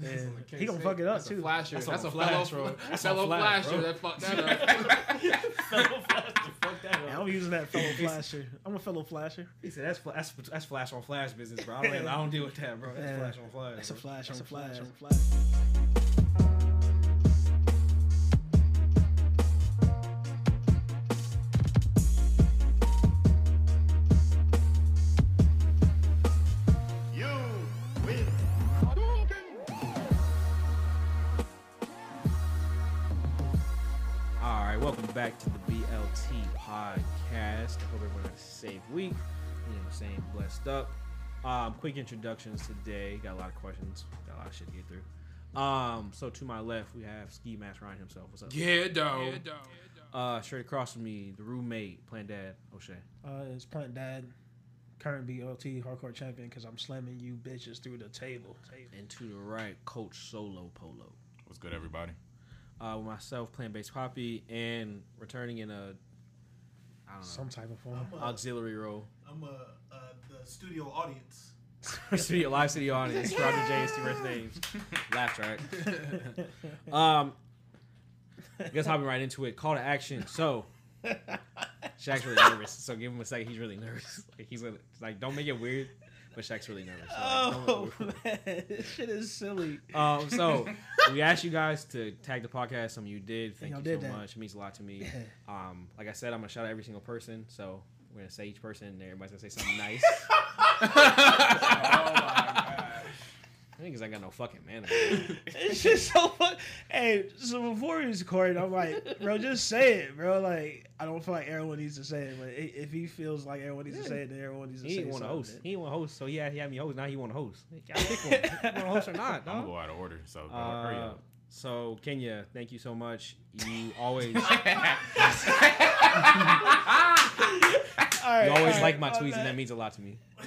And on the he gonna K-State. fuck it up That's too. A flasher. That's That's, on a flash, fellow, bro. That's on fellow flash, flasher bro. that fucked that up. fellow flash, fuck that Man, up. I'm using that fellow flasher. I'm a fellow flasher. He said that's fla- that's that's flash on flash business, bro. I don't, I don't deal with that, bro. That's Yeah. flash on flash. That's a bro. flash. That's a flash. on That's a flash. You win. All right, welcome back to the BLT podcast. Hope everyone had a safe week. You know, what I'm saying blessed up. Um, quick introductions today. Got a lot of questions. Got a lot of shit to get through. Um, so to my left we have Ski Mask Ryan himself. What's up? yeah, dog. Uh, straight across from me, the roommate, Plan Dad O'Shea. Uh, it's Plant Dad, current BLT hardcore champion, because I'm slamming you bitches through the table. And to the right, Coach Solo Polo. What's good, everybody? Uh, with myself, Plant Based Poppy, and returning in a I don't know Some type of form. I'm a, auxiliary role. I'm a, uh, the studio audience. studio live studio audience for Roger J and Steve Rich names. Laugh track. um, I guess hopping right into it. Call to action. So Shaq's really nervous. So give him a second. He's really nervous. Like he's gonna like don't make it weird, but Shaq's really nervous. So, like, don't Oh look man, this shit is silly. um, so we asked you guys to tag the podcast. Some of you did. Thank Y'all you did so that. much. It means a lot to me. Yeah. Um, like I said, I'm gonna shout out every single person. So we're gonna say each person, and everybody's gonna say something nice. Oh I think 'cause I got no fucking manners. It's just so fun. Hey, so before we was recording, I'm like, bro, just say it, bro. Like, I don't feel like everyone needs to say it, but i- if he feels like everyone needs to say it, then everyone needs to He say didn't want to host. something. He didn't want to host. So yeah, he had me host. Now he want to host. Y'all pick one. you want to host or not? I'm gonna Dog? go out of order, so go, hurry Uh, up. so Kenya, thank you so much. You always, you All right, all always right, like my all tweets, and right. that means a lot to me.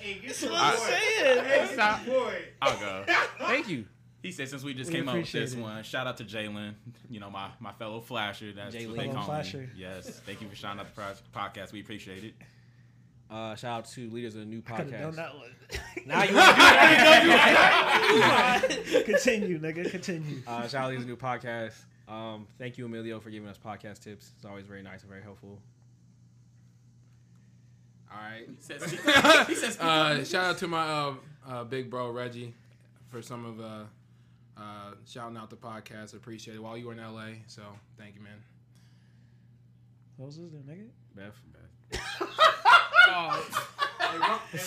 Hey, get That's what I'm saying, man. Stop. Boy. I'll go. Thank you. He said since we just We came out with appreciate this it. one, shout out to Jalen, you know my my fellow flasher. That's Jalen. what they Fellow call me. flasher. Yes, thank you for shouting out the pro- podcast. We appreciate it. Uh, shout out to leaders of the new Could have done podcast. that one. Now you want to do that? continue, nigga. Continue. Uh, shout out to leaders of the new podcast. Um, thank you, Emilio, for giving us podcast tips. It's always very nice and very helpful. All right. He says, "Oh, uh, shout out to my uh, uh, big bro Reggie for some of uh, uh, shouting out the podcast. Appreciate it while you were in LA. So thank you, man. What was this, nigga? Beth,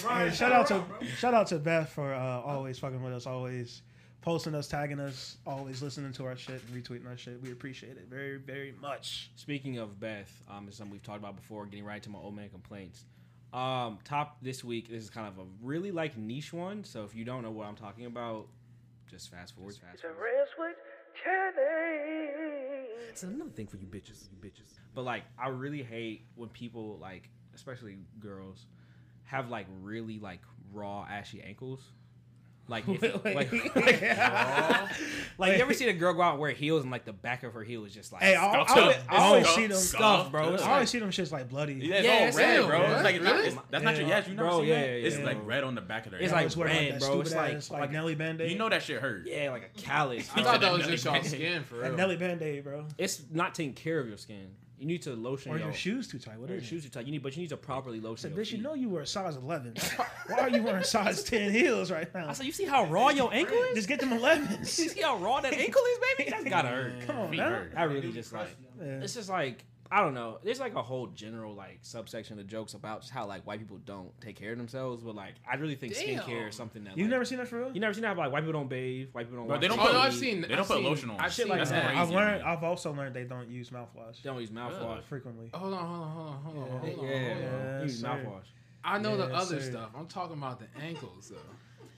Hey, shout out to shout out to Beth for uh, always fucking with us, always posting us, tagging us, always listening to our shit, and retweeting our shit. We appreciate it very, very much. Speaking of Beth, um, it's something we've talked about before. Getting right to my old man complaints. Um, top this week. This is kind of a really like niche one. So if you don't know what I'm talking about, just fast forward. Fast forward. It's another thing for you bitches, you bitches. But like, I really hate when people like, especially girls, have like really like raw ashy ankles. Like, if, like, like, like, you ever seen a girl go out and wear heels and like the back of her heel is just like Hey, I, I, always, I always see them. stuff, bro. It's I always see them shits like bloody. Yeah, it's Yeah, all it's red, him, bro. bro. It's like it's not- Really? it's- that's not your Yeah. yes. You never Bro, seen yeah, that? yeah, It's yeah. like red on the back of their. It's head. I like was wearing red, that bro. It's stupid like- ass, like, like- Nelly Band Aid. you know that shit hurt. yeah, like a callus. I thought that was just y'all skin for that real. Nelly Band Aid, bro. it's not taking care of your skin. You need to lotion Or your, your shoes too tight. or What your is shoes? shoes. You tight. You need, but you need to properly I said, lotion. your bitch, you feet. know you were a size 11. Why are you wearing size 10 heels right now? I said, you see how raw your ankle is? Just get them You 11s. see how raw that ankle is, baby? That's gotta hurt. Come on, Feet man. hurt. I really just like. Yeah. It's just like I don't know. There's like a whole general like subsection of jokes about just how like white people don't take care of themselves, but like I really think Damn. skincare is something that You've like- never seen that for real? you never seen that like white people don't bathe, white people don't. Bro, wash they Oh don't their put- no, I've teeth, seen. They don't I've put seen- lotion on. I've Shit seen like like that. that. I've Crazy, learned. man. I've also learned they don't use mouthwash They don't use mouthwash. Ugh. frequently. Hold on, hold on, hold on, hold on, hold on. Hold on. yeah, Yeah, use sir. mouthwash. I know the Yeah, other sir. stuff. I'm talking about the ankles though.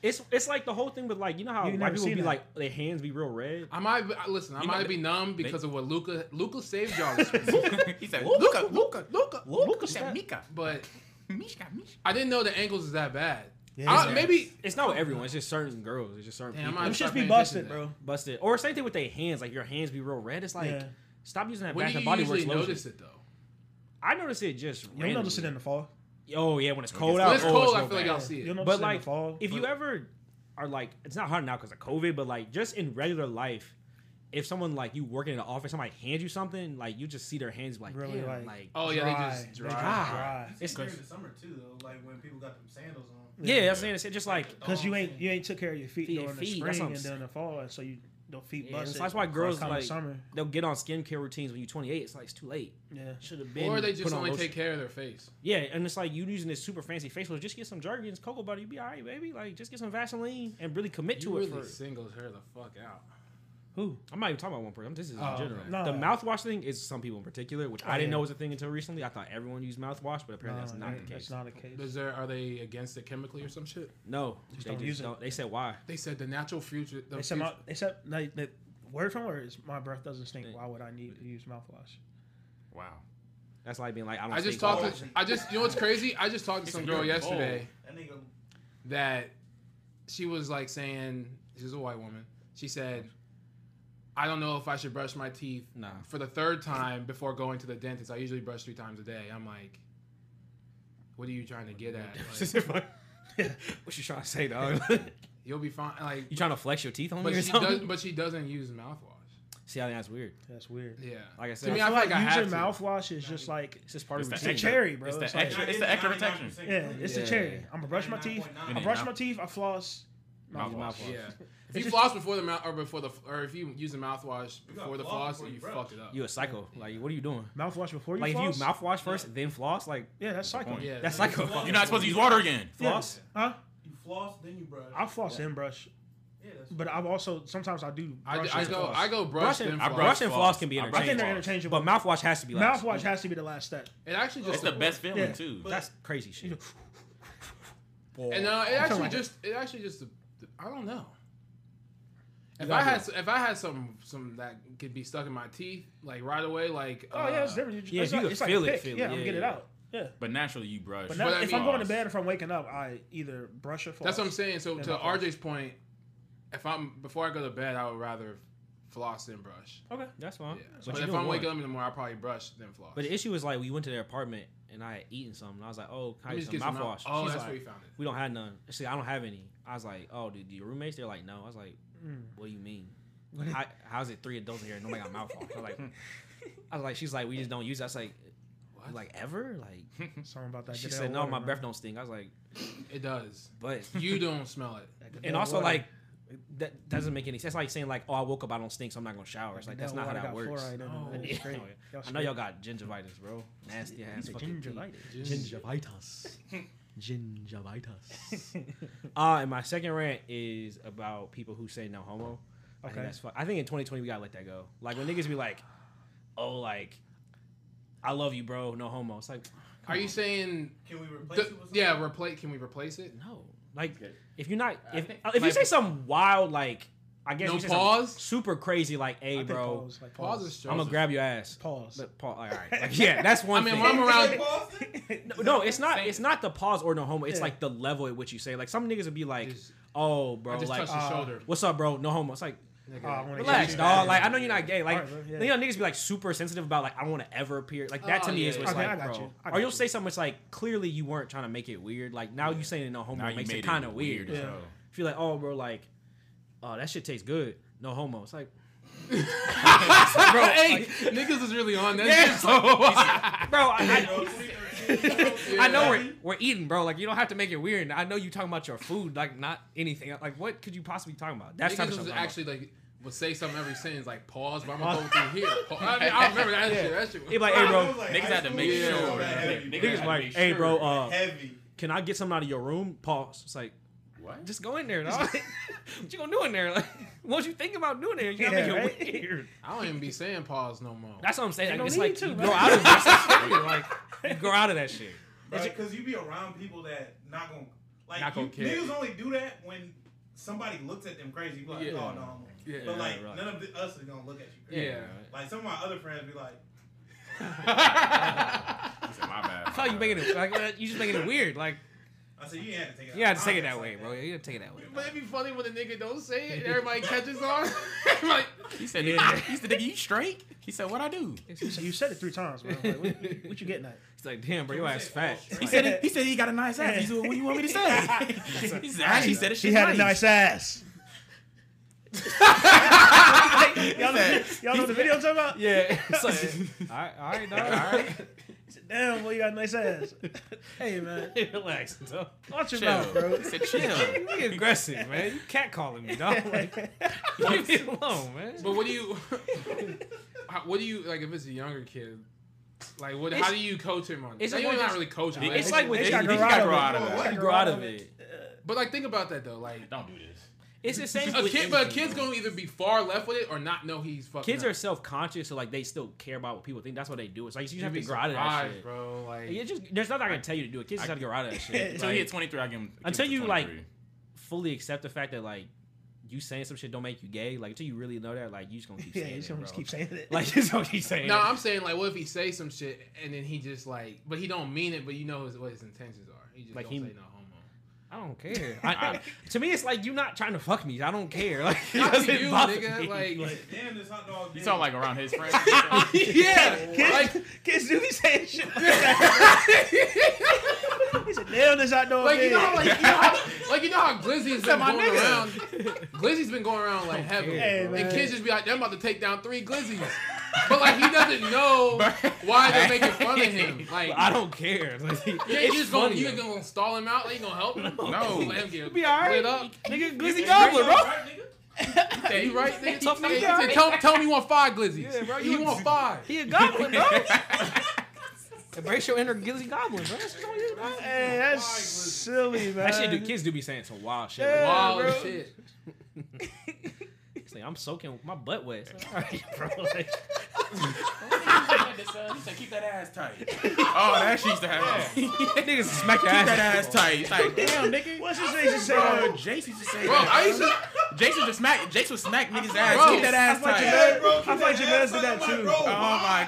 It's it's like the whole thing with like you know how You've white never people be seen that. like their hands be real red. I might be, I- listen. I You know, might they- be numb because of what Luca Luca saved y'all. this week. he said, "Luca, Luca, Luca, Luca, Luca. Mika, but Mishka, Mishka." I didn't know the ankles is that bad. Yeah, I- it's- maybe It's not with everyone. It's just certain girls. It's just certain Damn, people. I- Them shits start be paying busted, attention bro. Busted. Or same thing with their hands. Like your hands be real red. It's like Yeah. stop using that when back do and you body usually works lotion. notice it though? I notice it just. You don't notice it in the fall. Oh yeah, when it's When it cold gets out. When it's oh, cold, real I feel like bad. I'll see You'll it. notice But it in like, the fall. if you but- ever are like it's not hard now because of COVID, but like just in regular life, if someone like you working in the office, somebody hands you something, like you just see their hands like Really, damn, like- like, Oh yeah, they just Dry. dry. Dry. It's- uh, It's during the summer too, though. Like when people got them sandals on. yeah, that's it. It's just like Because you ain't you ain't took care of your feet Oh, Feet, during the feet, that's spring what I'm and during the fall, and so you the feet Yeah, busted. that's why girls, come like- summer. they'll get on skincare routines when you're 28. It's like it's too late. Yeah, Should have been. Or they just put on only lotion. take care of their face. Yeah, and it's like you using this super fancy face wash. Just get some Jergens, cocoa butter, you be all right, baby. Like just get some Vaseline and really commit You to really it. For, singles her the fuck out. who? I'm not even talking about one person. I'm This is Oh, in general. okay. No. The mouthwash thing is some people in particular, which I Oh, didn't yeah. know was a thing until recently. I thought everyone used mouthwash, but apparently that's No, not that- the case. That's not the case. Is there are they against it chemically or some shit? no, Just they don't just use it. don't. They said why? They said the natural future. The They said my, future- they said they, they, word from word is my breath doesn't stink. Yeah. Why would I need to use mouthwash? wow. That's like being like I don't. I just stink. talked orange. to. I just you know what's crazy? I just talked to It's some a girl weird bowl. yesterday. That nigga. that she was like saying she's a white woman. She said, "I don't know if I should brush my teeth Nah. for the third time before going to the dentist. I usually brush three times a day." I'm like, "What are you trying to get at? Like, what you trying to say, dog? you'll be fine." Like, you trying to flex your teeth on me but or she does, something? but she doesn't use mouthwash. See, I think that's weird. That's weird. Yeah, Like I to said, me, I I feel like I have using to. mouthwash is just like it's just part of it's It's the a routine. extra- cherry, bro. it's the like- extra- It's the extra protection. yeah, it's Yeah. the cherry. I'm gonna brush my teeth. 99.9. I need brush mouth- my teeth. I floss. Mouthwash. Yeah, if It's you just- floss before the mouth or before the or if you use the mouthwash You gotta before the floss, floss before you you brush. fucked it up. You a psycho? Like what are you doing? Mouthwash before you like floss. if you mouthwash first, then floss, like yeah, that's psycho. point. yeah, that's psycho. floss. You're not supposed to use water again. floss. Huh? You floss, then you brush. I floss and brush, yeah, that's but I've also sometimes I do. I, brush I and go, floss. I go brush, Brushing- then I floss. brush and floss can be I brush I think they're floss. interchangeable. But mouthwash has to be last. mouthwash has to be the last step. It actually just It's the best feeling Yeah. too. But- That's crazy shit. And uh, it actually like- just it actually just I don't know. If don't I had if I had some some that could be stuck in my teeth like right away like Oh yeah, it's uh, different. You just, yeah, it's you like, can it's like feel a it, pick. feel it. yeah, I'm Yeah, getting it yeah. out. Yeah, But naturally, you brush. but now But I if mean- I'm going to bed, if I'm waking up, I either brush or floss. that's what I'm saying. So Yeah, to my fault. RJ's point, if I'm before I go to bed, I would rather floss than brush. Okay, that's fine. Yeah. But, But, you if doing I'm waking one. up in the morning, I probably brush then floss. but the issue is like we went to their apartment and I had eaten something. I was like, oh, can Let I me get just some get some mouthwash? out. Oh, She's that's like, where you found it. we don't have none. She, I don't have any. I was like, oh, do, do your roommates? They're like, no. I was like, Mm. what do you mean? How, how's it three adults in here and nobody got mouthwash? I was like, I was like, she's like, we just don't use. It. I was like, What? like ever? Like Something about that. she good said, old no, water, my man. breath don't stink. I was like, It does. but You don't smell it. That good and old also water. like that doesn't make any sense. That's like saying like, oh, I woke up, I don't stink, so I'm not gonna shower. It's That like good that's old not how water that got works. fluoride in it. No. That is great. Oh, yeah. Y'all I know y'all straight. got gingivitis, bro. Nasty ass He's a fucking tea. gingivitis. Just- Gingivitis. Gingivitis. Uh, and my second rant is about people who say no homo. I Okay. think that's fu- I think in 2020 we gotta let that go. Like when niggas be like, oh, like, I love you, bro. No homo. It's like, Are you saying? Can we replace The, it with something? yeah, replace. Can we replace it? no. Like, Okay. if you're not, I if think- uh, if you like- say some wild, like, I guess No you say something pause? super crazy, like, I hey, think bro, Pause. Like, Pause is pause. strong. I'm gonna grab your ass. Pause. But Paul, all right, like, yeah, that's one I mean, thing. when I'm around. No, no, it's not. It's not the pause or no homo. It's Yeah. like the level at which you say. Like some niggas would be like, Just- "Oh, I bro, just like, touched his uh, shoulder. what's up, bro? No homo." It's like, nigga. Oh, I wanna relax, Yeah. dog. Like, I know you're not gay. Like, Alright, bro, yeah. you know, niggas be like super sensitive about like, I want to ever appear. Like that Oh, to me yeah, is yeah. what's Okay, I like, got bro. you. I Or got you'll you. say something that's like, clearly you weren't trying to make it weird. Like now you saying no homo Now you makes it made kind of weird. Yeah. so- Feel like, oh, bro, like, oh, that shit tastes good. No homo. It's like, Bro, hey, niggas is really on that Yeah. shit. So bro, I, I, I know Yeah. we're, we're eating, bro. Like you don't have to make it weird. I know you talking about your food, like not anything. Like what could you possibly be talking about? That's niggas not was something. actually like would say something every sentence like pause, but I'm gonna go through here. Pa- I mean, I remember that shit. That shit. He Was, like, hey, bro. Niggas had to make Yeah. sure. Yeah. Niggas Niggas had Niggas to like, make hey, sure. bro. Uh, Heavy. can I get something out of your room? Pause. It's like, What? just go in there. Dog. what you gonna do in there? Like, what you think about doing there? You gotta Yeah, make it right? weird. I don't even be saying pause no more. That's what I'm saying. You Like, don't it's need to, like you bro. grow out of this. You're like, you grow out of that shit. Because you be around people that not gonna like Not you, gonna care. niggas only do that when somebody looks at them crazy. You be like, Yeah. oh no, I'm- Yeah, but like right, right. none of the, us is gonna look at you. yeah. Crazy. Like some of my other friends be like, He said, My bad. That's how you making it. Like uh, you just making it weird. Like I said, you didn't have to take it. You gotta out. take it I that said way, bro. You gotta take it that way. But it'd be funny when a nigga don't say it and everybody catches on. like, He said, he said, nigga, you straight? He said, what I do? You said- you said it three times, bro. Like, what, what you getting at? It's like, damn, bro, your ass fat. He said, he, he said he got a nice ass. He said, what do you want me to say? he said, actually said it. She had a nice ass. y'all, know, y'all know the video I'm talking about? Yeah. It's like, all right, all right, dog. Damn, boy, you got a nice ass. hey, man. Relax, dog. Watch your Chill. mouth, bro. He said, chill. You aggressive, man. You catcalling me, dog. Like, leave me alone, man. but what do you, how, what do you like if it's a younger kid? Like, what? how It's- do you coach him on? It's it's like, like you're one not of really coaching. It's but like with- They He- got he grow got out grow out of of it. it. They got He grow out of it. but like think about that though. Like Don't do this. It's the same. a with kid, but a anything, kid's bro. gonna either be far left with it or not know he's fucking. Kids up. are self conscious, so like they still care about what people think. That's what they do. It's like you just You'd have to be grow out of that surprised, shit. bro. Like, You just there's nothing I can tell you to do. Kids just have to grow out of that shit. Until he Like, hit 23, I give him. give him Until to you, like, 23. fully accept the fact that like you saying some shit don't make you gay. Like until you really know that, like you just gonna keep Yeah, saying you it, just gonna bro. just keep saying it. Like you just gonna keep saying no, it. I'm saying like, what if he say some shit and then he just like, but he don't mean it, but you know his, what his intentions are. He just Like don't he- say no homo. I don't care. I, I, to me, it's like you not trying to fuck me. I don't care. Like it Not to doesn't you, bother nigga. me. Like, Like, damn, this hot dog. You dead. talk like around his friends. Oh, yeah, Kids, like, kids do be saying shit like that. He said, damn, this outdoor like you know, how, man. like you know, how, like you know how Glizzy's been my going around. Glizzy's been going around like heaven, Hey, and man. kids just be like, "I'm about to take down three Glizzies," but like he doesn't know why they're making fun of him. Like, I don't care. Like, yeah, you it's just funny. gonna you gonna stall him out? Like, you gonna help him? No. let him get be all right. lit up. nigga, Glizzy Right, Goblin, bro. right, nigga? Yeah, you right? Nigga, Tough Hey, nigga, he said, right? tell, tell him you want five glizzies. Yeah, bro, you you- want five. He a goblin, bro. Embrace your inner Glizzy Goblin, bro. That's what all it is, bro. Hey, that's silly, man. That shit, do kids do be saying some wild shit. Yeah, Like, Wow, bro. shit. it's like, I'm soaking my butt wet. It's like, all right, bro. Like, he said, keep that ass tight. Oh, that shit used to happen. niggas smack your Keep that ass ass. tight. It's like, damn, nigga. What's his name? Just say, Bro, uh, Jace used to say Bro, I used that. to. Jason just smack. Jason smack niggas' ass. Bro, keep that ass I fight tight. Jamez. Hey, bro, keep I fight that Jamez ass did that out of my too. row. Oh my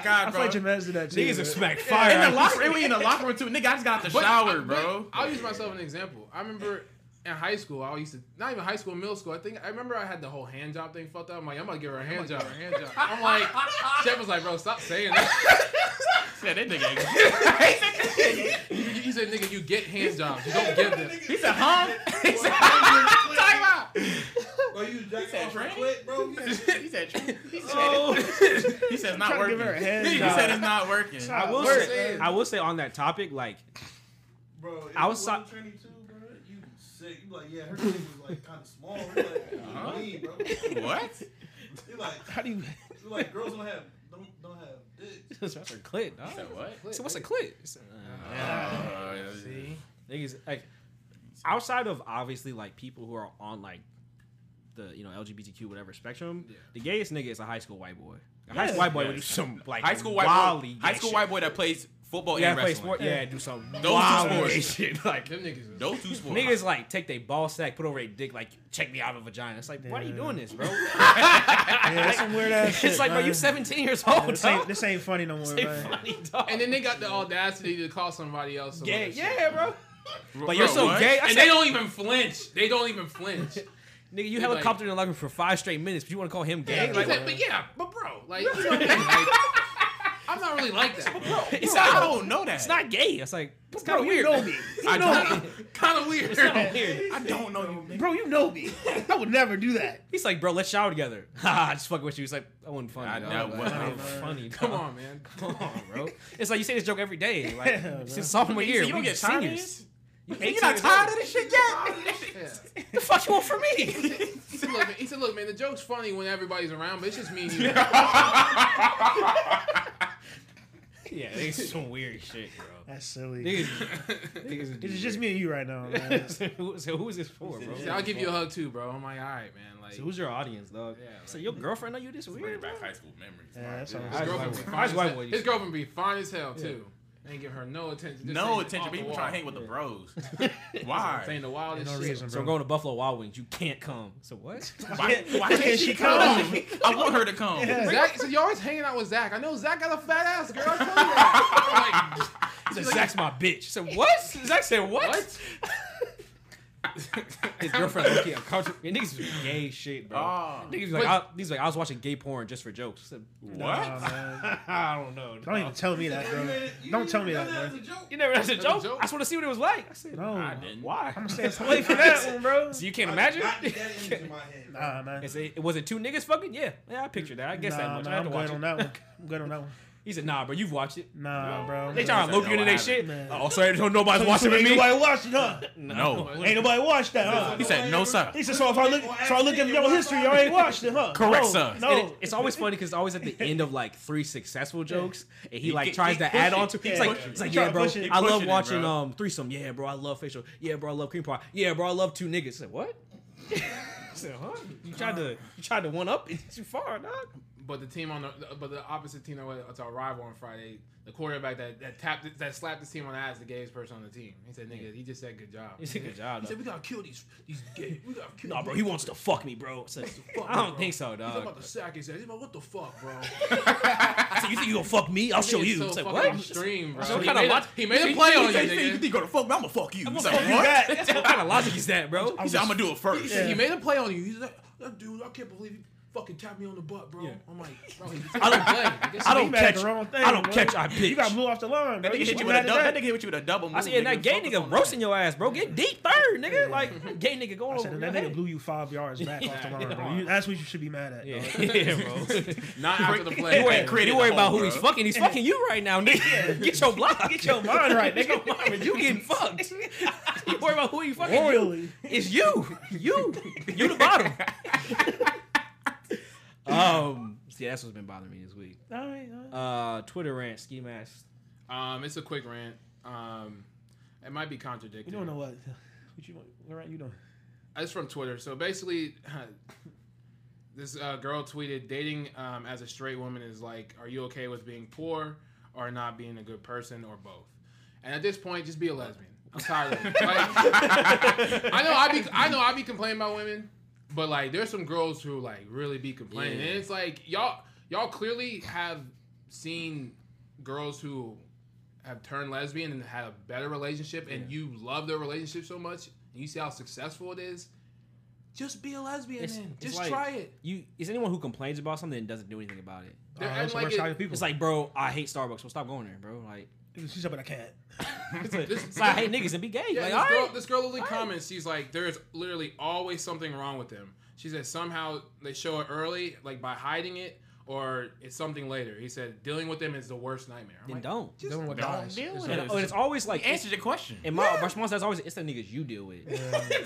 I god, bro. fight Jamez did that too. Niggas are bro. smack in fire. the locker room, we in the locker room too. Nigga, I just got out the but shower, I- bro. I'll use myself as an example. I remember in high school, I used to not even high school, middle school. I think I remember I had the whole hand job thing fucked up. I'm like, I'm about to give her a hand job. I'm like, Jeff was like, bro, stop saying that. Yeah, that nigga. You- you- He said, nigga, you get hand jobs. You don't give them. He said, huh? He said, Time out. Bro, you jack said off real drink? quick, bro. You said- oh, he said, he said, he said it's Trying not to give working. her a hand He job. said it's not working. I will, Word. say, I will say on that topic, like, Bro, if I was you so- wasn't training too, bro, you sick. You like, yeah, her thing was like kind of small. You're like, Huh? lean, bro. What? You're like, How do you? you're like, girls don't have, don't, don't have dicks. that's a clit, dog. what? So what's a clit? It's, uh, See? niggas, like, outside of obviously like people who are on like the you know LGBTQ whatever spectrum, Yeah. the gayest nigga is a high school white boy. A high Yeah. school white boy would do Yes. some like High school white wildly boy. gay High school shit. white boy that plays football yeah, and play wrestling. sport. Yeah, do some two wild sports. gay shit. Like Them niggas is Those two sports. niggas like take their ball sack, put over their dick, like check me out of a vagina. It's like why are you Yeah. doing this, bro? Yeah, that's some weird ass shit. it's like bro, you 17 years old. This ain't, dog. this ain't funny no more, This ain't man. funny, dog. And then they got the audacity to call somebody else. some gay, other shit. yeah, bro. Bro, But you're so what? gay. I And said, they don't even flinch. They don't even flinch. nigga, you like- helicoptered in the locker room for five straight minutes, but you want to call him gay? Yeah, Like, but- but yeah, but bro, like, you know what I mean? Like, I'm not really like that. it's Bro, I not, don't know that. it's not gay. It's like it's kind Bro, of you weird. know me. I don't. Kind of weird. Kinda weird. I don't know you. nigga. Bro, you know me. I would never do that. He's like, bro, let's shower together. Ha, just fucking with you. He's like, that wasn't funny. I- dog. that Like, wasn't that wasn't funny. Come dog. on, man. come on, bro. It's like you say this joke every day, like Yeah, bro. since sophomore You year. don't we get tired of seniors. this? You not tired of this shit yet? Yeah. The fuck you want from me? He said, look, man, he said, look, man, the joke's funny when everybody's around, but it's just me and you. yeah, niggas is some weird shit, bro. That's silly. Niggas, niggas It's just me and you right now, man. so, who, so who is this for, bro? He said, I'll give you a hug too, bro. I'm like, all right, man. Like, So who's your audience, dog? Yeah, so like- your girlfriend know you this Bring weird? back bro? high school memories. Yeah, that sounds his Eyes girlfriend, wide be open. fine, Eyes as wide hell. open. his girlfriend be fine as hell too. Ain't give her no attention. Just No saying attention. off the People wall. trying to hang with the bros. Saying Why? the wildest No shit. reason, So I'm bro. going to Buffalo Wild Wings. You can't come. So what? Why, why Can can't she she come? come? I want her to come. Yeah. Zach, so you're always hanging out with Zach. I know Zach got a fat ass, girl. I told you that. Like, He's like, Zach's my bitch. So what? Zach said what? What? His girlfriend looked uncomfortable. Yeah, niggas was gay shit, bro. Oh. niggas was like, But- I, niggas was like, I was watching gay porn just for jokes. I said, Nah, man. I don't know. Don't even tell me that, bro. Don't tell me that, That's bro. a joke. You never that's a a joke. joke. I just want to see what it was like. I said, No. I I'm didn't. Why? I'm gonna stay away from that one, bro. So you can't I imagine. got that image in my head. bro. Nah, man. It's a, was it two niggas fucking? Yeah, yeah. I pictured that. I guess nah, that much. Nah, I had I'm to watch good it. on that one. I'm good on that one. He said, Nah, bro, you've watched it. Nah, bro. They trying to That's look you not into their what shit. happened. Oh, sorry, no, nobody's watching with ain't me. nobody watched it, huh? No. Ain't nobody watched that, huh? He said, no, sir. He said, so if I look, so I look at your history, y'all ain't watched it, huh? Correct, no, sir. No, And it- it's always funny because it's always at the end of like three successful jokes, and he He like get- tries he to push add it. on to. He It's like, push it. it's like, He yeah, try to bro, push it. He I love pushing it, watching bro. um threesome. Yeah, bro, I love facial. Yeah, bro, I love cream pie. Yeah, bro, I love two niggas. I said what? I said, huh? You tried to you tried to one up it too far, dog. But the team on the but the opposite team that was it's our rival on Friday, the quarterback that, that tapped that slapped his team on the ass, the gayest person on the team. He said, "Nigga, he just said good job." He said, "Good job, He said, dog." "We gotta kill these these gay. We gotta kill." Nah, bro, he these wants to fuck me, bro. I, said, fuck, I don't bro." think so, He's talking about dog. the sack. He said, "What the fuck, bro?" I said, you think you gonna fuck me? I'll show Nigga's you. So I said, fucking what? Extreme, bro. So he, kinda made what? a, he made a play on you, He said, You nigga. think you're gonna fuck me? I'm gonna fuck you. He What said, the fuck "What?" is that? What kind of logic is that, bro? He said, I'm gonna do it first. He made a play on you. He's like, "That dude, I can't believe he fucking tapped me on the butt, bro." Yeah. I'm like, "Bro, he just I don't- play. I don't You mad at catch- the wrong thing, I don't bro. catch, I You got bitch. blew off the line, bro. That nigga hit you should with a mad at double. that. That nigga hit you with a double. I move, said, and that gay Focus on nigga roasting your ass, bro. Get deep third, nigga. Like gay nigga going I over said that your nigga head. blew you five yards back off the line, bro. You, that's what you should be mad at. Yeah, dog. yeah, bro. Not after the You play. worry, Hey, created you worry the about hole, who he's bro. fucking. He's fucking you right now, nigga. Get your block. Get your Mine right, Get your nigga. mind. right. You getting fucked. You worry about who you fucking. You. Royally. It's you. You. You the bottom. um. See, that's what's been bothering me this week. All right, all right. Uh, Twitter rant, ski mask. Um, it's a quick rant. Um, it might be contradictory. You don't know what. What you want? All right, you doing? It's from Twitter. So basically, this uh, girl tweeted, "Dating um, as a straight woman is like, are you okay with being poor or not being a good person or both?" And at this point, just be a lesbian. I'm tired of it. Like, I know I be I know I be complaining about women, but like there's some girls who like really be complaining, Yeah. and it's like y'all y'all clearly have seen girls who have turned lesbian and had a better relationship, and you love their relationship so much, and you see how successful it is. Just be a lesbian, It's- then. it's Just like- try it. You is anyone who complains about something and doesn't do anything about it. They're Uh, acting that's the like worst it- type of people. It's like, bro, I hate Starbucks. Well, stop going there, bro. Like, She said, but I can't. it's like, This- it's like, I hate niggas and be gay. Yeah, like, this, all girl, right. this girl literally All right. comments. She's like, "There's literally always something wrong with them." She said somehow they show it early, like by hiding it, or it's something later. He said dealing with them is the worst nightmare. I'm Then like, don't. Just Dealing with don't guys. deal with And, it. oh, and it's always like, Answer your question. and my response is always, it's the niggas you deal with.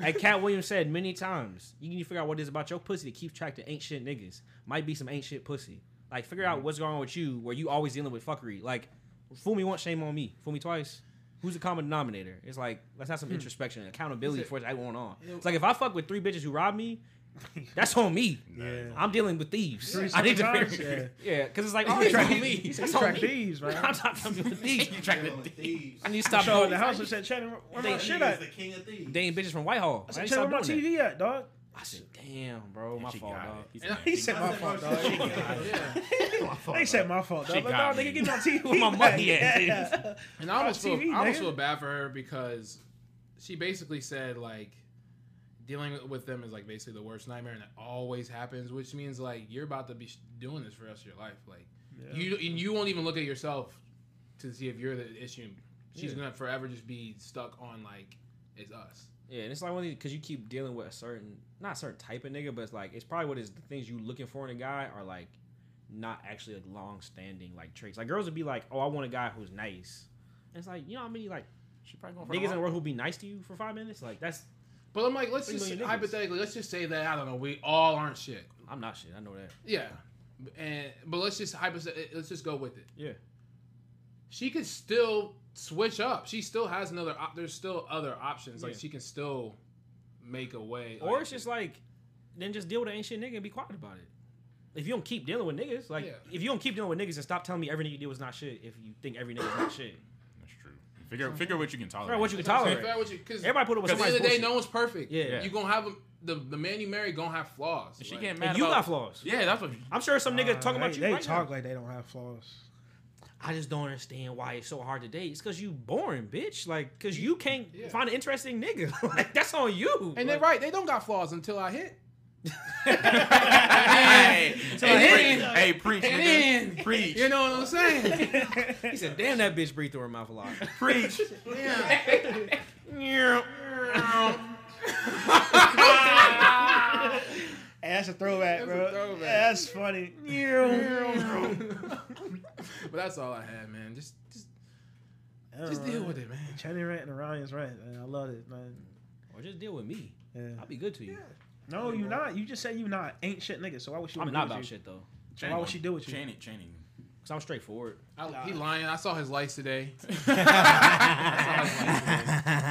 Like Cat Williams said many times, you need to figure out what it is about your pussy to keep track to ain't shit niggas. Might be some ain't shit pussy. Like figure Mm-hmm. out what's going on with you where you always dealing with fuckery. Like fool me once, shame on me. Fool me twice. Who's the common denominator? It's like let's have some introspection and accountability Is Hmm. it- for what's going on. It's like if I fuck with three bitches who rob me, that's on me. Yeah. I'm dealing with thieves. Three I need to separate figure times? Yeah, because it's like You oh, it's track- on me. you It's on Track me. these, I'm man. not I'm dealing with thieves. You trying Killing to thieves. I need to I stop. showed going- the house and said, Channing, where That my nigga shit is at? the king of thieves. Dating bitches from Whitehall. I I said, need to Channing, stop where my doing that. TV at, dog? I said, damn, bro, my She fault, got dog. it. He's And I- like, He said I my said, fault, bro, dog. she got it. yeah. They said my fault, dog. She Like, nah, got nigga, me. get my TV. Where my back. money at, Yeah. And I almost Oh, feel TV, I almost nigga. feel bad for her because she basically said like dealing with them is like basically the worst nightmare, and it always happens. Which means like you're about to be sh- doing this for the rest of your life. Like Yeah. you and you won't even look at yourself to see if you're the issue. She's Yeah. gonna forever just be stuck on like it's us. Yeah, and it's like one of these because you keep dealing with a certain, not a certain type of nigga, but it's like it's probably what is the things you looking for in a guy are like not actually like long standing like traits. Like girls would be like, oh, I want a guy who's nice. And it's like you know how many like She probably going for niggas in the the wall. world who'll be nice to you for five minutes. Like that's But I'm like, let's Three just million niggas. hypothetically, let's just say that I don't know, we all aren't shit. I'm not shit. I know that. Yeah, and but let's just hypothet- let's just go with it. Yeah. she could still switch up. She still has another. Op- there's still other options. Like Yeah. she can still make a way. Or it's just like then just deal with the ancient nigga and be quiet about it. If you don't keep dealing with niggas, like Yeah. if you don't keep dealing with niggas, and stop telling me every nigga you deal is not shit. If you think every nigga's not shit, That's true. Figure figure what you can tolerate. Figure out what you can Because tolerate. Everybody at put up with the end of the somebody's day, bullshit. no one's perfect. Yeah. you gonna have a, the the man you marry gonna have flaws. And She Like, getting mad and you about- got flaws. Yeah, that's what. I'm sure some nigga Nah, talking they, about you. They right now. talk like they don't have flaws. I just don't understand why it's so hard to date. It's because you boring, bitch. Like, because you can't Yeah. find an interesting nigga. like, that's on you. And they're Like, right. They don't got flaws until I hit. hey, hey, then- preach, hey, preach, And nigga. then, preach, you know what I'm saying? He said, damn, that bitch breathed through her mouth a lot. preach. Hey, that's a throwback, That's a bro. throwback. That's funny. but that's all I had, man. Just, just, just Alright. deal with it, man. Chenny Rant and Orion's Rant, man. I love it, man. Or just deal with me. Yeah. I'll be good to you. No, you not. You just say you not. Ain't shit nigga, so why would she I'm wanna not do about with you? shit, though. So why would she do with you? Chain it, chain it. Because I'm straightforward. I, he lying. I saw his lights today.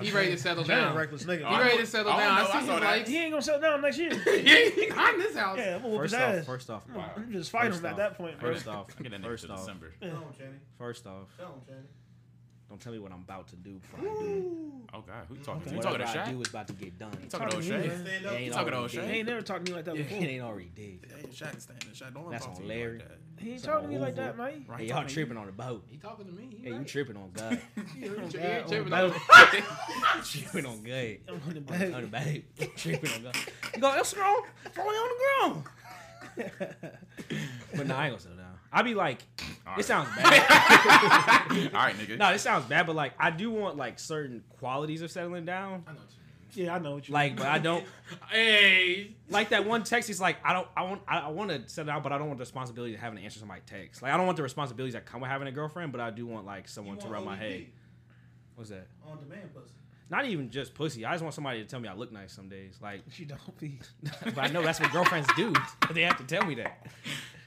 He ready to settle Chenny down. reckless nigga. He I ready know- to settle I down. know, I see I his saw that. he lights. ain't gonna settle down next year. Yeah, he not in this house. yeah, I'm gonna whoop his First ass. off, first off, Wow. I'm just fighting First him at off. that point, bro. First off, I get that nigga first to off, December. Tell him, Channing. first off, Tell him, Channing. don't tell me what I'm about to do. Before I do. Oh God, who you talking Okay. to? You Whatever talking to I Shaq? do You is about to get done. talking to Talking to me, O'Shea? man. Stand It up. ain't talking to already O'Shea? He ain't dead. never talked to me like that It before. ain't already dead. Hey, Shaq is standing. Shaq, don't That's talk on to you Larry. like that. He ain't It's talking to me all like over. that, man. Right, Hey, talking y'all to you. tripping on the boat. He talking to me. He Hey, you right. tripping on God. You Oh, tri- God. you tripping Oh, on tripping on God. I'm on the On on the bed. babe. tripping on God. You go, it's wrong. It's only on the ground. But no, I ain't gonna settle down. I be like, All it right. sounds bad. All right, nigga. no, it sounds bad, but like, I do want like certain qualities of settling down. I know what you Yeah, I know what you Like, but I don't mean. Hey. like that one text. He's like, I don't, I want, I, I want to settle down, but I don't want the responsibility of having to answer somebody's text. Like, I don't want the responsibilities that come with having a girlfriend, but I do want like someone to rub my head. What's that? On demand pussy. Not even just pussy. I just want somebody to tell me I look nice some days. Like, She don't be. but I know that's what girlfriends do. They have to tell me that.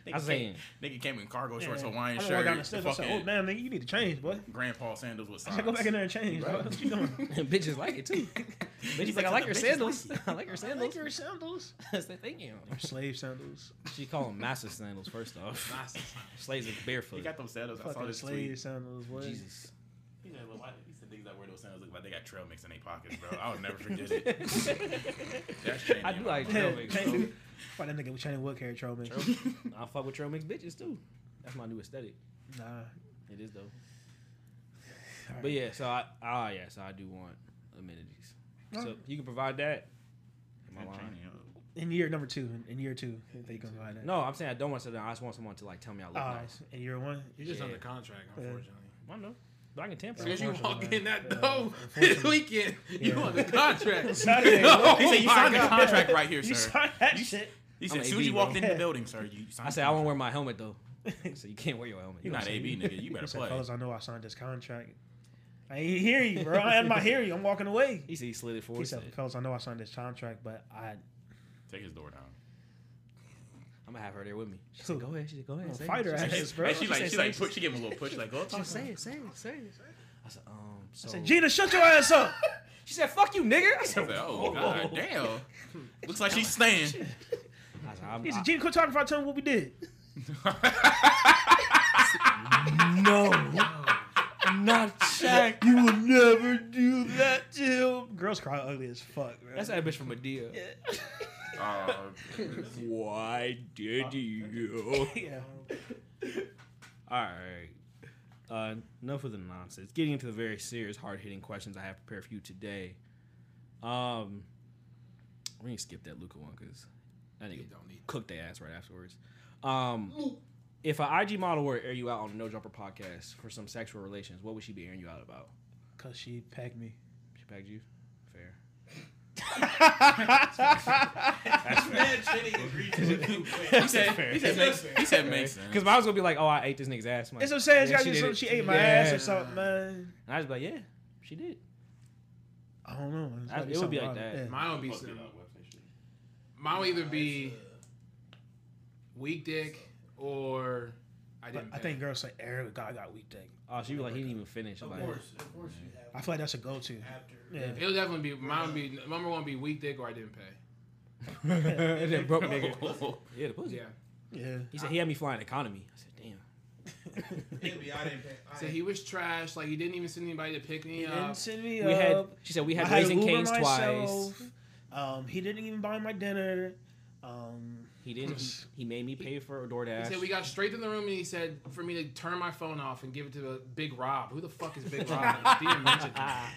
Nigga I'm saying, came- Nigga came in cargo shorts, Yeah. Hawaiian I walked down shirt, the stairs. I said, "Oh fucking damn, nigga, you need to change, boy." grandpa sandals with I socks. said, "Go back in there and change, bro. What you doing?" bitches like it too. Bitches like, I like your sandals. I like your I sandals. like your sandals. I said, Thank you. Slave sandals. She call them master sandals first off. Nice. Slaves are He barefoot. got those sandals. I saw Fucking this slave tweet. sandals, boy. Jesus. He said, "Well, why do these niggas that wear those sandals look like they got trail mix in their pockets, bro? I'll never forget it. That's I do like Yeah, trail mix. Channing- bro. Why that nigga with Channing Wood carry troll mix? I fuck with trail mix bitches too. That's my new aesthetic. Nah. It is though. But yeah, so I ah yeah, so I do want amenities. So you can provide that. Am I lying? In year number two, in, in year two, if they can find that. No, I'm saying I don't want to sit down. I just want someone to like tell me I look Uh, nice. in year one, You're just Yeah. under contract, unfortunately. I know, but I can As tamper. soon as you walk Unfortunately, in that yeah. door this Unfortunately. weekend, you Yeah. on the contract. Saturday, Oh He said, "You my signed the God. contract right here, you sir." saw that You- shit. He I'm said, an "As soon as AB, you walked bro. in the building, sir, you." I said I won't wear my helmet though. So you can't wear your helmet. You're not AB, nigga. You better He said, play. "Fellas, I know I signed this contract. I ain't hear you, bro. I'm not hearing you. I'm walking away." He said he slid it forward. He He said, said, "Fellas, I know I signed this contract, but I Take his door down. I'm gonna have her there with me. She said, Who? go ahead. She said, go I'm ahead. a Say fighter it. She ass, said, Yes, bro. Hey, she She like said she like put she give him a little push like go she said, talk to say him. it, say it, say it. I said, um, so. I said, Gina, shut your ass up. She said, fuck you, nigga. I I said, said, whoa. Oh god, damn. Looks like she's staying. I said, I'm, He said, I, Gina, quit talking about telling what we did. no, not Shaq. You will never do that to him. Girls cry ugly as fuck, bro. That's that bitch from Medea. Uh, Why did you? yeah. All right. Uh, enough of the nonsense. Getting into the very serious, hard hitting questions I have prepared for you today. Um, we need to skip that Luca one because that You nigga don't need cooked their ass right afterwards. Um, if an IG model were to air you out on the No Jumper podcast for some sexual relations, what would she be airing you out about? Cause she pegged me. She pegged you? Fair. Man, Channing agreed to it. too. he said, he said, makes, he said, makes sense. Because I was gonna be like, "Oh, I ate this nigga's ass." I'm like, That's what I'm saying. She, "Yeah, gotta do did something. it." she ate my Yeah. ass or something, man. And I was like, "Yeah, she did." I don't know. It's I- gotta it would be something like about that. Yeah. Mine would be some, mine would either be weak dick or I But didn't. I pay. think girls say, "Eric, God got weak dick." Oh, she was like, "He didn't even finish." I'm Of like, course, of course you have. I feel like that's a go-to. After. Yeah. it'll definitely be mine. Would be number one would be weak dick or I didn't pay. and then broke nigga. Yeah, the pussy. Yeah. Yeah. He said he had me flying economy. I said, "Damn." It'd be, I didn't pay. I So he was trash. Like he didn't even send anybody to pick me He didn't up. send me We had. up. She said we had I had raising Uber canes twice. myself. Um, he didn't even buy my dinner. Um, He didn't. He, he made me pay for He DoorDash. said we got straight to the room and he said for me to turn my phone off and give it to the Big Rob. Who the fuck is Big Rob? He didn't mention that. Ah.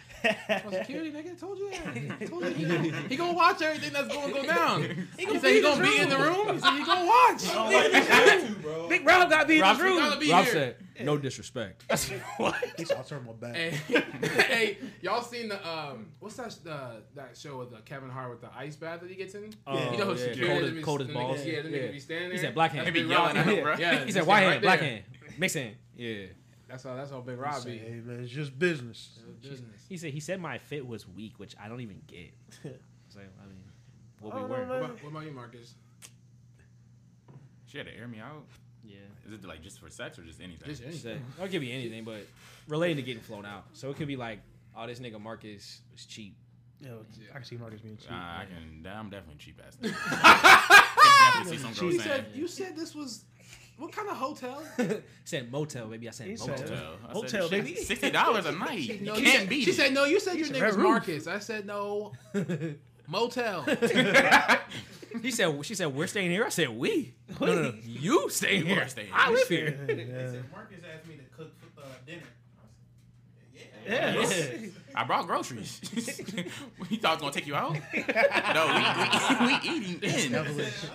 Well, security nigga, I told you that. I told you that. He gonna watch everything that's gonna go down. He, said he gonna be in the room. He said he gonna watch. I don't like that too, bro. Big Rob got me in Rob's his room. gotta be Rob here. said, "No disrespect." what? he's all turn my back. Hey, hey, y'all seen the um? What's that uh, that show with uh, Kevin Hart with the ice bath that he gets in? Yeah. you know, Um, Oh, yeah. security cold, them as, niggas- cold as them balls. Niggas, yeah, them Yeah. niggas be standing there. He said black hand. That's They be Big yelling Rob. at him, bro. Yeah, he that's said him white right hand, black there. hand, mix hand. Yeah. That's how. That's how Big I Rob say, be. hey man, it's just business. Business. He said he said my fit was weak, which I don't even get. So I mean, what I we don't were. know, What man. about, what about you, Marcus? She had to air me out. Yeah. Is it like just for sex or just anything? Just He anything. said, I'll give you anything, but related to getting flown out. So it could be like, oh, this nigga Marcus was cheap. Yo, Yeah. I can see Marcus being cheap. Uh, I can. I'm definitely cheap ass. nigga. I can definitely see some girl He saying. said, "You said this was what kind of hotel?" said motel, baby. I said He motel. said- Hotel. I said, Hotel, shit, baby. Sixty dollars a night. You No, you can't said- beat She it. said, "No, you said your It's name Red was Roof. Marcus." I said, "No, motel." he said, she said, we're staying here. I said, we. No, no, no. You stay You are here. staying I here. live here. They Yeah. said Marcus asked me to cook uh, dinner. I said, Yeah. Yes. I brought groceries. you thought I was gonna take you out? no, we, we, we eating I in. said, I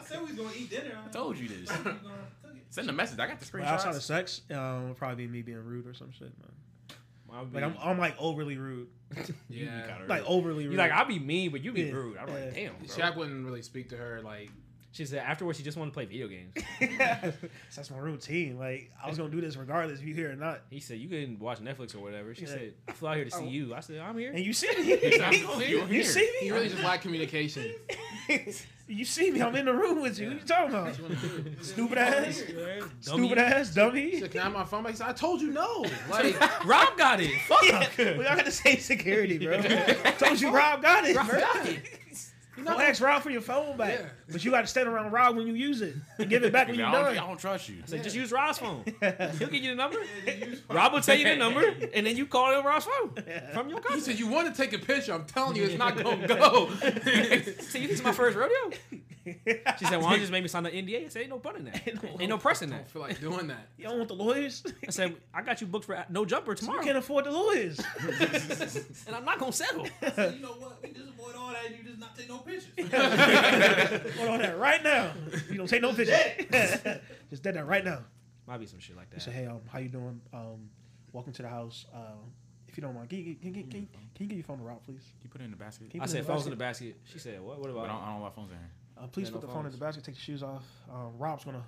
said we was gonna eat dinner. I I told you this. We gonna cook it. Send a message. I got the But outside of screenshots. sex, um, would probably be me being rude or some shit, man. I'll be- Like I'm, I'm like overly rude, yeah, like overly rude. You're like, I'll be mean, but you be Yeah. rude. I'm like, Yeah. damn, bro. Shaq wouldn't really speak to her. Like, She said afterwards she just wanted to play video games. that's my routine. Like I was gonna do this regardless if you here or not. He said, You can watch Netflix or whatever. She Yeah. said, I flew out here to see Oh. you. I said, I'm here. And you see me. You you here. see me. he really just lacked communication. you see me. I'm in the room with you. What you talking about? She wanted to- Stupid ass. Dummy. Stupid ass She dummy. said, "Can I have my phone back?" He said, "I told you no." Like, Rob got it. Fuck. Yeah, we all got the same security, bro. Told you Rob got it, Rob bro. got it. you Don't know, ask Rob for your phone back, Yeah. but you got to stand around Rob when you use it and give it back I when you're don't, I done. don't trust you. I said, just use Rob's phone. He'll get you the number. Yeah, you used Rob will tell you the number, and then you call him Rob's phone from your he cousin. said, "You want to take a picture? I'm telling you, it's not gonna go." So you think it's my first rodeo? She said, "Why don't you just make me sign an NDA?" I said, "Ain't no pun in that. Ain't no press in I don't that." feel like doing that. You don't want the lawyers? I said, "I got you booked for no jumper You tomorrow, can't afford the lawyers. and I'm not gonna settle." I said, you know what? We just avoid all that and you just not take no pictures. Hold on that right now. You don't take no pictures. Just dead that right now. Might be some shit like You say, that. hey, um, how you doing? Um, welcome to the house. Uh, if you don't mind, can you, can, you, can, you, can you give your phone to Rob, please? You put it in the basket. Can you I put it said, the "Phones in basket? the basket." She said, "What? What But I don't, about?" I don't want phones in here. Uh, please Yeah, put the no phone in phones. the basket. Take the shoes off. Um, Rob's gonna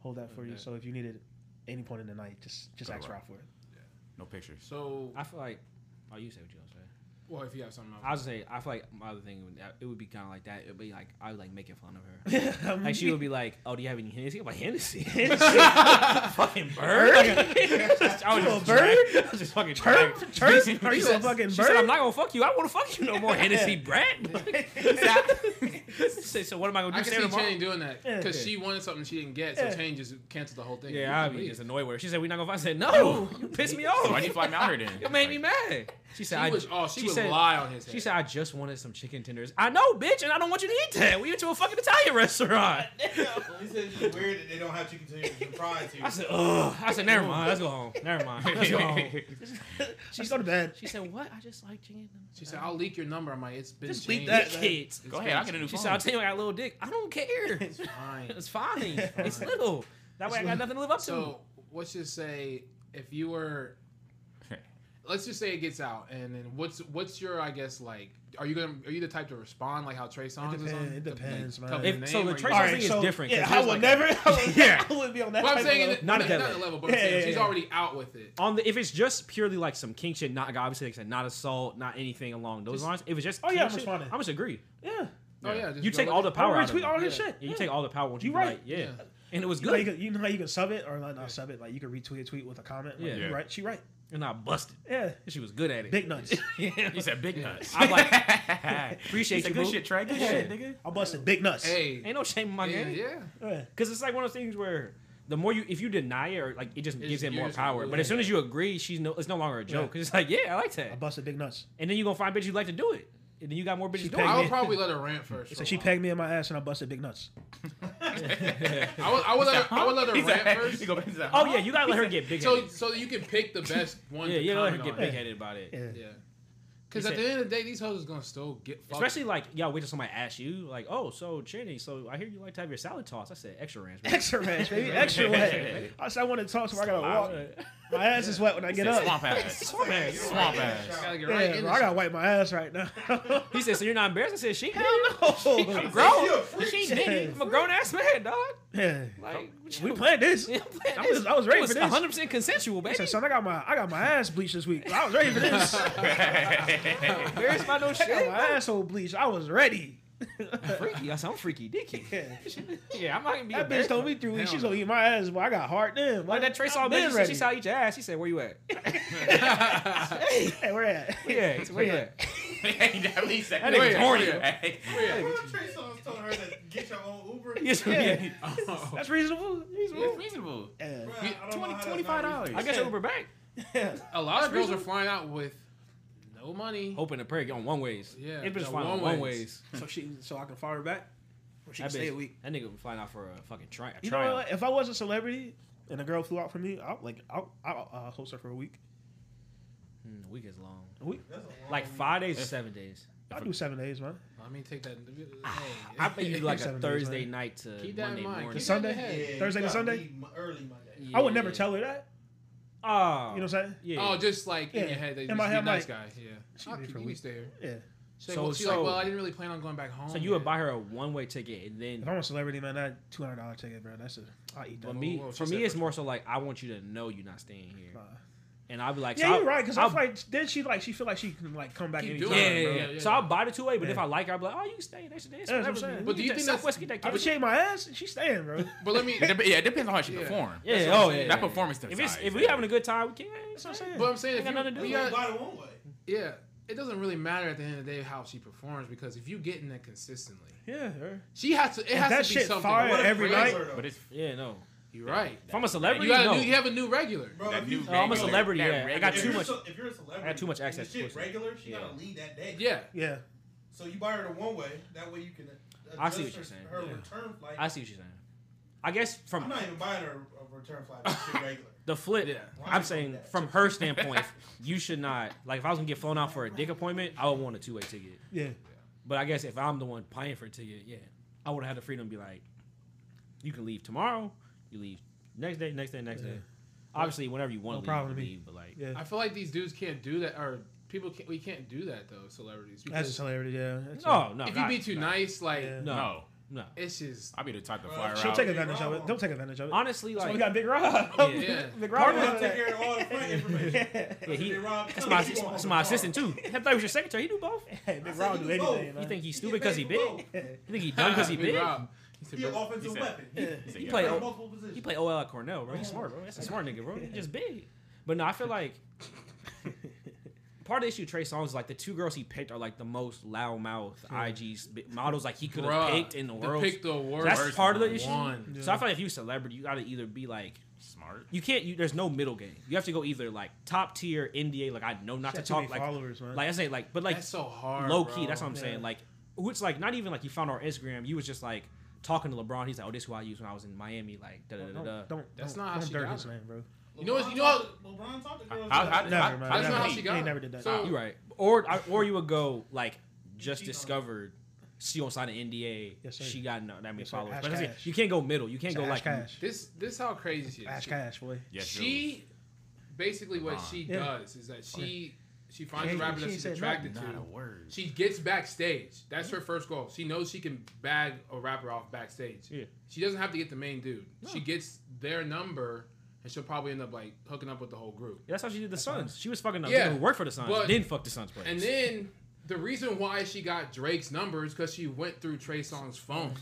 hold that for you. Okay. So if you need it, any point in the night, just just Go to ask Rob. Rob for it. No pictures. So, I feel like. Oh, you say what you gonna say. well, if you have something, I was gonna say, I feel like my other thing would it would be kind of like that. It'd be like I would like making fun of her. Like she would be like, "Oh, do you have any Hennessy?" I'm like, "Hennessy, fucking bird." I was You a bird? just drag- I was just fucking Turn, drag- turn. Are you a fucking She bird? said, "I'm not gonna fuck you. I want to fuck you no more, Hennessy Brad." Say, so what am I gonna I can do? Stay see tomorrow? Channing doing that Yeah. because she wanted something she didn't get, so Yeah. Channing just canceled the whole thing. Yeah, I'd be just annoyed with her. She said, "We're not gonna fuck." I said, "No, you pissed me Why'd off. you fly me out here then? Oh. You made me mad." She She said, "I." was, oh, she, she would said- lie on his head. She said, I just wanted some chicken tenders. I know, bitch, and I don't want you to eat that. We went to a fucking Italian restaurant. He said it's weird that they don't have chicken tenders and fries here. I said, ugh. I said, never mind. Let's go home. Never mind. Let's go home. She's go to bed. She said, what? I just like chicken tenders. She said, "I'll leak your number." I'm like, "It's been Just leak changed. that. Kids. Go ahead. I'll get a new She phone. said, I'll tell you I got a little dick. I don't care. It's fine." It's fine. It's little. That way I got nothing to live up to. So Hmm. let's just say if you were, let's just say it gets out, and then what's what's your I guess like are you gonna are you the type to respond like how Trey Songz is depend- on? it The- depends, man. like, tell If- them the so name the or you- Trace All right, Songz- it's different, 'cause Yeah, I there's would like- never. I would, Yeah. I would be on that. Well, I'm type of saying level. it, Not not at at that that level. level, but I'm Yeah, saying yeah, she's yeah. already out with it. on the if it's just purely like some kink shit, not obviously like I said, not assault, not anything along those Just- lines. If it's just Oh, yeah, kink I'm shit, responding. I'm just agree. yeah. Oh yeah, just You go take with all it. the I'll power out of retweet it. all his Yeah. shit. Yeah, you Yeah. take all the power once you You be right. like, yeah. Yeah. and it was You know, how you good can, you know how you can sub it or like, not sub it, like you can retweet a tweet with a comment. Like, Yeah. you Yeah. right. She right. and I busted. Yeah, She was good at it. big nuts. yeah. You said big nuts. I'm like, He appreciate said, you, good boo. shit, Trey. Good Yeah. shit, nigga. I busted big nuts. Hey, Ain't no shame in my yeah, game. yeah. Yeah. Because it's like one of those things where the more you, if you deny it, or like it just It's- gives it you're more just- power. But as soon as you agree, she's no, it's no longer a joke. 'Cause it's like, yeah, I like I that. busted big nuts. And then you are gonna find bitches you like to do it. and then you got more bitches. She doing pegged I it. would probably let her rant first. So for a she while. pegged me in my ass and I busted big nuts. I would, I would let her, I would let her He said, rant first. he go back and said, Oh huh? yeah, you gotta let her get big. So so you can pick the best one. yeah, to you gotta let her comment get on. big headed about it. Yeah. Yeah. Because You at said- the end of the day, these hoes is gonna still get fucked. Especially like y'all wait till somebody asks you like, oh, so Chinny, so I hear you like to have your salad tossed. I said extra ranch. baby." Extra ranch, baby. Extra wet. I said I want to talk, so I gotta walk. My ass is wet when I He get said, up. swamp ass. Swamp ass. Swamp ass. gotta get Yeah, right in bro, the I gotta wipe my ass right now. He said, so you're not embarrassed? I said, she hell no. no. I'm grown. She a freak. She did it. I'm a grown ass man, dog. yeah, Like what we you- planned this. I'm playing I was- this. I was ready It was for this. 100 percent consensual, I baby. said, son, I got my I got my ass bleached this week. I was ready for this. I Embarrassed by no shit. got my asshole bleached. I was ready. freaky. I said, I'm freaky dicky. Yeah. Yeah, I'm not gonna be That bitch embarrassed. told me three weeks Hell she's gonna eat my ass, but I got hard then. Like that Trey saw I've been bitch, she said she ready. saw eat your ass. He said, where you at? Hey, where at? Yeah, where you at? He definitely said That that. nigga horny. Hey, Yeah. Remember Trey Songz told her to get your own Uber? Yes, Yeah. yeah. Oh. That's reasonable. It's Reasonable. reasonable. Yeah. Bruh, I Get don't know how that's not $20, I got your Uber back. A lot of girls are flying out with no money. Hoping to pray on one ways. Yeah, it bitch the flying on one one ways. ways. So she, so I can fire her back, or she That can stay a bitch, week. that nigga was flying out for a fucking try. A You know tryout. what? If I was a celebrity and a girl flew out for me, I'll like I'll, I'll uh, host her for a week. Mm, the week is long. A week. That's a long Like week. five days, or seven days. I do seven days, man. I mean, take that. Ah, I bet you do like a Seven days, Thursday right? night to Keep that in Monday mind. morning. Keep that- Sunday, Yeah, Yeah, you Thursday to gotta Sunday. leave mo- early Monday. I would never tell her that. Oh, You know what I'm saying? Yeah. Oh, just like in Yeah. your head, they In just my be head, I'm like, nice guys. Yeah. she I'll be keep for a you week. stay here. Yeah. She's like, So- well, she's like, so- well, I didn't really plan on going back home. so you would buy her a one way ticket and then. If I'm a celebrity, man, that two hundred dollar ticket, bro, that's a I eat For that. me, Whoa, whoa, she for said me, it's first. more so like I want you to know you're not staying here, Nah. and I'll be like, so Yeah, I'll- you're right. Because I'll- I'm like, then she like she feel like she can like come back Keep anytime. doing yeah, it, yeah, bro. yeah. Yeah, yeah, So I'll yeah. buy the two way, but if Yeah. I like her, I'll be like, oh, you can stay next day. That's It's what I'm whatever. saying. You But do get you that think that's- Southwest get that I would cash. shake my ass. She's staying, bro. But let me. It dep- yeah, it depends on how she Yeah. perform. Yeah. That's what I'm oh saying. yeah. That yeah. performance stuff. If it's if we having a good time, we can. That's what I'm saying. But I'm saying, Ain't if got you, nothing to do you with got- Buy the one way. yeah, it doesn't really matter at the end of the day how she performs because if you getting that consistently, yeah, bro. she has to. It If has that to be shit something. fire What if every crazy- night- but it's Yeah, no. You're right. If I'm a You celebrity, got a no. new. You have a new regular. Bro, that if new I'm you- a regular- celebrity, that yeah. I got if regular- too you're much- so- If you're a celebrity, I got too much and access the to Shit pussy. regular, she Yeah. gotta leave that day. Yeah. Yeah. So you buy her the one way. That way you can. I see adjust what you're her- saying. Her Yeah. return flight. I see what you're saying. I guess I'm from not even buying her a return flight. It's shit regular. the flip, Yeah. I'm saying from her standpoint, you should not. Like, if I was gonna get flown out for a dick appointment, I would want a two way ticket. Yeah. But I guess if I'm the one paying for a ticket, yeah, I would have had the freedom to be like, you can leave tomorrow, you leave next day, next day, next Yeah. day. Obviously, whenever you want No to leave, you problem to me. leave. But like, Yeah. I feel like these dudes can't do that, or people can't. We can't do that though, celebrities. That's a Because celebrity. Yeah. That's no, no. if you not- be too no, nice, like Yeah. no, no, No, it's just I'll be the type to Bro, fly her She'll out. take advantage of it. They'll take advantage of it. Honestly, So we like, got Big Rob. Yeah. Big Bro, Rob. I'm gonna does take that. care of all the front information. Yeah. yeah, he, Big Rob, that's my, he wants that's the my car. assistant too. I thought he was your secretary. He do both. Hey, Big said Rob you do go. anything. You man. think he's He stupid get because he paid big? for You both. think he dumb because he Big big? Rob. He said, He an bro, offensive said- weapon. Yeah. He- He He play play o- multiple positions. He play OL at Cornell, bro. He's smart, bro. That's a smart nigga, bro. He's just big. But no, I feel like part of the issue with Trey Songz is like the two girls he picked are like the most loud mouth IGs bi- models like he could have bruh, picked in the to world. Pick the worst. that's part of the issue. One. Yeah. So I feel like if you a celebrity, you gotta either be like Smart. you can't. You, there's no middle game. You have to go either like top tier NDA, like I know not She to got too many talk, like followers, man. like I say, like but like that's so hard. low bro. key. That's what I'm Yeah. saying. Like, who it's like not even like you found our Instagram. You was just like talking to LeBron. He's like, oh, this is who I used when I was in Miami. Like, da da don't, da da. don't, don't, That's don't, not how don't she dirt got his it. name, bro. LeBron You know what- you know talked- LeBron talked to girls. How- how- that- how- Never, man. how Never. does how he- she got He it? never did that. So- You right. Or I- or you would go like just discovered she gonna sign an NDA. Yes, sir. she got no, that many Yes, sir. followers. Ash But that's it. Cash. you can't go middle. You can't It's go Ash like Cash. This this how crazy she is. Ash She- Cash, boy. Yes, she basically what LeBron. she Yeah. does is that she she finds Yeah, a rapper she that ain't she's said attracted not a to. word. She gets backstage. That's her first goal. She knows she can bag a rapper off backstage. Yeah. She doesn't have to get the main dude. No. She gets their number, and she'll probably end up like hooking up with the whole group. That's how she did the Suns. She was fucking the Yeah. nigga who worked for the Suns. But- then fuck the Suns players. And then the reason why she got Drake's number is because she went through Trey Songz's phone,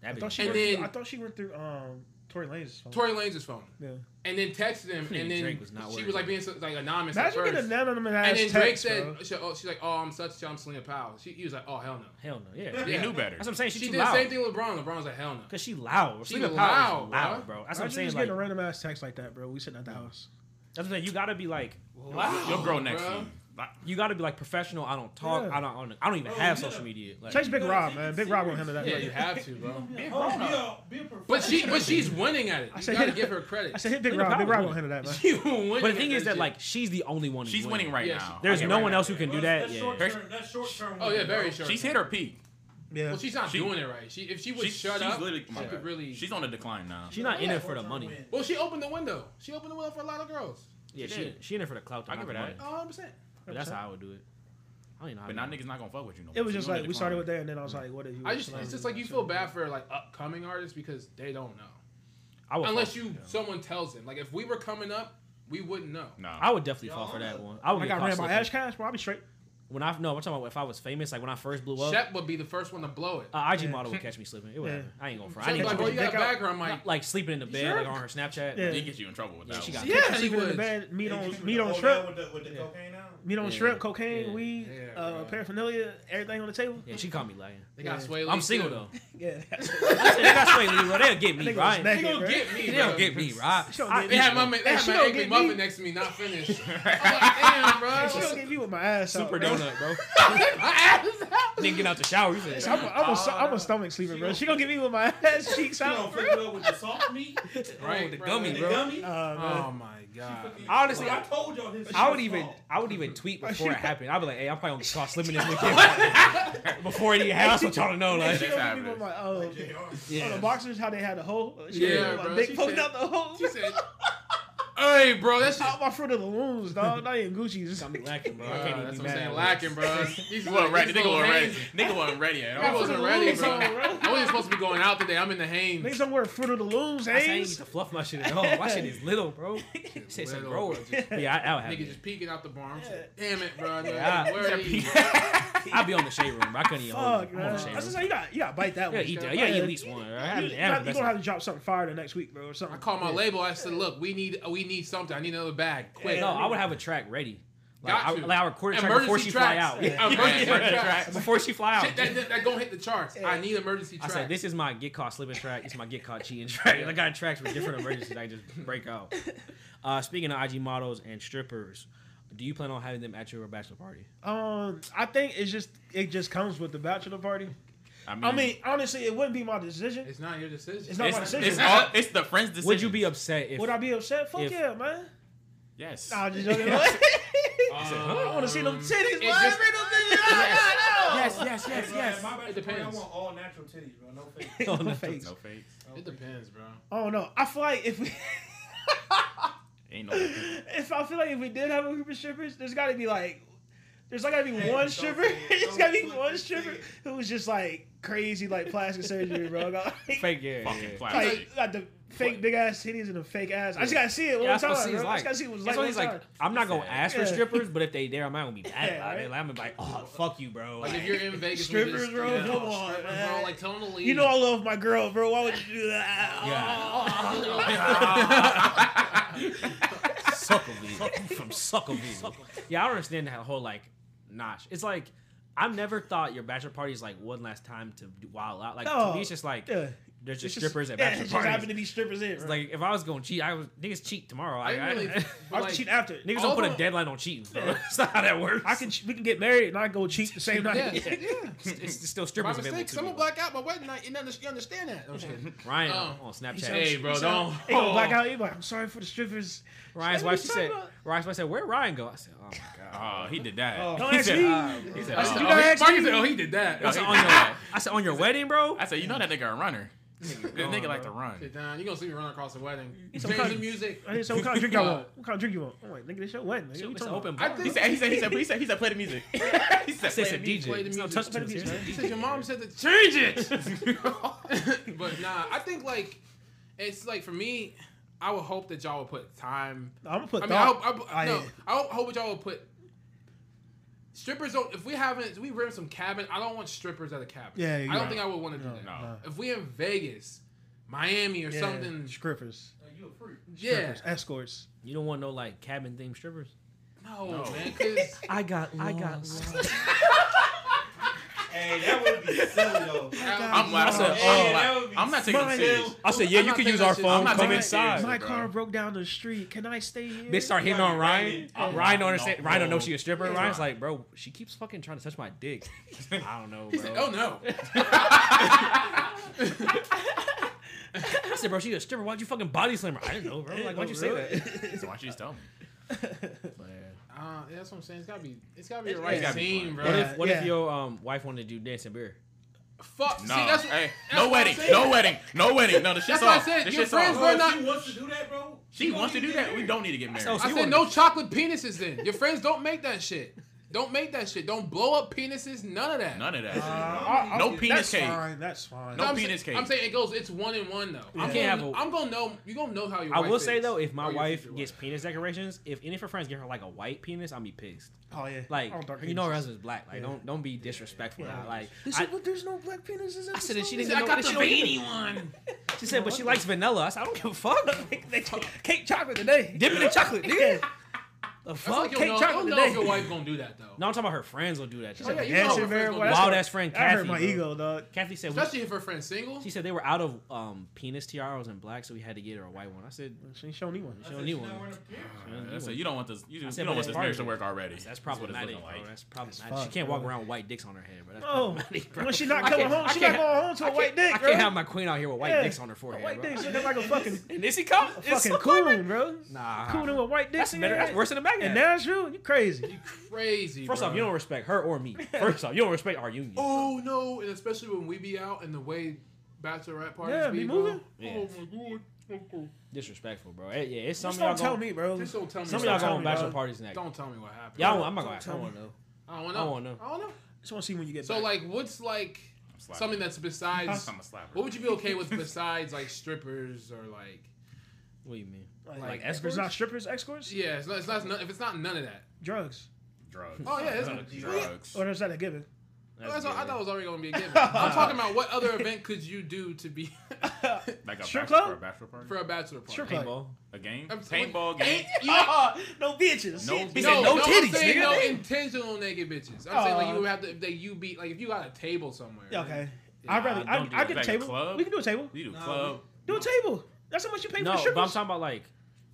that I thought bitch- she And went through- then- I thought she went through um Tory Lane's phone. Tory Lanez's phone, yeah. and then texted him, Nigga, and then Drake was not she worried was about like being so, like anonymous at Imagine first. getting a nano and and then ass Drake text, said, bro. she, "Oh, she's like, oh, I'm such, I'm Selena Powell." She, he was like, "Oh, hell no." hell no. Yeah. He Yeah. knew better. That's what I'm saying. She, She too did the loud. same thing with LeBron. LeBron's like, hell no. Cause she loud. She Selena loud, Powell bro. is loud, bro. That's what I'm Imagine saying. just Like, getting a random ass text like that, bro. We sitting at the house. that's what I'm saying. You gotta be like Your girl next to bruh. you. Like, You got to be like professional. I don't talk. Yeah. I don't. I don't- I don't even Bro, have you social gotta- media. Like, Chase Big gotta Rob, take man. it Big Rob won't handle that. serious. Yeah, right. you have to, bro. Oh, be a, be a But she, professional. but she's winning at it. I You said- gotta give her credit. I said hit Big Linda Rob. Big Powell Rob won won't handle that, man. She winning. but the thing at is that that shit. like she's the only one. Who's she's winning right Yeah, now. There's I get no right one now. else who can do that. That's Yeah. short term. That's short term. Oh yeah, very short. She's hit her peak. Yeah. Well, she's not She- doing it right. She if she would She's, shut she's up, literally. she my could God. really. She's on the decline now. She's not in Yeah, it for the short-term money. win. well, she opened the window. She opened the window for a lot of girls. Yeah, She she did. she in it for the clout. I'll not give her the that. money. hundred percent. But that's how I would do it. I don't even know. How But to now do it. niggas not gonna fuck with you no more. It was So just you on like the we started with decline. that, and then I was like, "What did you?" I just it's just like you feel bad for like upcoming artists because they don't know I would unless fall- you someone tells them. Like if we were coming up, we wouldn't know. No. I would definitely Yo, fall for I'm that a- one. I would Like get I caught ran my slipping. Ash Cash, bro. I'll be straight. When I no, I'm talking about if I was famous, like when I first blew up, Shep would be the first one to blow it. a IG Yeah. model would catch me slipping. It would Yeah. happen. I ain't going for. I Shep ain't like, to bro, put you your got going dick out. background, Mike. like, like sleeping in the bed, Sure. like on her Snapchat. Yeah. They get you in trouble with Yeah, that. she one. got- Yeah, Yeah, he sleeping in the was. bed, meat Hey, on you meat on go shrimp, down With the, with the Yeah. cocaine now? meat on Yeah. shrimp, cocaine, Yeah. weed, Yeah, uh, bro. paraphernalia, everything on the table. Yeah, she caught me lying. They got Yeah. Sway Lee. I'm single too. though. Yeah, I said, they got Sway Lee, bro. They'll get I me, think it was right? They naked, gonna bro. get me. They don't bro. get me, right? She don't I- get They me. had my man, they Hey, had she my don't angry get muffin me. next to me, not finished. I'm like, damn, bro. She don't get me with my ass Super out. bro. donut, bro. My ass is out. Didn't get out the shower. You I'm said, a, I'm, a, I'm a stomach sleeper, She bro. gonna- She gonna get me with my ass cheeks She gonna out. flip it up with the soft meat, Right, the bro. gummy, and the bro. gummy. Uh, Oh my god. Honestly, I told y'all this. I would shit's even, soft. I would even tweet Why before she- it happened. I'd be like, "Hey, I'm probably gonna caught slipping this weekend before it even happens." I want y'all to know, man. Oh, like, she that's gonna get me with happening. my uh, Like JR. oh, the boxers how they had a hole. She gonna get Yeah, my bro, dick she poking said- out the hole. She said, "Hey, bro, that's Out my fruit of the looms, dog. Not even Gucci's. I'm lacking, bro. I can't even that's be what I'm mad. saying. bro. Lacking, bro. He's He wasn't ready. Nigga little wasn't ready. Hanes. Nigga wasn't ready at I all. wasn't ready, Lose bro. on, bro. I wasn't supposed to be going out today. I'm in the Niggas Hanes. don't wear fruit of the looms, I say I ain't Hayes. used to fluff my shit at all. My shit is little, bro. Say some Little, grower. bro, just- But Yeah, I, I would have. Nigga it. just peeking out the bar. I'm like, Damn it, bro. Yeah, I- Where are you? I'd be on the shade room. bro. I couldn't even. hold Fuck, it. I'm on man. the shade That's room. just like you got you got to bite that Yeah, one. eat Yeah, that. Yeah, yeah. at least one. Right? I You, haven't- you, got- I haven't- you that's gonna have not- to drop something fire the next week, bro, or something. I called my Yeah. label. I said, "Look, we need we need something. I need another bag, quick." No, I would have a track ready. Like, Got I, you. like I record a track Emergency before she fly tracks. out. Yeah. Emergency tracks. Before she fly out. Shit, that, that, that gonna hit the charts. I need emergency I tracks. said, this is my get caught slipping track. It's my get caught cheating track. I got tracks with different emergencies I just break out. Uh, speaking of IG models and strippers, do you plan on having them at your bachelor party? Um, I think it's just it just comes with the bachelor party. I Mm-hmm. mean, I mean, honestly, it wouldn't be my decision. it's not your decision. It's not my it's, decision. it's, all, it's the friend's decision. Would you be upset if Would I be upset? Fuck If- yeah, man. Yes. Nah, I'm just joking. Oh, I want to see them titties. it boy. I just- read them titties. I Yes, yes, Hey, yes, bro, at yes. My It it depends. I depends. want all natural titties, bro. No fake. know. No, no. My face. No fakes. No It fake. depends, bro. I don't know. I feel like if we, Ain't no. if I feel like if we did have a group of strippers, there's got to be like, there's like got to be Hey, one don't stripper. say it. There's Don't got to be put one this stripper in. who was just like crazy, like plastic surgery, bro. Got, like, Fake, yeah. Fucking yeah. plastic. like, got the fake big ass titties and the fake ass. I just gotta see it one Yeah, that's time. what she's bro. I like. just gotta see what it's That's why like. he's one like, time. I'm not gonna ask for Yeah. strippers, but if they there, I'm not gonna be mad Yeah, about it. right? Like, I'm gonna be like, oh fuck you, bro. Like if Like, you're in Vegas, Strippers, we just, bro, yeah, come on, strippers, man. bro. Like tell them to leave. You know I love my girl, bro. Why would you do that? Oh. Suckaville from Suckaville. yeah, I don't understand that whole like notch. It's like I've never thought your bachelor party is like one last time to do wild out. Like to No. me, it's just like Yeah. there's just It's strippers just, at yeah, bachelor it just parties. happened to be strippers in. It's Bro. like if I was gonna cheat, I was niggas cheat tomorrow. I Like, I really I can like, cheat after. niggas all don't put the- a deadline on cheating, bro. That's not how that works. I can. ch- We can get married and I go cheat the same night. Yeah, yeah. It's, it's still My strippers available mistake. to Someone me. black out my wedding night. You under- you understand that? I'm just kidding. Ryan Oh. on Snapchat. He Hey, sounds- bro, he sounds- don't- He gonna Oh. black out. He like, I'm sorry for the strippers. Ryan's Hey, what wife, you she said, talking about? Ryan's wife said, where Ryan go? I said, oh my God. Oh, he did that. Don't He ask said, me. "Ah, bro." He said, I said, oh, you oh, gotta he- ask Marcus me. said, oh, he did that. I I Like, said, said, on your, I said, on your wedding, bro? I said, you know that nigga a runner. This nigga like to Sit run. down. You gonna see me run across the wedding? some Change kind the of- music. I need some kind of drink you want. What kind of drink you want? I'm like, nigga, this your wedding. Nigga. What you It's an talking open about? bar. I He think- said, he said, he said, he said, he said, play the music. he I said, it's a said, play the music. DJ. play the It's no music, touch play to the it. music, seriously. He said your mom said to change it. but nah, I think like it's like for me, I would hope that y'all would put time. I'm gonna put. I mean, I thought. hope, I, hope- I- no, I hope, hope that y'all would put strippers. Don't if we haven't if we rent some cabin. I don't want strippers at a cabin. Yeah, I you're don't right. think I would want to do No, that. no. If we in Vegas, Miami, or Yeah, something, Strippers. No, you a freak. yeah, Strippers. Escorts. You don't want no, like, cabin-themed strippers? no, No. man, because I got I got Hey, that would be silly though. I'm I'm, I said, Oh, oh, that like, would be I'm not taking smart. it serious. I said, yeah, I'm you not can taking use that our shit. phone. I'm not Come taking it inside. serious. My bro. car broke down the street. Can I stay here? Bitch start hitting on Ryan. Ryan I'm not- don't understand. no. Ryan don't know she a stripper. Yeah. Ryan's like, bro, she keeps fucking trying to touch my dick. I don't know, He bro. said, "Oh no." I said, bro, she a stripper. Why'd you fucking body slam her? I didn't know, bro. Like, why'd you say that? So why don't you just tell me? Uh, yeah, that's what I'm saying. It's gotta be, it's gotta be the It's right gotta be team, fun. bro. What if, what if Yeah. your um, wife wanted to do dancing beer? Fuck. See, No, that's hey, that's no what I'm wedding, saying. no wedding, no wedding. No, the shit's That's why I off. said The your shit's friends off. were Bro, not- if she wants to do that, bro. She gonna wants to need do get that. We married. don't need to get married. so I You said wanna- no chocolate penises. Then your friends don't make that shit. Don't make that shit. Don't blow up penises. None of that. None of that. Uh, No I'll- penis that's cake. Fine, that's fine. No I'm penis saying, cake. I'm saying it goes. It's one in one though. I'm You can't gonna, have a- I'm gonna know. You gonna know how your. I wife will say is, though, if my or your wife future gets wife. penis decorations, if any of her friends get her like a white penis, I'll be pissed. Oh yeah. Like I don't dark you know her penises. husband's black. Like Yeah. don't don't be disrespectful. Yeah. Like They I, said, "Well, there's no black penises. In I said that she He did said, I know got what the she don't get. veiny one. she said, but she likes vanilla. I said, I don't give a fuck. Like, they- cake chocolate today. Dip it in chocolate, nigga. The That's fuck, like you'll cake know, you'll chocolate know if your today. wife gonna do that though. No, I'm talking about her friends will do that. She Oh, yeah, said, you know That her shit very friends well. gonna wild what- ass friend I Kathy. hurt my bro. ego, dog. Kathy said, we, Especially if her friend's single. she said they were out of um, penis tiaras and black, so we had to get her a white one. I said, She ain't showing me one. I She don't said need she one. not wearing a pair. I said, you don't want this. You, you said, don't but want it's this marriage to part of work already. that's what it's looking problematic, bro. like. That's problematic. she fucked, can't walk bro. around with white dicks on her head, bro. That's Oh, problematic, bro. when she not I coming can't- home, I she not can't- going home to I a white can't- dick, I bro. can't have my queen out here with white Yeah. dicks on her forehead. white bro. dicks looking like a fucking And is he coming? fucking coon, bro. Nah. Coon with white dicks. Ah. That's better. That's worse than a magnet. And Nashville, you crazy. You crazy. First bro. off, you don't respect her or me. First off, you don't respect our union. Oh no, and especially when we be out and the way bachelorette parties Yeah, be, be bro. moving. Yeah. Oh my god. Okay. Disrespectful, bro. Eh, yeah, it's some Just of y'all don't tell going- me, bro. Just don't tell me. Some of what y'all tell going me, happened. bachelor bro. parties next. Don't tell me what happened. Y'all, I'm not gonna. Don't I tell don't me. want to know. I don't know. I wanna know. I don't know. Just want to see when you get So back. like, what's like I'm slapping. something that's besides? I'm a slapper. What would you be okay with besides like strippers or like? What do you mean? like if it's not strippers, escorts, Yeah, it's not, it's not if it's not none of that. drugs. drugs? Oh, yeah, that's- drugs. Or is that a given? That's what, I good, thought it was already gonna be a given. I'm talking about what other event could you do to be Like a Strip bachelor, club? for a bachelor party, for a bachelor party? Sure. right? Paintball. a game, I'm- paintball game. Ain't- you- no bitches. No He bitches. said no, No, no, titties, I'm saying nigga. No intentional naked bitches. I'm saying like Aw. you would have to if they you beat like if you got a table somewhere. Yeah, Okay. Yeah, I'd rather don't I, do I it. get a Like a table. club? We can do a table. You do Nah, club. Do a table. That's how much you pay for No, the but I'm strippers. talking about like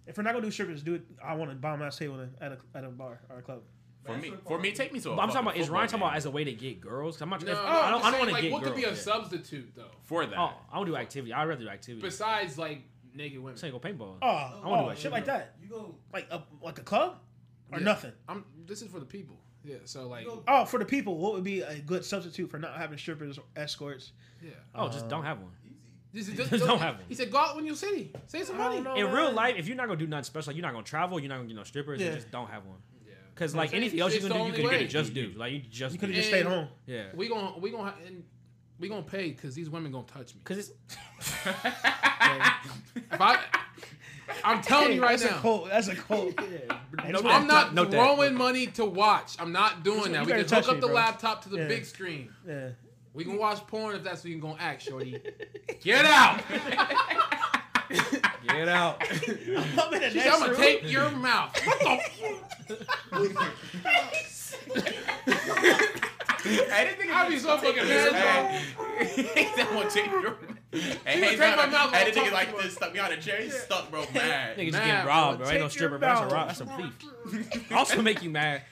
if we're not gonna do strippers, do it. I want a bomb ass table then at a at a bar or a club. For me, for me, take me to. A But I'm talking fucking about is football Ryan talking about game. as a way to get girls? 'Cause I'm not. No, if- I'm I don't, just I don't saying, want to like, get What girls. could be a yeah. substitute though, for that? Oh, I don't do activity. I'd rather do activity. I'm besides like naked women? saying go paintball. Oh, wanna oh, do it. shit like that. You go. Like a like a club or Yeah. nothing. I'm. This is for the people. Yeah. So like, You go. Oh, for the people, what would be a good substitute for not having strippers or escorts? yeah. oh, just don't have one. Easy. This is- Just this- don't have one. He said, "Go out when you city, save some money." know, In man. real life, if you're not gonna do nothing special, like you're not gonna travel, you're not gonna get no strippers. You Yeah. just don't have one. Yeah. Because I'm like saying, anything else you it's can the do, you only could way. you just do. Like you just you could do. have just stayed And- home. yeah. We gonna we gonna ha- and we gonna pay because these women gonna touch me. Because it's If I, I'm telling you right that's A now, cold, that's a cold. yeah. No, I'm not Note that. throwing money to watch. I'm not doing that. We better can hook touch up me, the bro. laptop to the Yeah. big screen. Yeah. We can watch porn if that's what you're gonna act, shorty. Get out! get out. I'm in the She said, I'm next gonna room. tape your mouth. What the I be so fucking mad, Hey, that one take your. Hey, gonna hey, take man, my mouth hey, off the nigga top like of this stuck me on a chair. He's stuck, bro. Mad. Niggas just Nah, getting bro, robbed, bro. Ain't take no your stripper, bro. That's a mouth. rob. That's a thief. also make you mad.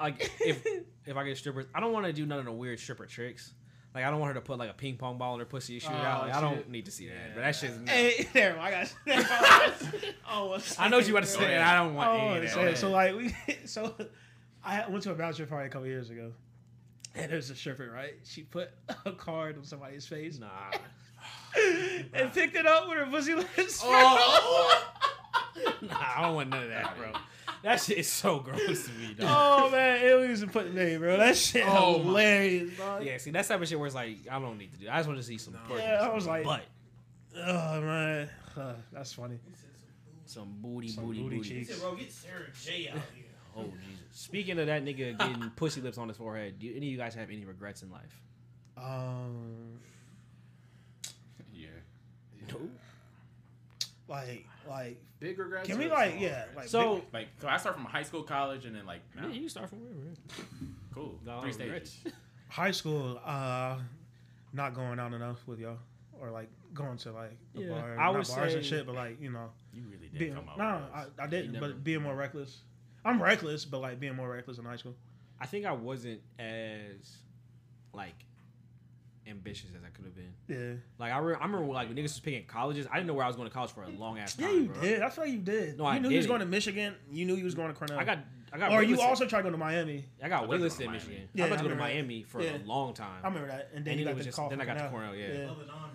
Like if if I get strippers, I don't want to do none of the weird stripper tricks. Like I don't want her to put like a ping pong ball in her pussy and shoot it out. Oh, Like, I don't shit. need to see that. But that shit's. Hey, there, I got. oh, what's I know what you about to say, and I don't want Oh, any of so, that. so like we, so I went to a bachelor party a couple years ago, and there's a stripper, right? She put a card on somebody's face Nah. and picked it up with her pussy lips. Oh, Nah, I don't want none of that, bro. That shit is so gross to me, dog. Oh man, it was putting me, bro. That shit Oh, my- hilarious, dog. Yeah, see, that's type of shit where it's like, I don't need to do. I just want to see some Nah. twerking, Yeah, I some was like- butt, Oh man, Huh, that's funny. He said some some booty, booty. Some booty, booty booty. He cheeks. said, bro, get Sarah J out here. Oh Jesus! Speaking of that nigga getting pussy lips on his forehead, do any of you guys have any regrets in life? Um, Yeah. like, like, big regrets. can we or like, small yeah, regrets? like, So, Like, so I start from high school, college, and then like, now, yeah, you start from wherever. cool, No, three regrets. stages. high school, uh, not going out enough with y'all, or like going to like the Yeah, bar, I not would bars and say- shit, but like you know, You really did being, come out. no, with I, us. I didn't. never- But being more reckless, I'm reckless, but like being more reckless in high school. I think I wasn't as like ambitious as I could have been. Yeah, Like I, re- I remember like when niggas was picking colleges, I didn't know where I was going to college for a long ass time. yeah, you bro. did. I feel like you did. No, you I knew you was didn't. going to Michigan. You knew you was going to Cornell. I got I got. or you waitlisted- also tried going to Miami. I I got thought you were waitlisted in going to Michigan. Yeah, I was about I to go to remember that. Miami for Yeah. a long time. I remember that. And then And you it got was the just- call. then from I got to Cornell. Cornell, yeah. yeah. Love and honor.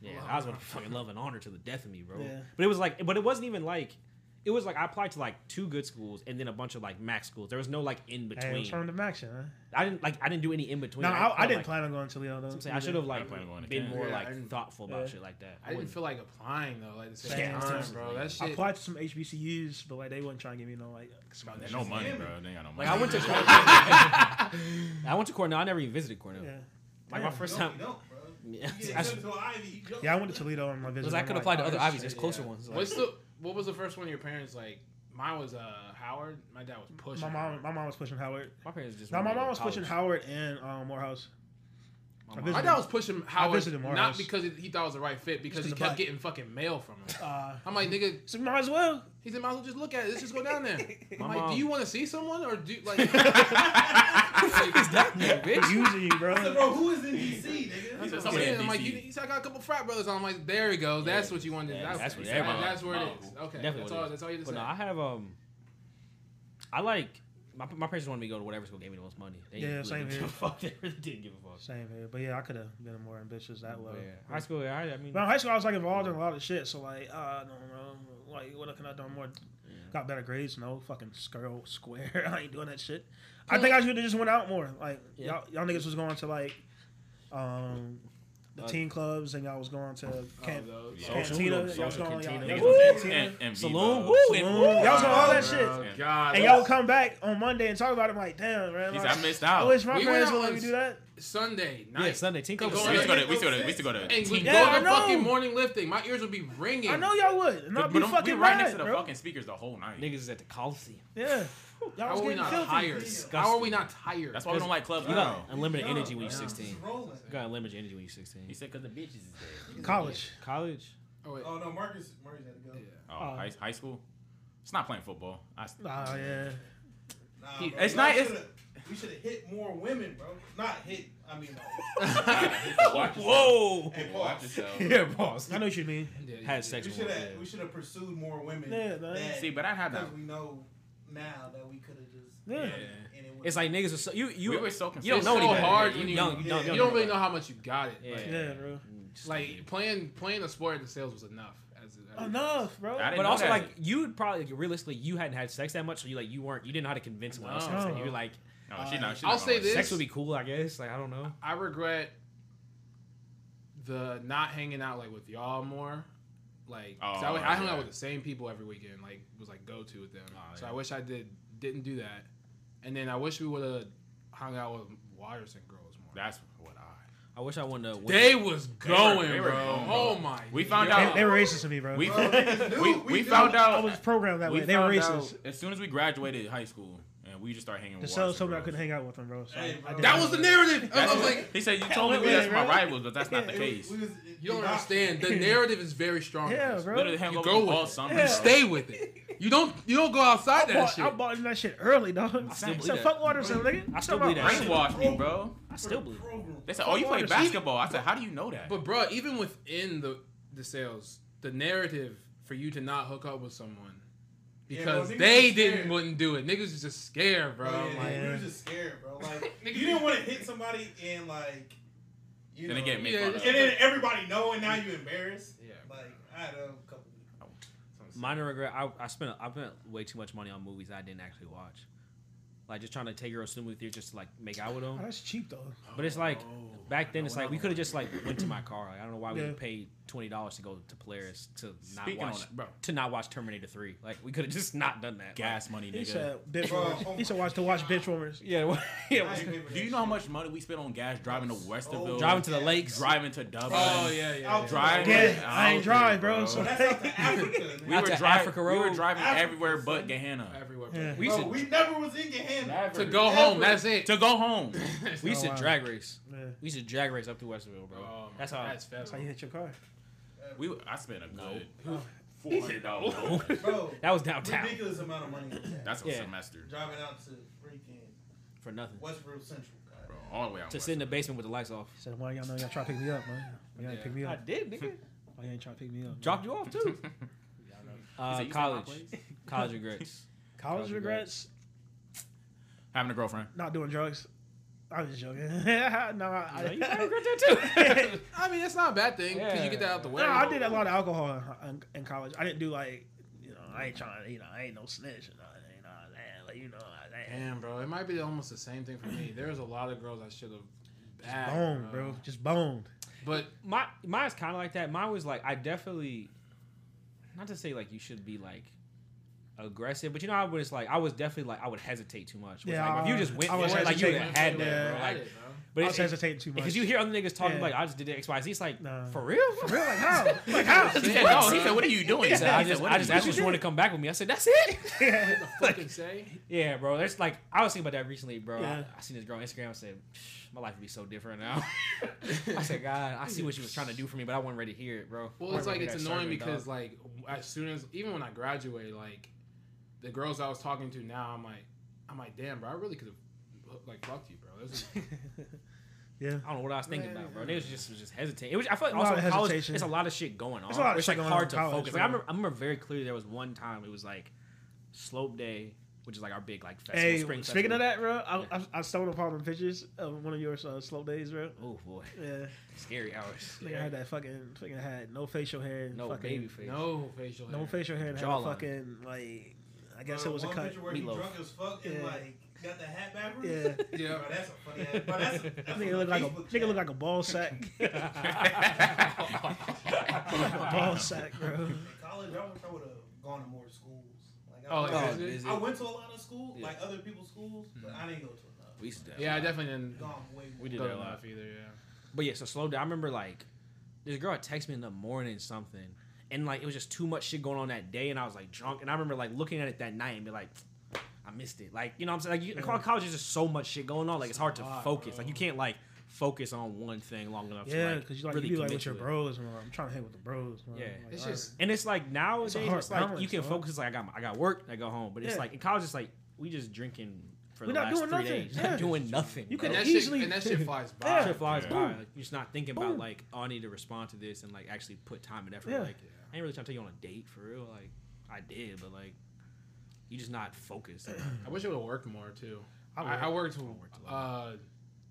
Yeah, Wow. I was gonna fucking love and honor to the death of me, bro. Yeah. But it was like, but it wasn't even like, it was like I applied to like two good schools and then a bunch of like max schools. There was no like in Hey, it between. was from the max, huh? I didn't like, I didn't do any in between. No, I, I felt didn't like- plan on going to Leo though. I'm saying I should have like plan on going to been Canada. more Yeah, I like didn't- thoughtful about yeah. shit like that. I didn't wouldn't- feel like applying though. Like the same Yeah, time, seriously. bro. That I shit. applied to some HBCUs, but like they wasn't trying to give me no like scholarship. There's no money, Miami. bro. They ain't got no like money. I went to Cornell. I went to Cornell. I never even visited Cornell. Yeah. Like Yeah. my first You don't, time. you don't, bro. Yeah, You get I, accepted to an Ivy, you don't. Yeah, I went to Toledo on my visit. because I I'm could like, apply to oh, other this Ivies. shit, There's yeah. closer ones. Like, What's the what was the first one your parents like? Mine was uh Howard. My dad was pushing. My mom, my mom was pushing Howard. my parents just. No, wanted my me to go mom to was pushing college. Howard and um, Morehouse. My I mom- My visited- dad was pushing Howard, visited Morehouse. not because he, he thought it was the right fit, because Just he 'cause kept of getting fucking mail from him. Uh, I'm like, nigga, so might as well. he said, might as well just look at it. Let's just go down there. I'm My like, mom- do you want to see someone or do like? Like, I'm They're using you, bro. I said, bro, who is in DC, nigga? That's That's what okay. I'm saying, I'm like, DC. you, he said, I got a couple frat brothers. I'm like, there you go. That's Yeah. what you wanted. Yeah, that's, that's what what that, everybody- That's where it Oh, is. Okay, definitely that's what it all. is. That's all you But no, I decide. have um, I like my, my parents wanted me to go to whatever school gave me the most money. They Yeah, really same didn't here. give a fuck. They really didn't give a fuck. Same here, but yeah, I could have been more ambitious that way. But, yeah. High school, yeah, I, I mean, But in high school, I was like involved in a lot of shit. So like, uh, I don't know, like what can I do more? Got better grades? No, fucking scroll square. I ain't doing that shit. I think I should have just went out more. Like Yeah. y'all, y'all niggas was going to like, um, the Uh, teen clubs, and y'all was going to camp. Oh, those- Yeah. oh, Cantina, y'all was social going, y'all- cantina. y'all Niggas was was going And, cantina, and, and Saloon, Vivo. woo, and saloon. woo. Y'all was doing all that God, shit. bro. God, And y'all would come back on Monday and talk about it. I'm like, damn, man. He like, said, I missed I out. wish my We went parents out would let me once. do that. Sunday night. yeah, Sunday teen Go club. We used to go to, we used to go to, we used to go to And we Teen Yeah, go I to know. fucking morning lifting. My ears would be ringing. I know y'all would. And I'd But, be but I'm- we fucking were right next to mad, the bro. fucking speakers the whole night. Niggas is at the Coliseum. Yeah. Y'all How was are we getting not filthy. tired? How are Disgusting. we not tired? That's why we don't like clubs You now. got unlimited saying. energy when you're Nah, bro, 16. just rolling. You got unlimited energy when you're He 16. said because the bitches is there. College. College. Oh, wait. Oh no, Marcus, Marcus had to go. Yeah. Oh, Oh. high, high school? It's not playing football. I, Oh, yeah. Nah, He- bro, it's y'all not- it's- shoulda- We should have hit more women, bro. Not hit. I mean, like, Whoa. hey, Paul. Yeah, boss. I know what you mean. Yeah, yeah, Had yeah. sex We with should one. have. We should have pursued more women. Yeah, man. See, but I have that. because we know now that we could have just. Yeah. And it It's like niggas are so you you we were so you don't It's know so any better. hard You when you- young, you don't, You you don't really know how much you got it. Yeah. Like, Yeah, bro. Like playing playing a sport at the sales was enough. As, as Enough, bro. I didn't But know also, that. like you probably like, realistically, you hadn't had sex that much, so you like you weren't, you didn't know how to convince someone else. No. So you're like, No, she not. She I'll not say gonna this. sex would be cool, I guess. Like I don't know. I regret the not hanging out like with y'all more. Like 'cause I, Oh, would- I hung yeah. out with the same people every weekend. Like was like go to with them. Oh, so yeah. I wish I did didn't do that. And then I wish we would have hung out with Watterson girls more. That's what I I. wish I wouldn't have. they was going, they were bro. going, bro. Oh my! We found God. They, out- they were racist to me, bro. We, Bro, niggas knew. we, We we knew. found I out. was programmed that we way. They were found racist. out as soon as we graduated high school, and we just started hanging The with. cells Watson told me I girls. couldn't hang out with them, bro. So Hey, I- bro. I didn't. That was the narrative. I That's was what- like, he said you told me wait, that's my bro. rivals, but that's not the Yeah, case. you don't understand. The narrative is very strong. in Yeah, this. bro. Literally hang You over go with all it. summer. Yeah. bro. Stay with it. You don't. You don't go outside I that bought, shit. I bought in that shit early, dog. I still believe said, that. fuck Waters, nigga. I still Talking believe about- that. Brainwashed me, bro. I still believe. it. They said, "Oh, you play Waters. basketball." I said, "How do you know that?" But bro, even within the the sales, the narrative for you to not hook up with someone Yeah, bro, because niggas they is scared. Oh, didn't wouldn't do it. Niggas is just scared, bro. Bro, Like, like, you were just scared, bro. Like Niggas- you didn't want to hit somebody and like. You Then they know, get made Yeah, fun just- And then everybody know, and now you embarrassed. yeah. Like I had a couple. Minor regret. I, I spent I spent way too much money on movies I didn't actually watch. Like just trying to take her to the movie theater just to like make out with Oh, them. that's cheap, though. But it's like Oh. back then, it's No, like we're we not could have going just like went to my car. Like, I don't know why we Yeah. paid twenty dollars to go to Polaris to not Speaking on watch it, bro. to not watch Terminator Three. Like we could have just not done that. Gas money, He nigga. said bitch Bro, warmers. oh He said my watch to watch God. bitch warmers. Like, yeah. well, yeah. I well, ain't pay for Do that you know how shit. much money we spent on gas driving to Oh, Westerville? Driving to the lakes. driving to Dublin. Oh yeah, yeah. I'll yeah. drive. Driving. Yeah, out I ain't there, drive, bro. So That's out to Africa. We man. Out were, to driving, Africa we were Road. driving Africa, everywhere but son. Gehenna. everywhere. Yeah. we Bro, should we never was in Gehenna. To go home. That's it. To go home. we used Oh, to wow. drag race. yeah, We used to drag race up to Westerville, bro. Oh, that's how. That's that's how you federal. hit your car. We I spent a No. good four hundred dollars. Bro, that was downtown ridiculous amount of money. was that. That's a Yeah. semester, Driving out to freaking for nothing. Westboro Central. God. bro. All the way out. To sit in the basement with the lights off. He said, "Why y'all know y'all trying to pick me up, man? Why y'all ain't Yeah. pick me up? did, nigga. Why y'all ain't trying to pick me up?" man? Dropped you off too. Uh, college, college regrets. College College regrets? Having a girlfriend. Not doing drugs. I was just joking. no, I, No, you I, probably regret that too. I mean, it's not a bad thing because you get that out the way. no, I did a lot of alcohol in, in, in college. I didn't do like, you know, I ain't trying to, you know, I ain't no snitch. You know, I ain't, uh, man, like, you know, I, ain't- Damn, bro. It might be almost the same thing for me. There's a lot of girls I should have. bagged, boned, bro. Just boned. But my mine's kind of like that. Mine was like I definitely, not to say like you should be like aggressive, but you know how when it's like I was definitely like I would hesitate too much. Where it's Yeah, like, if you just went I for was it, like you would hesitating. have had that, Yeah. bro. I Like, did, but I it's was hesitating too much. because you hear other niggas talking Yeah. like I just did X Y Z. It's like Nah. for real, For real, like how? Like how? He said, What? no, he said, what are you doing? He said, I He said, just "What I are just you asked if she doing?" wanted to come back with me. I said that's bro. it. What the fuck you say? yeah, bro. There's like I was thinking about that recently, bro. Yeah. I, I seen this girl on Instagram. I said "Psh, my life would be so different now. I said God, I see what she was trying to do for me, but I wasn't ready to hear it, bro. Well, it's like I wasn't ready to it's hear that annoying sermon, dog. because like as soon as even when I graduated, like the girls I was talking to now, I'm like, I'm like, damn, bro, I really could have like fucked you, bro. This is- yeah. I don't know what I was thinking about, bro. Man. They was just was just hesitant. It was I feel like A lot also of in college, hesitation. it's a lot of shit going on. There's a lot of it's shit like going on in hard to college, focus. Like, I, bro. remember, I remember very clearly there was one time it was like slope day, which is like our big like festival. Hey, spring speaking festival. of that, bro, I, I, I stumbled upon them pictures of one of your uh, slow days, bro. oh boy, Yeah, scary hours. Nigga had that fucking, fucking had no facial hair, and No fucking, baby face. no facial hair. no facial hair, and had a Jawline. fucking like, I guess Bro, it was a one cut. picture where he Meatloaf. drunk as fuck and Yeah. like got the hat backwards. Yeah. Yeah. Bro, that's a funny ass. Bro, that's, that's Nigga look like a Facebook nigga chat. look like a ball sack. ball sack, bro. In college, I wish I would have gone to more schools. Like, I, Oh, went- Oh, like, is it- is it- I went to a lot of schools, Yeah. like other people's schools, but I didn't go to enough. We used to yeah, I definitely didn't. gone way more. We did go that a to lot. laugh either. Yeah. But yeah, so slow down. I remember like this girl had texted me in the morning something, and like it was just too much shit going on that day, and I was like drunk, and I remember like looking at it that night and be like, I missed it. Like you know what I'm saying? Like you, Yeah. college is just so much shit going on. Like it's hard to a lot, focus. bro. Like you can't like focus on one thing long enough. Yeah, to, like, because you like really you be like commit with your to it. bros, man. I'm trying to hang with the bros, man. Yeah. Like, It's all just- right. And it's like nowadays, it's, hard like you balance, can dog. focus. Like I got my, I got work, I go home. But it's Yeah. like in college, it's like we just drinking for We're the not last doing three nothing. days, Yeah. not doing nothing. You bro. could And that easily- shit and that shit flies by. Yeah. shit flies Yeah. by. Like, you're just not thinking Boom. about like, oh, I need to respond to this and like actually put time and effort. Yeah. Like, I ain't really trying to take you on a date for real. Like, I did, but like, you just not focused. I wish it would have worked more too. I I, would. I, worked worked a uh,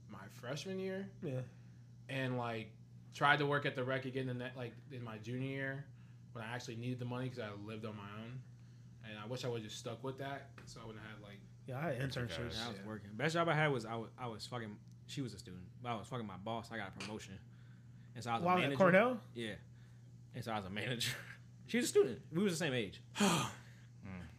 my freshman year yeah. and like tried to work at the rec again in that like in my junior year when I actually needed the money because I lived on my own. And I wish I would have just stuck with that so I wouldn't have like Yeah, I had internships. And I was working. Best job I had was I was, I was fucking. She was a student, but I was fucking my boss. I got a promotion, and so I was a While manager. at Cornell, Yeah, and so I was a manager. she was a student. We was the same age. Mm.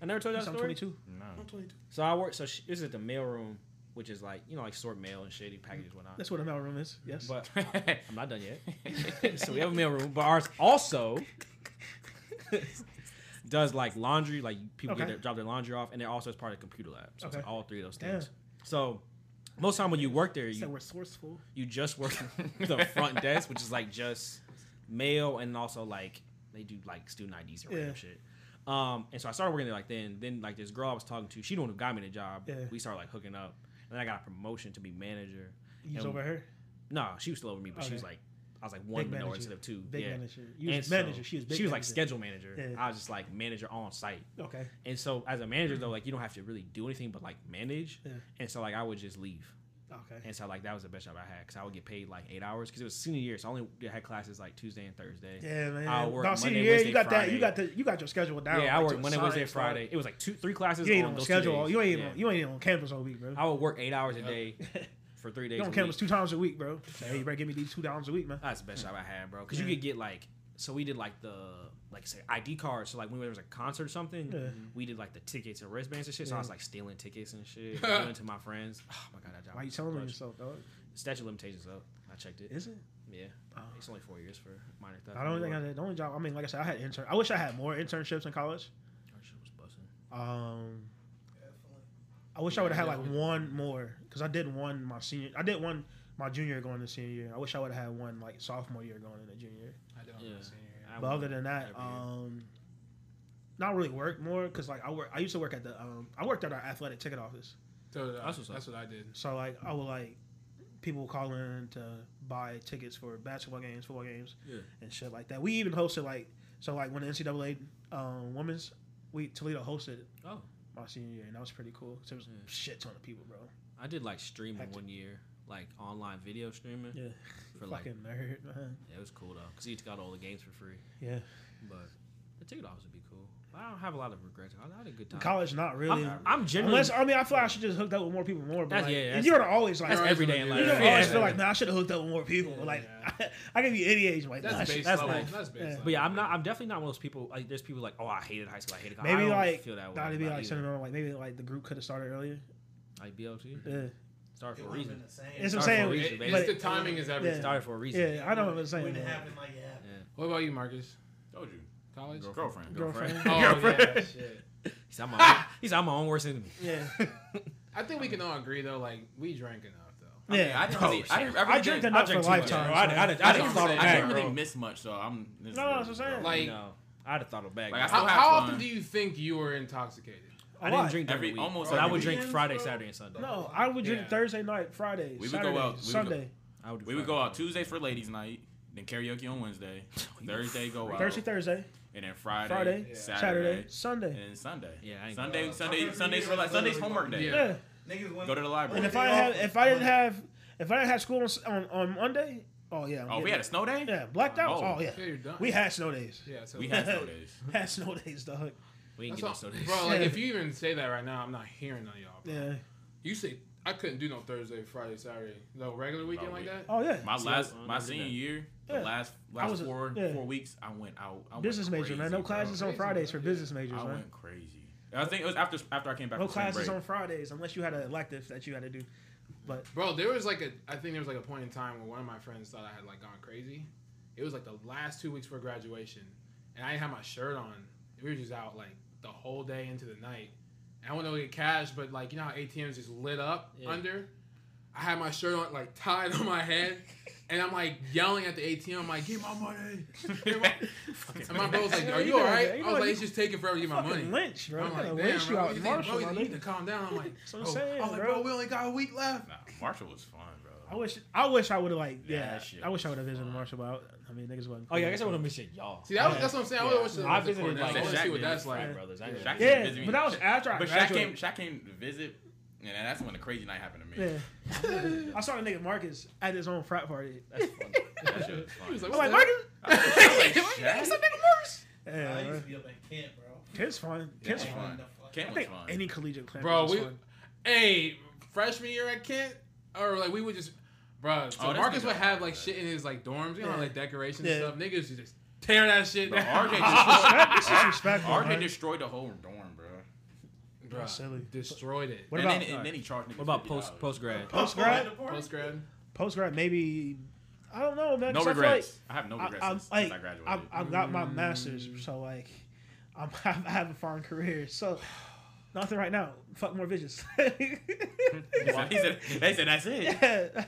I never told you that I'm story. 22. No. So I worked. So she, this is at the mail room, which is like you know like sort mail and shitty packages and whatnot. That's what a mail room is. Yes. But I'm not done yet. so we have a mail room, but ours also does like laundry. Like people get Okay. their, drop their laundry off, and it also is part of the computer lab. So it's like Okay. all three of those Damn. things. So most time when you work there, It's you that resourceful. you just work the front desk, which is like just mail and also like they do like student IDs and Yeah. random shit. Um, and so I started working there like then. Then like this girl I was talking to, she the one who got me the job. Yeah. We started like hooking up, and then I got a promotion to be manager. You was And- over here. No, she was still over me, but she was Okay. like I was like one Big minor manager. instead of two. Big yeah. manager. You was And manager. so she was big she was like manager. schedule manager. Yeah. I was just like manager on site. Okay. And so as a manager though, like you don't have to really do anything but like manage. Yeah. And so like I would just leave. Okay. And so like that was the best job I had because I would get paid like eight hours because it was senior year, so I only had classes like Tuesday and Thursday. Yeah, man. I'll work Now, see, Monday, yeah, Wednesday, you got that. You Friday. got the. You got your schedule down. Yeah, I like, worked to a Monday, Wednesday, science, dog. Friday. It was like two, three classes. You ain't on on those Two schedule. days. You ain't. Yeah. on- You ain't on campus all week, bro. I would work eight hours a day for three days. You on a campus week. two times a week, bro. Say, hey, you better give me these two times a week, man. That's the best job I had, bro. Because you Yeah. could get like so we did like the like say ID cards. So like when there was a concert or something, Yeah. we did like the tickets and wristbands and shit. So I was like stealing tickets and shit, giving to my friends. Oh my god, that job. Why you was telling a on bunch. yourself, dog? Statute of limitations though. I checked it. Is it? Yeah, Oh. it's only four years for minor theft. I don't think I did. The only job, I mean, like I said, I had intern. I wish I had more internships in college. Our shit was busting. Um, Definitely. I wish I Yeah, would have had yeah, like we- one more because I did one my senior. I did one my junior year going to senior year. I wish I would have had one like sophomore year going into junior year. I don't Yeah. understand. I But went other than that, every year. um, not really work more because like I work. I used to work at the. Um, I worked at our athletic ticket office. So uh, That's what's up. that's what I did. So like I would like people would call in to buy tickets for basketball games, football games, Yeah. and shit like that. We even hosted like so like when the NCAA um, women's we Toledo hosted Oh. my senior year and that was pretty cool 'cause it was Yeah. shit ton of people, bro. I did like streaming Hectic. one year, like online video streaming. Yeah, For like, fucking nerd, man. yeah, it was cool though, cause he got all the games for free. Yeah, But the ticket office would be cool. I don't have a lot of regrets. I had a good time. college not really. I'm, I'm generally Unless I mean I feel like I should just hooked up with more people more, but That's- like, yeah, and that's- you're gonna always like that's every day in You life. you're gonna Yeah. always feel like man I should have hooked up with more people. Yeah. like I, I can be idiots like That's nah, base that's level. life. That's base Yeah. level. But yeah, I'm not. I'm definitely not one of those people. Like, there's people like, oh, I hated high school. I hated college. I Maybe don't like feel that way. that'd be about like either. sentimental. Like maybe like the group could have started earlier. like BLT. Yeah, Started It for a would've been reason. the same. That's what I'm Sorry saying. for It- reason, it's but- the timing is everything. Yeah. Started for a reason. yeah, I know what I'm saying. When it man. happened, like it happened. What about you, Marcus? Told you. College? Girlfriend. Girlfriend. Oh yeah. Shit. He's I'm my, he's I'm my own worst enemy. Yeah, I think we can all agree though. Like we drank enough though. I mean, yeah. I didn't really. I, didn't, I, really I drink didn't- enough for drink a too much, lifetime. bro. I- I- I- so- I didn't That's thought what I'm of saying. that, I didn't bro. really miss much, so I'm. this is No, that's really- what I'm saying. Like- no, I'd have thought of back. Like, I I, still How, have how fun. often do you think you were intoxicated? A didn't lot. drink every Every- week. almost Almost but I every would drink weekend, Friday, bro. Saturday, and Sunday. No, I would drink Yeah. Thursday night, Friday, We would go Saturday, out- we would go- Sunday, I would. do We would Friday, go out Saturday. Tuesday for ladies' night, then karaoke on Wednesday, Thursday go out, Thursday, Thursday, and then Friday, Friday, Yeah. Saturday, Saturday, and Sunday. then Sunday. Yeah, I ain't Sunday, go out. Sunday, Sunday Sunday's for for me like is Sunday's literally homework day. Yeah. Yeah, Niggas went Go to the library. and if I had, if I didn't have, if I didn't have school on s- on, on Monday, oh yeah. I'm Oh, getting we it. had a snow day. yeah blacked out. Oh. Oh yeah, Yeah, you're done. we had snow days. Yeah, so We had snow days. Had snow days, dog. We ain't That's getting all, no sodas. bro, like Yeah. if you even say that right now, I'm not hearing none of y'all. Bro. Yeah. You say I couldn't do no Thursday, Friday, Saturday, no regular weekend like that. Oh yeah. My See, last, I- I my never did senior that. year, the Yeah. last I last was a- four yeah. four weeks, I went out. I went Business major, man. No crazy, bro. classes on Crazy, Fridays for bro. business majors, I man. went crazy. I think it was after after I came back. No from spring classes break. on Fridays unless you had an elective that you had to do. But Bro, there was like a I think there was like a point in time where one of my friends thought I had like gone crazy. It was like the last two weeks before graduation, and I didn't have my shirt on. And we were just out like the whole day into the night. And I went to go get cash, but like you know how ATMs just lit up Yeah. under. I had my shirt on like tied on my head, and I'm like yelling at the ATM, like get my money. Get my-" and my bro was like, Are you all right? I was like, It's just taking forever to get my money. fucking Lynch, bro. I'm They're like, gonna damn, lynch you bro, out what in you think, Marshall, bro? my You need to nigga. calm down. I'm like, That's what I'm "Bro," saying, Oh, I was like, bro. bro, we only got a week left. Nah, Marshall was fun, bro. I wish, I wish I would have like, Yeah, yeah, that shit I wish I would was have visited fun. Marshall, but I, I mean, niggas wasn't. Oh yeah, I guess I cool. would have missed y'all. See, that was, Yeah. that's what I'm saying. I Yeah. wish I visited, I like, want to see Shaq what did that's it, like. Frat brothers. I Yeah, didn't- Shaq yeah, visited me. but that was after I But Shaq came, graduated. Shaq came to visit, and that's when the crazy night happened to me. Yeah. I saw the nigga Marcus at his own frat party. That's fun. That shit was He was fun. I'm like, What's Marcus, I was like, Shaq? that's a nigga Marcus. I Yeah, bro. used to be up at camp, bro. Kid's fun. Kid's Yeah. fun. I Kent was think fun. any collegiate campus Bro, is we- fun. hey, freshman year at Kent, or like we would just, bro. So Oh, that's Marcus nigga. would have like shit in his like dorms, you know, Yeah. like decorations Yeah. and stuff. Niggas would just tear that shit. Bro, down. RJ Disrespect- just this is respectful, RJ man. destroyed the whole dorm, bro. Bro, That's silly. destroyed it. What and, about then, and then he charged me. What about post post grad? Post grad? Post grad, post grad? Maybe I don't know, man. No 'cause I feel like- regrets. I have no I- regrets I'm, since, like, since I graduated. I've, I've got my master's, so like, I'm, I have a fine career. So nothing right now. Fuck more vicious. he, said, he, said, they said that's it. I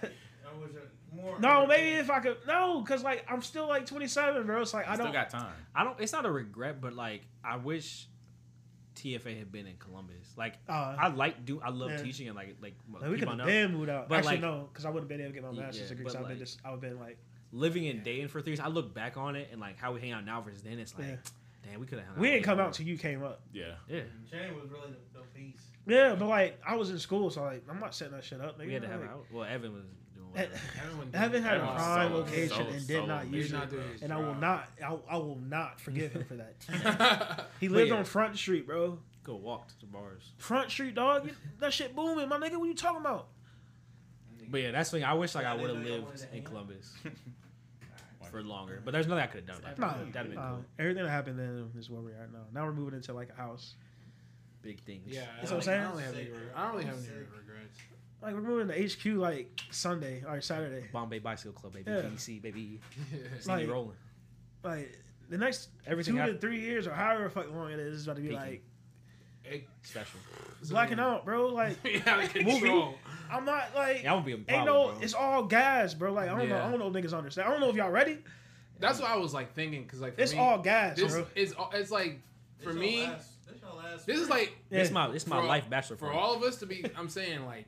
wish I- more- no, maybe if I could. No, because like I'm still like 27, bro. It's like I I still don't. got time. I don't. It's not a regret, but like I wish TFA had been in Columbus. Like Uh, I like do. I love Yeah. teaching and like like m- like, we could people I have know. been moved out. But, Actually, like- no, because I wouldn't been able to get my Yeah, master's degree. but, So I've been like- just, I've been like, living in Dayton for three years. I look back on it and like how we hang out now versus then. It's like, Yeah. damn, we could have. hung we out didn't way come more. out till you came up. Yeah. Yeah, Shane was really the, the piece. Yeah, but like I was in school, so like I'm not setting that shit up. we had to have like, out. Well, Evan was doing. That- Whatever. Everyone Haven't had a Everyone's prime solo- location solo- and did solo not major, use it. bro. And I will not, I, I will not forgive him for that. not. He lived yeah. on Front Street, bro. Go walk to the bars. Front Street, dog. That shit booming, my nigga. What you talking about? But yeah, that's the thing. I wish like Yeah, I they would have know y'all lived wanted to in hang out. Columbus. Why for longer. But there's nothing I could have done. No, Like, that'd have been no. cool. everything that happened then is where we are now. Now we're moving into like a house. Big things. Yeah, I That's don't- what I'm I don't saying. really have any. reg- I don't really have any regrets. Like we're moving to HQ like Sunday or Saturday. Bombay Bicycle Club, baby. Yeah. BC, baby. It's It's like- rolling. Like the next Everything two to happened- three years or however the fuck long it is, is about to be Peaking. like It- Special. it's blacking amazing. out, bro. Like yeah, like control. I'm not like Yeah, I'm gonna be a ain't problem, no. bro. It's all gas, bro. Like I don't know. Yeah. I don't know if niggas understand. I don't know if y'all ready. That's what I was like thinking because like for It's me, all gas, This bro. is all- it's like for me. This is like Yeah. It's my it's my For all- life bachelor for party. all of us to be. I'm saying like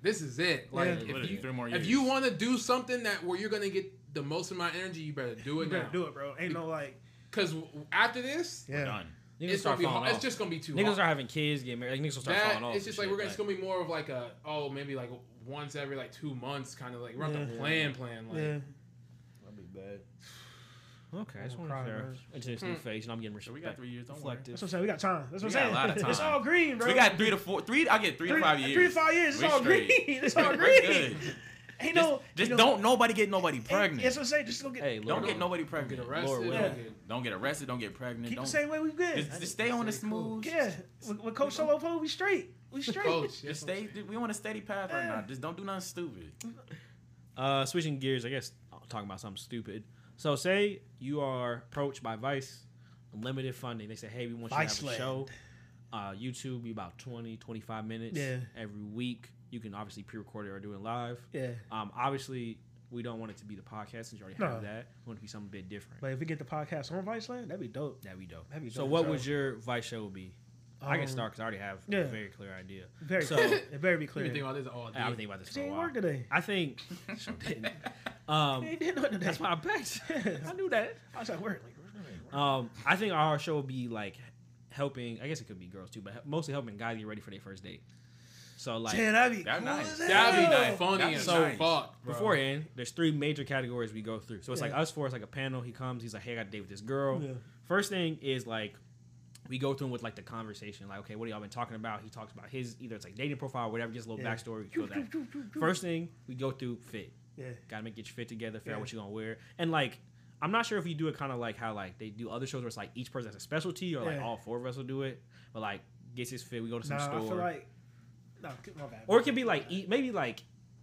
this is it. Like Yeah. if Literally, you three more if years. you want to do something that where you're gonna get the most amount of energy, you better do you it better now. do it, bro. Ain't no like Because after this, yeah. Done. niggas it's start gonna be falling hard. off. it's just gonna be too niggas hard. start having kids, getting married. Like, niggas will start that falling off. it's and just like shit, we're it's gonna be more of like a oh maybe like once every like two months kind of like we're on the Yeah. plan plan like Yeah. That'd be bad. Okay, I just I'm want to crying, clear bro. into this new phase, and I'm getting Hmm. So we got respect. three years. Don't worry. That's Reflective. what I'm saying. We got time. That's what We got I'm a saying. lot of It's time. all green, bro. We got three to four. Three. I get three to five years. Three to five years. It's We all straight. green. It's all We're green. good. Ain't Just, no. just ain't no- don't nobody get nobody ain't- pregnant. That's what I'm saying. Just go get. Hey, Lord, don't get nobody pregnant. get arrested Lord don't willing. get- Don't get arrested. Don't get pregnant. keep Don't the same way we good. just, just stay on the Stay cool. smooth. yeah. With, with Coach Solo Poe, we straight. We straight. Coach, Just yes, stay. We on a steady path right Yeah. now. Just don't do nothing stupid. Uh, switching gears, I guess I'm talking about something stupid. So, say you are approached by Vice, limited funding. They say, hey, we want you to have a Viceland. show. Uh, YouTube, be about 20, 25 minutes Yeah. every week. You can obviously pre-record it or do it live. Yeah. Um, obviously, we don't want it to be the podcast since you already No. have that. We want it to be something a bit different. But if we get the podcast on Viceland, that'd be dope. That'd be dope. That'd be So, dope. what So- would your Vice show be? I Um, can start because I already have yeah. a very clear idea. Very So- clear. It better be You've been thinking clear. about this all day. I've been thinking about this She for a ain't while. work today. I think. Sure didn't. Um, Ain't did nothing today. that's why I packed. I knew that. I was at work. Like, where's my man? Um, I think our show will be like helping. I guess it could be girls too, but he- mostly helping guys get ready for their first date. So like Damn, that'd be That'd cool nice. as That'd be hell. nice. funny That'd as be nice. fuck. Bro. beforehand, there's three major categories we go through. So it's like Yeah. us four. It's like a panel. He comes. He's like, "Hey, I got a date with this girl." Yeah. First thing is like. We go through with like the conversation, like okay, what have y'all been talking about? He talks about his either it's like dating profile, or whatever, just a little Yeah. backstory. We go that. First thing we go through fit. Yeah. Gotta make get your fit together, figure Yeah. out what you're gonna wear. And like, I'm not sure if you do it kind of like how like they do other shows where it's like each person has a specialty or like Yeah. all four of us will do it. But like, gets his fit, we go to some Nah, I store, feel like. No, my bad. or it could be like e- maybe like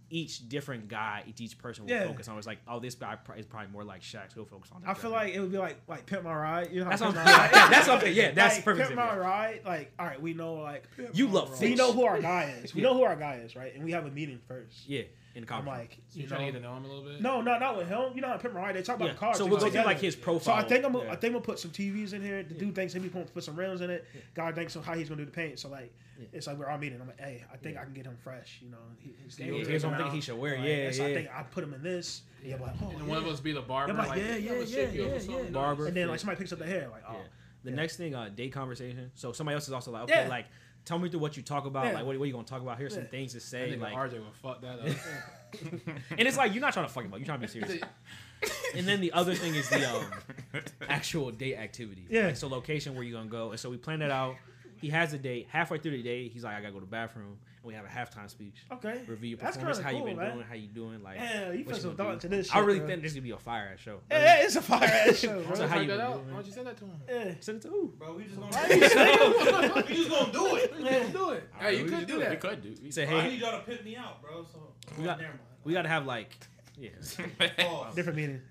each different guy, each, each person will Yeah. focus on. It's like, oh, this guy pro- is probably more like Shaq, so he'll focus on. I feel like it would be like like pimp my ride. You know how That's what Pimp I'm- My Ride- yeah, that's what I'm saying. Yeah, that's like, perfect Pimp my example. ride. Like, all right, we know like You love we fish. know who our guy is. We know who our guy is, right? And we have a meeting first. yeah, in the I'm conversation. like, So you you're trying to know, get to know him a little bit. no, no, not with him. You know how pimp my ride. They talk about yeah. cars. so they we'll put go through like together. his So profile. I think I'm gonna- Yeah. I think we'll put some TVs in here. The dude thinks maybe gonna put some rims in it. Guy thinks on how he's gonna do the paint. So like, Yeah. it's like we're all meeting. I'm like, hey, I think Yeah. I can get him fresh. You know, and he, he's Yeah, Yeah, like, here's what I'm around. thinking he should wear. like, yeah, that's- I yeah. think I put him in this. Yeah, like, oh, And one of yeah. us be the barber. Yeah, I'm like, yeah, yeah, yeah, yeah, yeah. Barber. And then like somebody picks up the hair. Like, oh, Yeah. The Yeah. next thing, uh, date conversation. So somebody else is also like, okay, Yeah. like, tell me through what you talk about. Yeah. Like, what, what are you gonna talk about? Here's some Yeah. things to I say. think Like, RJ would fuck that up. and it's like you're not trying to fuck him up. You're trying to be serious. and then the other thing is the um, actual date activity. Yeah. Like, so location where you gonna go. And so we plan that out. He has a date. Halfway through the day, he's like, I gotta go to the bathroom. And we have a halftime speech. okay. Review your That's performance. kinda How you cool, been man. doing? How you doing? Like, Yeah, you what put some gonna thought do? into this. I shit, really bro. think this is gonna be a fire ass show. Yeah, yeah, it's a fire ass show, bro. So how you that been out? doing? Why don't you send that to him? Yeah. Send it to who? Bro, we just gonna Why do you it. saying- We just gonna do it. Yeah. Do it. Hey, you We could could do it. We that. could do. We Say, I hey, need y'all to pick me out, bro. So We got- never mind. we gotta have like, yeah. Pause. Different meaning.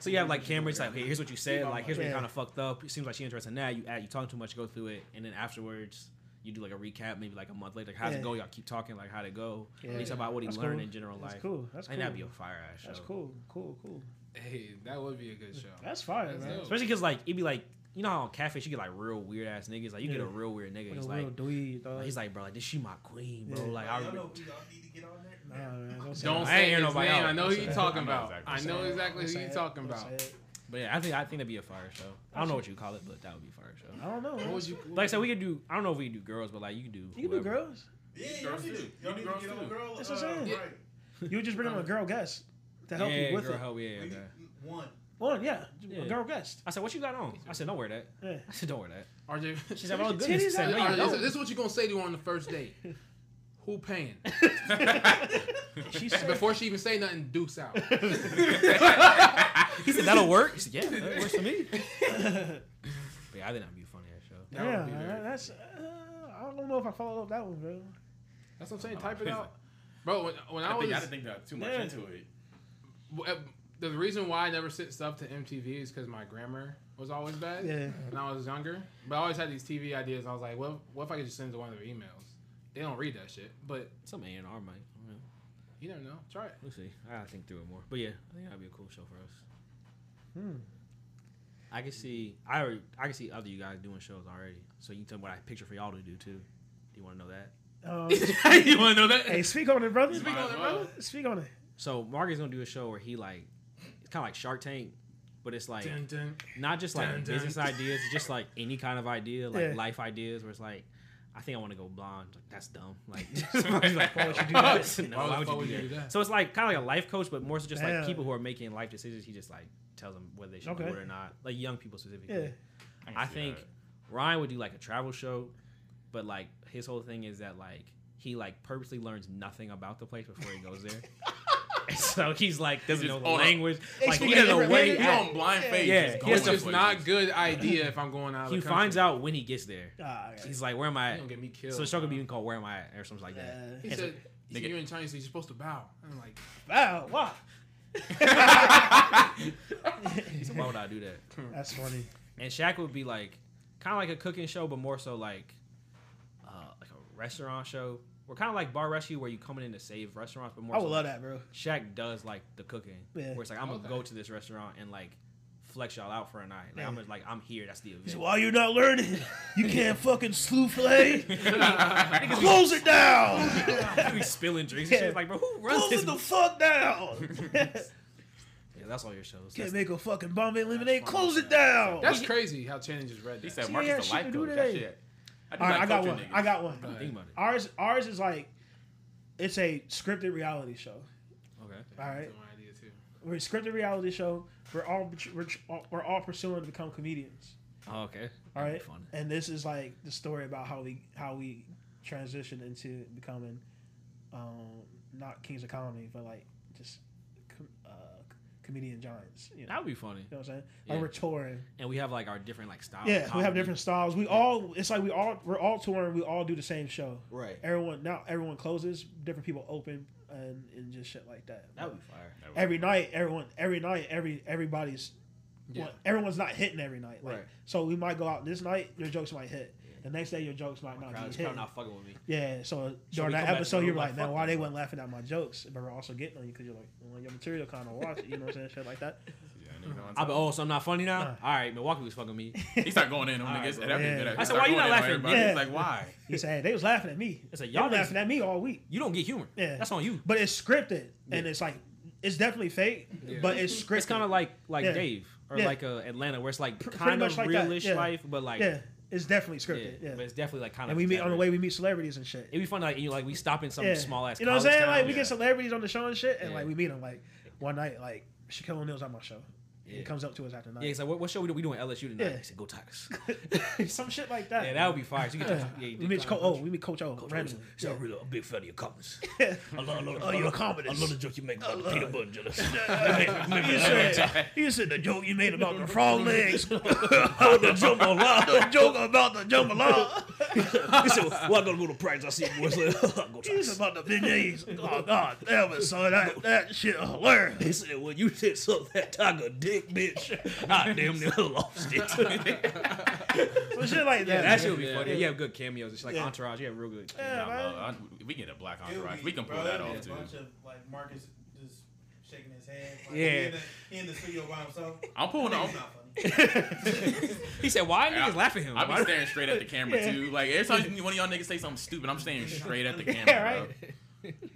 So you have like cameras like, hey, here's what you said, like here's what you Yeah. kind of fucked up. It seems like she interested in that. You add, you talk too much, go through it, and then afterwards you do like a recap, maybe like a month later. Like, how's Yeah. it go? Y'all keep talking like how to go. Yeah. And you talk about what he That's learned cool. in general That's life. cool. That's I think cool. that'd be a fire ass show. That's cool. Cool. Cool. Hey, that would be a good show. That's fire, That's man. dope. Especially because like it'd be like you know how on catfish you get like real weird ass niggas. Like you get Yeah. a real weird nigga. Like He's a real like dweeb, dog. he's like bro, like this she my queen, bro. Yeah. Like I Y'all re- know who y'all need to get on Nah, there. man, don't say Don't that. I ain't say hear his nobody name. out. I know Don't who say you're it. talking I know about. exactly. I know Don't exactly who say you're it. talking Don't about. say it. but yeah, I think I think that'd be a fire show. I don't know what you call it, but that would be a fire show. I don't know. What man. would you? Like I said, we could do. I don't know if we could do girls, but like you can do. You can do whoever. girls. Yeah, y'all Girls need to too. y'all need to Girls get on too. girl. That's what I'm uh, saying. right. You would just bring on a girl guest to help yeah, you with girl, it. help, yeah, We yeah. need One. One, yeah, Yeah. a girl guest. I said, "What you got on?" I said, "Don't wear that." Yeah. I said, "Don't wear that." RJ. She said, "Oh your goodness." I titties said, out. "No, you RJ, don't. this is what you're gonna say to her on the first date. who paying? She said, Before she even say nothing, Duke's out. He said that'll work. He said, yeah, that works for me. but yeah, I think that'd be a funny ass show. That yeah, would be very- that's. Uh, I don't know if I followed up that one, bro. That's what I'm saying. Type it out, bro. When, when I, I was think I didn't think that too much Yeah. into it. w- uh, the reason why I never sent stuff to MTV is because my grammar was always bad Yeah. when I was younger. But I always had these TV ideas. I was like, well, what if I could just send it to one of their emails? They don't read that shit, but Some A and R might. I don't know. you never know. Try it. We'll see. I gotta think through it more. But yeah, I think that'd be a cool show for us. Hmm. I can see I already, I can see other you guys doing shows already. So you can tell me what I picture for y'all to do too. Do you want to know that? Um, you want to know that? hey, speak on it, brother. Speak Speak, on it, brother. on it. So Mark is gonna do a show where he like it's kind of like Shark Tank, but it's like Dun, dun. not just like Dun, dun. business ideas, it's just like any kind of idea, like Yeah. life ideas, where it's like. I think I want to go blonde. Like, that's dumb. Like, Mark's like, why would you do that? No, Why the why fuck would you do that? So it's like kind of like a life coach, but more so just like Yeah. people who are making life decisions. He just like tells them whether they should do Okay. it or not, like young people specifically. Yeah. can I see think that. Ryan would do like a travel show, but like his whole thing is that like he like purposely learns nothing about the place before he goes there. And so he's like doesn't He's know just the on a- language. like he speaking doesn't know different where language. he You Yeah. on at. blind faith. Yeah, just he going It's It's just places. not good idea if I'm going out. Of He the country. finds out when he gets there. Ah, okay. He's like, "Where am I?" You don't get me killed. So the show could bro. be even called "Where Am I?" At? or something like that. Uh, He It's said, Nigga. "You're in Chinese. So you're supposed to bow." I'm like, wow, wow. So why would I do that? That's funny. And Shaq would be like, kind of like a cooking show, but more so like, uh, like a restaurant show. We're kind of like bar rescue where you coming in to save restaurants, but more. I so would like, love that, bro. Shaq does like the cooking, Yeah. where it's like I'm gonna Okay. go to this restaurant and like flex y'all out for a night. Like I'm Yeah. just, like I'm here. That's the event. He's like, Why you not learning? You can't fucking slew fillet. "Niggas be Close it down. we spilling drinks and shit. It's like, bro, who runs Close this? it the fuck down. yeah, that's all your shows. Can't That's- make a fucking Bombay lemonade. funny, Close it man. down. That's crazy how Channing just read He that. said See, Mark yeah, is shit the life to do coach. That today. shit. I, do All right, like I got coaching one. niggas. I got one. But- think about it. Ours, ours is like, it's a scripted reality show. Okay. All right. That's my idea too. We're a scripted reality show. We're all we're, we're all pursuing to become comedians. Oh, okay. All That'd right. be Fun. And this is like the story about how we how we transitioned into becoming um, not kings of comedy, but like just com- uh, comedian giants. You know, That would be funny. you know what I'm saying? Yeah. Like we're touring. And we have like our different like styles. of yeah, we have comedy. different styles. We all it's like we all we're all touring. We all do the same show. Right. Everyone now everyone closes. Different people open and, and just shit like that. That would be fire. every night, everyone, every night, every everybody's Yeah. well, everyone's not hitting every night. Like, Right. So we might go out this night, your jokes might hit. The next day, your jokes might My not crowd be is hitting. probably not fucking with me. Yeah. So So we during come back that to episode, the you're room like, like, man, fuck why them, they bro." weren't laughing at my jokes? But we're also getting on you because you're like, well, your material kind of wash. You know what I'm saying? Shit like that. Mm-hmm. I'll be, oh, so I'm not funny now? Nah. All right, Milwaukee was fucking me. He started going in on All right, niggas. bro. and that Yeah. be good. I He said, start "Why you going not in on laughing?" everybody. Yeah. He's like, why? He said, hey, they was laughing at me. It's like, Y'all y'all niggas- laughing at me all week. You don't get humor. Yeah. That's on you. But it's scripted, and Yeah. it's like it's definitely fake, Yeah. but it's scripted. It's kind of like like Yeah. Dave or Yeah. like uh, Atlanta, where it's like pretty kind much of like that, realish yeah. life, but like yeah, it's definitely yeah, scripted. Yeah. but it's definitely like kind And of. we meet on the way. We meet celebrities and shit. It'd be fun, like you like we stop in some Yeah. small ass. You know what I'm saying? Like we yeah. get celebrities on the show and shit, and Yeah. like we meet them. Like one night, like Shaquille O'Neal's on my show. yeah. He comes up to us after Yeah, night. he's like, what, what show we doing? We doing LSU tonight? Yeah. He said, go Tigers. Some shit like that. yeah, that would be fire. So you could Yeah. just- yeah, you we did meet Coach Coach O. O's. We meet Coach O Coach randomly. O's. So I'm really a big fan of your comments. Yeah. I love, I love, Oh, I you're a love, communist. I love the joke you make about the peanut butter and jelly. You said, you said the joke you made about the frog legs. Oh, the jambalaya. joke about the jambalaya. He said, well, I gotta go to practice. I see you boys later. go You try. said about the beignets. Oh God, damn it, son, that that shit oh. hilarious. He said, well, you did suck that tiger dick, bitch. I damn near lost it. Some shit like Yeah, that. that shit would be Yeah. funny. You have good cameos. It's like Yeah. Entourage. You have real good. Yeah, Nah, man. bro, I- We get a black It would entourage. be- We can pull bro, that it'd be off A too. bunch of like Marcus just shaking his head. Like, Yeah. He in, the, he in the studio by himself. I'm pulling That off. nigga's not funny. He said, why are Yeah. niggas laughing at him? I'll Why- be staring straight at the camera Yeah. too. Like every time one of y'all niggas say something stupid, I'm staring straight at the camera. Yeah, right. bro.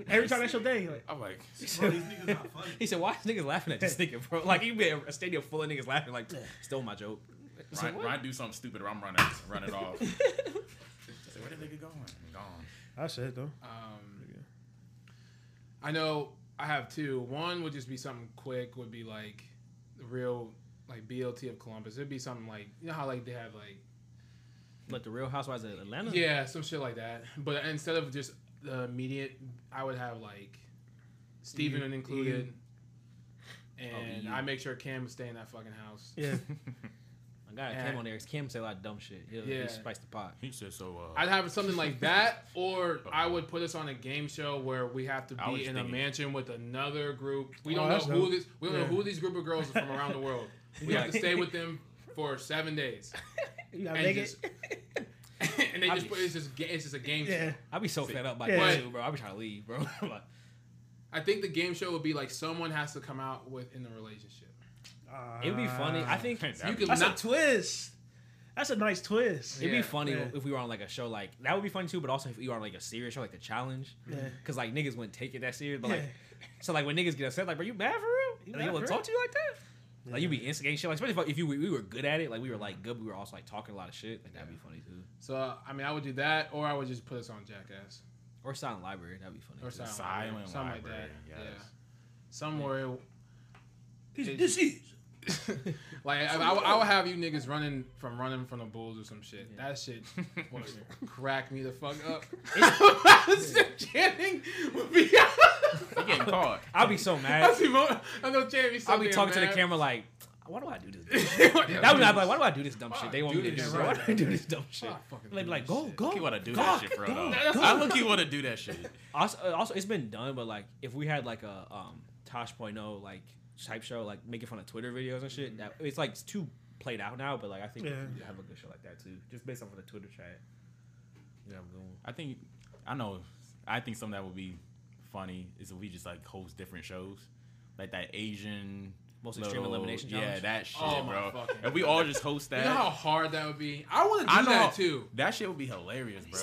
Every time that's your thing, like, I'm like, Bro, these niggas not funny. He said, "Why is niggas laughing at this nigga, bro? Like you be at a stadium full of niggas laughing, like stole my joke." So Ryan, what? Ryan do something stupid, or I'm running, run it off. I said, Where the nigga going? Gone. that's it though. Um, I know I have two. One would just be something quick. Would be like the real like BLT of Columbus. It'd be something like you know how like they have like Like the Real Housewives of Atlanta. yeah some shit like that. But instead of just the immediate, I would have like Steven Ian- included. Oh, And Ian. I make sure Cam stay in that fucking house. Yeah. I got Yeah. Cam on there because Cam say a lot of dumb shit. He'll, Yeah. yeah. spice the pot. He said so. Uh, I'd have something like that, or I would put us on a game show where we have to I was be in a thinking- mansion with another group. We Oh, don't that's know who dope. this. We don't Yeah. know who these group of girls are from around the world. We have to stay with them for seven days, You gotta and make just it. and they I just mean- put it's just ga- it's just a game Yeah. show. I'd be so fed up by Yeah. that too, bro. I'd be trying to leave, bro. I'm like, I think the game show would be like someone has to come out with in the relationship. it'd be funny. I think That'd you be- could- Ah. That's Not- a twist. That's a nice twist. it'd Yeah. be funny Yeah. if we were on like a show like that would be funny too. But also if we were on like a serious show like the challenge, Yeah. because like niggas wouldn't take it that serious. But like, Yeah. so like when niggas get upset, like, bro, you mad for real? You like, mad you for want to real? talk to you like that? Like you be instigating shit. Like especially if, if you we were good at it, like we were like good, but we were also like talking a lot of shit. Like that'd be funny too. So uh, I mean, I would do that, or I would just put us on Jackass Or silent library, that'd be funny. or too. Silent, Library, Silent something like that. Library, Yeah, yes. somewhere. This, this is. Like I, I, would- I would have you niggas running from running from the bulls or some shit. That shit would crack me the fuck up. Channing would be. he getting caught. I'd be so mad. That's the moment- I know Channing. I'll be talking to the camera like, why do I do this? camera. That would be like, why do I do this dumb Why shit? I They want do me to this do shit? this. Why do I do this dumb shit? fucking And They'd do be like, this go, shit. go. He want to do God, that shit, bro. God. though. That's- I look, he want to do that shit. Also, uh, also, it's been done, but like, if we had like a um, Tosh.0 like type show, like making fun of Twitter videos and shit, that, it's like it's too played out now. But like, I think Yeah. you have a good show like that too, just based off of the Twitter chat. Yeah, I'm going. I think I know. I think something that would be funny is if we just like host different shows, like that Asian Most extreme elimination Yeah, challenge. that shit, Oh, my bro. fucking If we all just host You that, know how hard that would be. I want to I do know that how- too. that shit would be hilarious, bro.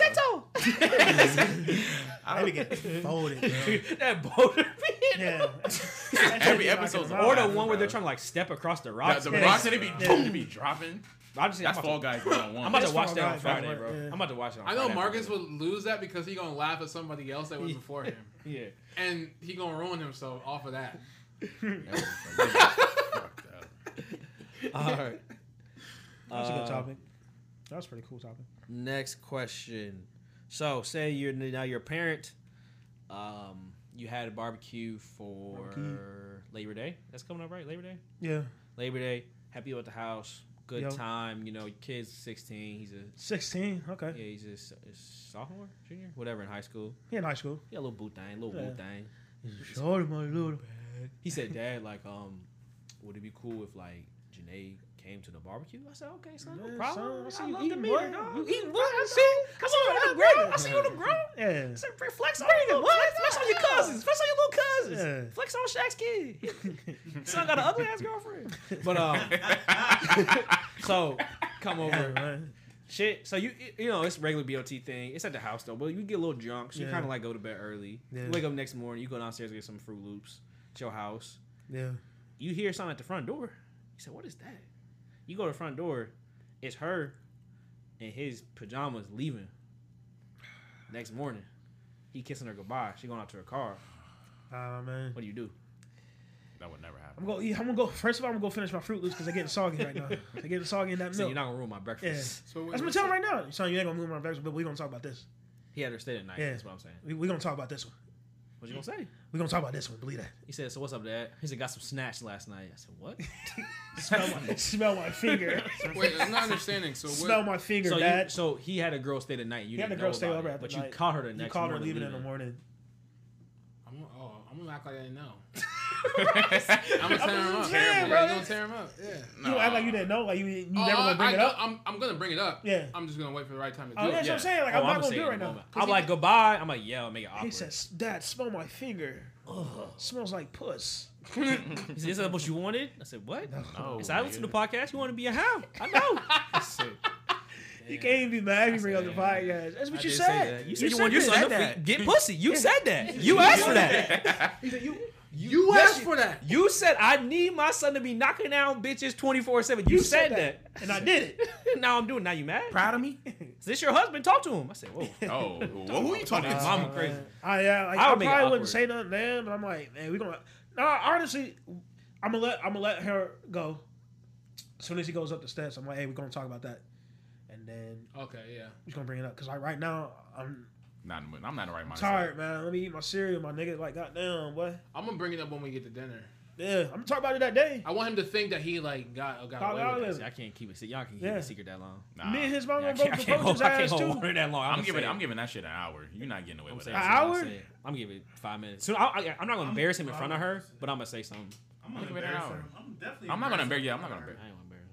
I'd be getting folded. Bro. that boulder pin. Yeah. Every episode's Or Or the Wow, one where bro. they're trying to like step across the Yeah, rocks. the Yeah. rocks that they be, Yeah. they be dropping. I just, That's I'm about Fall to- Guys one on one. I'm about It's to watch Fall that on Guys, that's Friday, what- bro. yeah. I'm about to watch it. On I know Friday Marcus afternoon. would lose that because he gonna laugh at somebody else that was before him, Yeah. and he gonna ruin himself off of that. Fucked up. All right. That's a Uh, good topic. That's a pretty cool topic. Next question. So, say you're now you're a parent. Um, you had a barbecue for Labor Day. That's coming up, right? Labor Day. Yeah. Labor Day. Happy at the house. Good Yo. time. You know, your kid's 16. He's a 16. Okay. yeah, he's a, s- a sophomore, junior, whatever in high school. He in high school. Yeah, little boot thing, little boot thing. Sure, my little. He said, "Dad, like, um, would it be cool if like Janae came to the barbecue?" I said, "Okay, son, no Yeah, problem. son, I I, see I you love to eating meet her, well. dog. You You eating what? I see. I see you on the ground. I see you on the ground. Yeah. Some free flex on you. What? Flex on your cousins. Flex on your little cousins. Yeah. Flex on Shaq's kid. Son got an ugly ass girlfriend. But um, so come over. Yeah, right. Shit. So you you know it's regular BOT thing. It's at the house though, but you get a little drunk, so you Yeah. kind of like go to bed early. Yeah. You wake up next morning. You go downstairs and get some Fruit Loops. It's your house. Yeah. You hear something at the front door. You said, "What is that?" You go to the front door. It's her and his pajamas leaving. Next morning, he kissing her goodbye. She going out to her car. Ah, man. What do you do? That would never happen. I'm gonna, eat- I'm gonna go. First of all, I'm gonna go finish my Fruit Loops because they're getting soggy right now. They're getting soggy in that So you're milk. not gonna ruin my breakfast. So That's what I'm telling right now. Son, you ain't gonna move my vegetables, but we gonna talk about this. He had her stay the night. Yeah. That's what I'm saying. We, we gonna talk about this one. What you gonna say? We gonna talk about this one. Believe that. He said, "So what's up, Dad?" He said, "Got some snatch last night." I said, "What?" Smell my, smell my finger. Wait, I'm not understanding. So smell what? my finger, so, Dad. you, so he had a girl stay the night. You He had a didn't girl know stay about over it, at the but night. you caught her the You next. called her morning leaving in the morning. I'm, gonna- oh, I'm gonna act like I didn't know. I'm gonna tear him up. saying, I'm bro. gonna tear him up. Yeah. You don't act like you didn't know. Like you, you Oh, never I- gonna bring I, it up. I'm, I'm gonna bring it up. Yeah. I'm just gonna wait for the right time to do Oh, it. that's what I'm saying. Like I'm not gonna do it right now. I'm like goodbye. I'm like yeah, I'll make it awkward. He says, "Dad, smell my finger. Smells like puss." He said, "Is that what you wanted?" I said, "What?" No, I said, "I listen to the podcast. You want to be a hound? I know." I said, You can't even be mad if you bring up the said, podcast. That's what I you did say said. that. You said you said want your that. son to that. f- get pussy. You said that. You asked for that. He said, "You." You asked for that. You said I need my son to be knocking down bitches twenty four seven. You said that. and I did it. Now I'm doing. Now you mad? proud of me. Is this your husband? Talk to him. I said, "Whoa." Oh, well, who are you talking His to? mama crazy. I yeah, like, I I, would make it probably wouldn't awkward. say nothing then, but I'm like, man, we gonna. No, honestly, I'm gonna let I'm gonna let her go. As soon as he goes up the steps, I'm like, hey, we're gonna talk about that, and then Okay, yeah. he's gonna bring it up because like right now, I'm not. in- I'm not in the right mindset. tired, man. Let me eat my cereal, my nigga. Like, goddamn, what? I'm gonna bring it up when we get to dinner. Yeah, I'm talking about it that day. I want him to think that he like got got Got away away with with it. See, I can't keep it. se- Y'all can keep Yeah. it secret that long. Nah. Me and his mama Yeah, I broke can't, I the can't, his hold, I can't ass too. hold water that long. I'm gonna giving. say I'm giving that shit an hour. You're not getting away I'm with saying that. hour? something, I'm saying- I'm giving it five minutes. So I, I, I'm not gonna embarrass him in front of her, but I'm gonna say something. I'm gonna Look at it embarrass now. her. I'm definitely. I'm not gonna embarrassing embarrass. Yeah, I'm not her. gonna embarrass.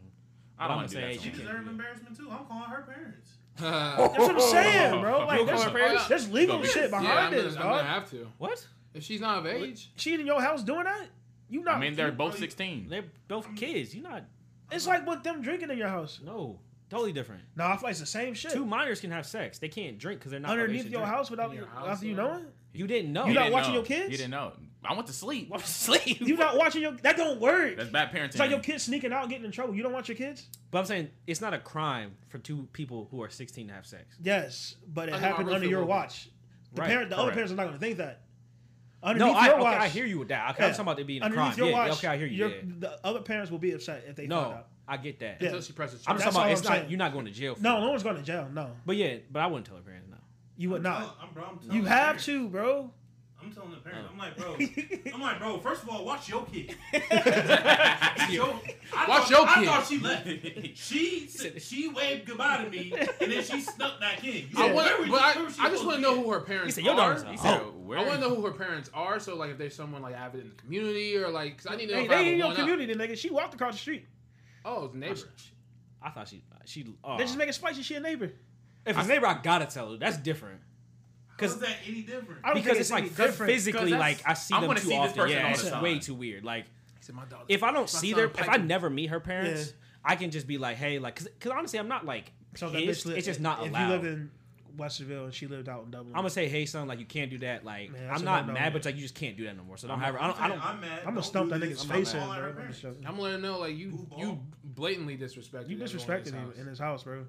I ain't gonna embarrass him. I'ma I don't want to say, do that. hey, to She you can't do deserves someone. it. embarrassment too. I'm calling her parents. Uh, That's what I'm saying, bro. You Like, gonna there's, call her there's, parents? legal Yeah, shit I'm behind yeah, I'm gonna, this, I'm gonna dog. have to. What? If she's not of age, She in your house doing that? You not? I mean, they're you- both 16. Hmm. They're Um, both kids. You not? It's like with them drinking in your house. No, totally different. Nah, I feel like it's the same shit. Two minors can have sex. They can't drink because they're not of age Underneath to your drink. house without In your you- house, after you yeah. knowing, You didn't know. You He not didn't watching know. your kids? You didn't know. I went to sleep. I'm asleep. you not watching your. That don't work. That's bad parenting. It's like your kids sneaking out, and getting in trouble. You don't want your kids? But I'm saying it's not a crime for two people who are 16 to have sex. Yes, but it Under my happened roof under it your won't be. watch. The Right, parent, the other correct. parents are not gonna think that. No, Underneath I, your okay, watch, I hear you with that. Okay, Yeah. I'm talking about it being a underneath crime. your yeah, watch, okay, I hear you. your- yeah. The other parents will be upset if they find No, out. I get that. Yeah. until she presses I'm That's charge. just talking all about it's I'm not. saying. You're not going to jail. For No, it. no one's going to jail. No, But yeah, but I wouldn't tell her parents no. you would not. I'm, bro, I'm telling You the have parents. to, bro. I'm telling the Oh. parents. I'm like, bro. I'm like, bro. First of all, watch your kid. Yo, I Watch thought, your I kid. thought she left. She said- she waved goodbye to me, and then she snuck back in. You I know, want, where was- but where was she I, I just supposed want to be know at? who her parents said, are. "Your daughter's I a He hoe." said, Oh. where? want to know who her parents are. So like, if there's someone like avid in the community or like, 'cause I need to know Hey, if I have they in a your one-up. community, nigga. She walked across the street. Oh, it's a neighbor. I thought she she. Uh, They just make it spicy. She a neighbor. if it's neighbor, I gotta tell her. That's different How is because that any different? I don't because think it's like any different. physically 'Cause like that's- I see I'm them gonna too see this often. person Yeah, all it's the time. way too weird. Like He said, "My daughter." if I don't my see son their, if I Piper." never meet her parents, Yeah. I can just be like, hey, like, cause, 'cause honestly, I'm not like So that pissed. bitch lived- it's just not if allowed. you live in Westerville and she lived out in Dublin, I'm gonna say, hey, son, like you can't do that. Like Man, that's I'm a not no-no, mad, but man. like you just can't do that no more. So don't have. I don't. I don't. I'm mad. I'm gonna Don't stump do that this. nigga's I'm face in. calling her bro. I'm parents. gonna show- I'm letting her know like you Who ball? you blatantly disrespected. You everyone in disrespected this him house. in his house, bro.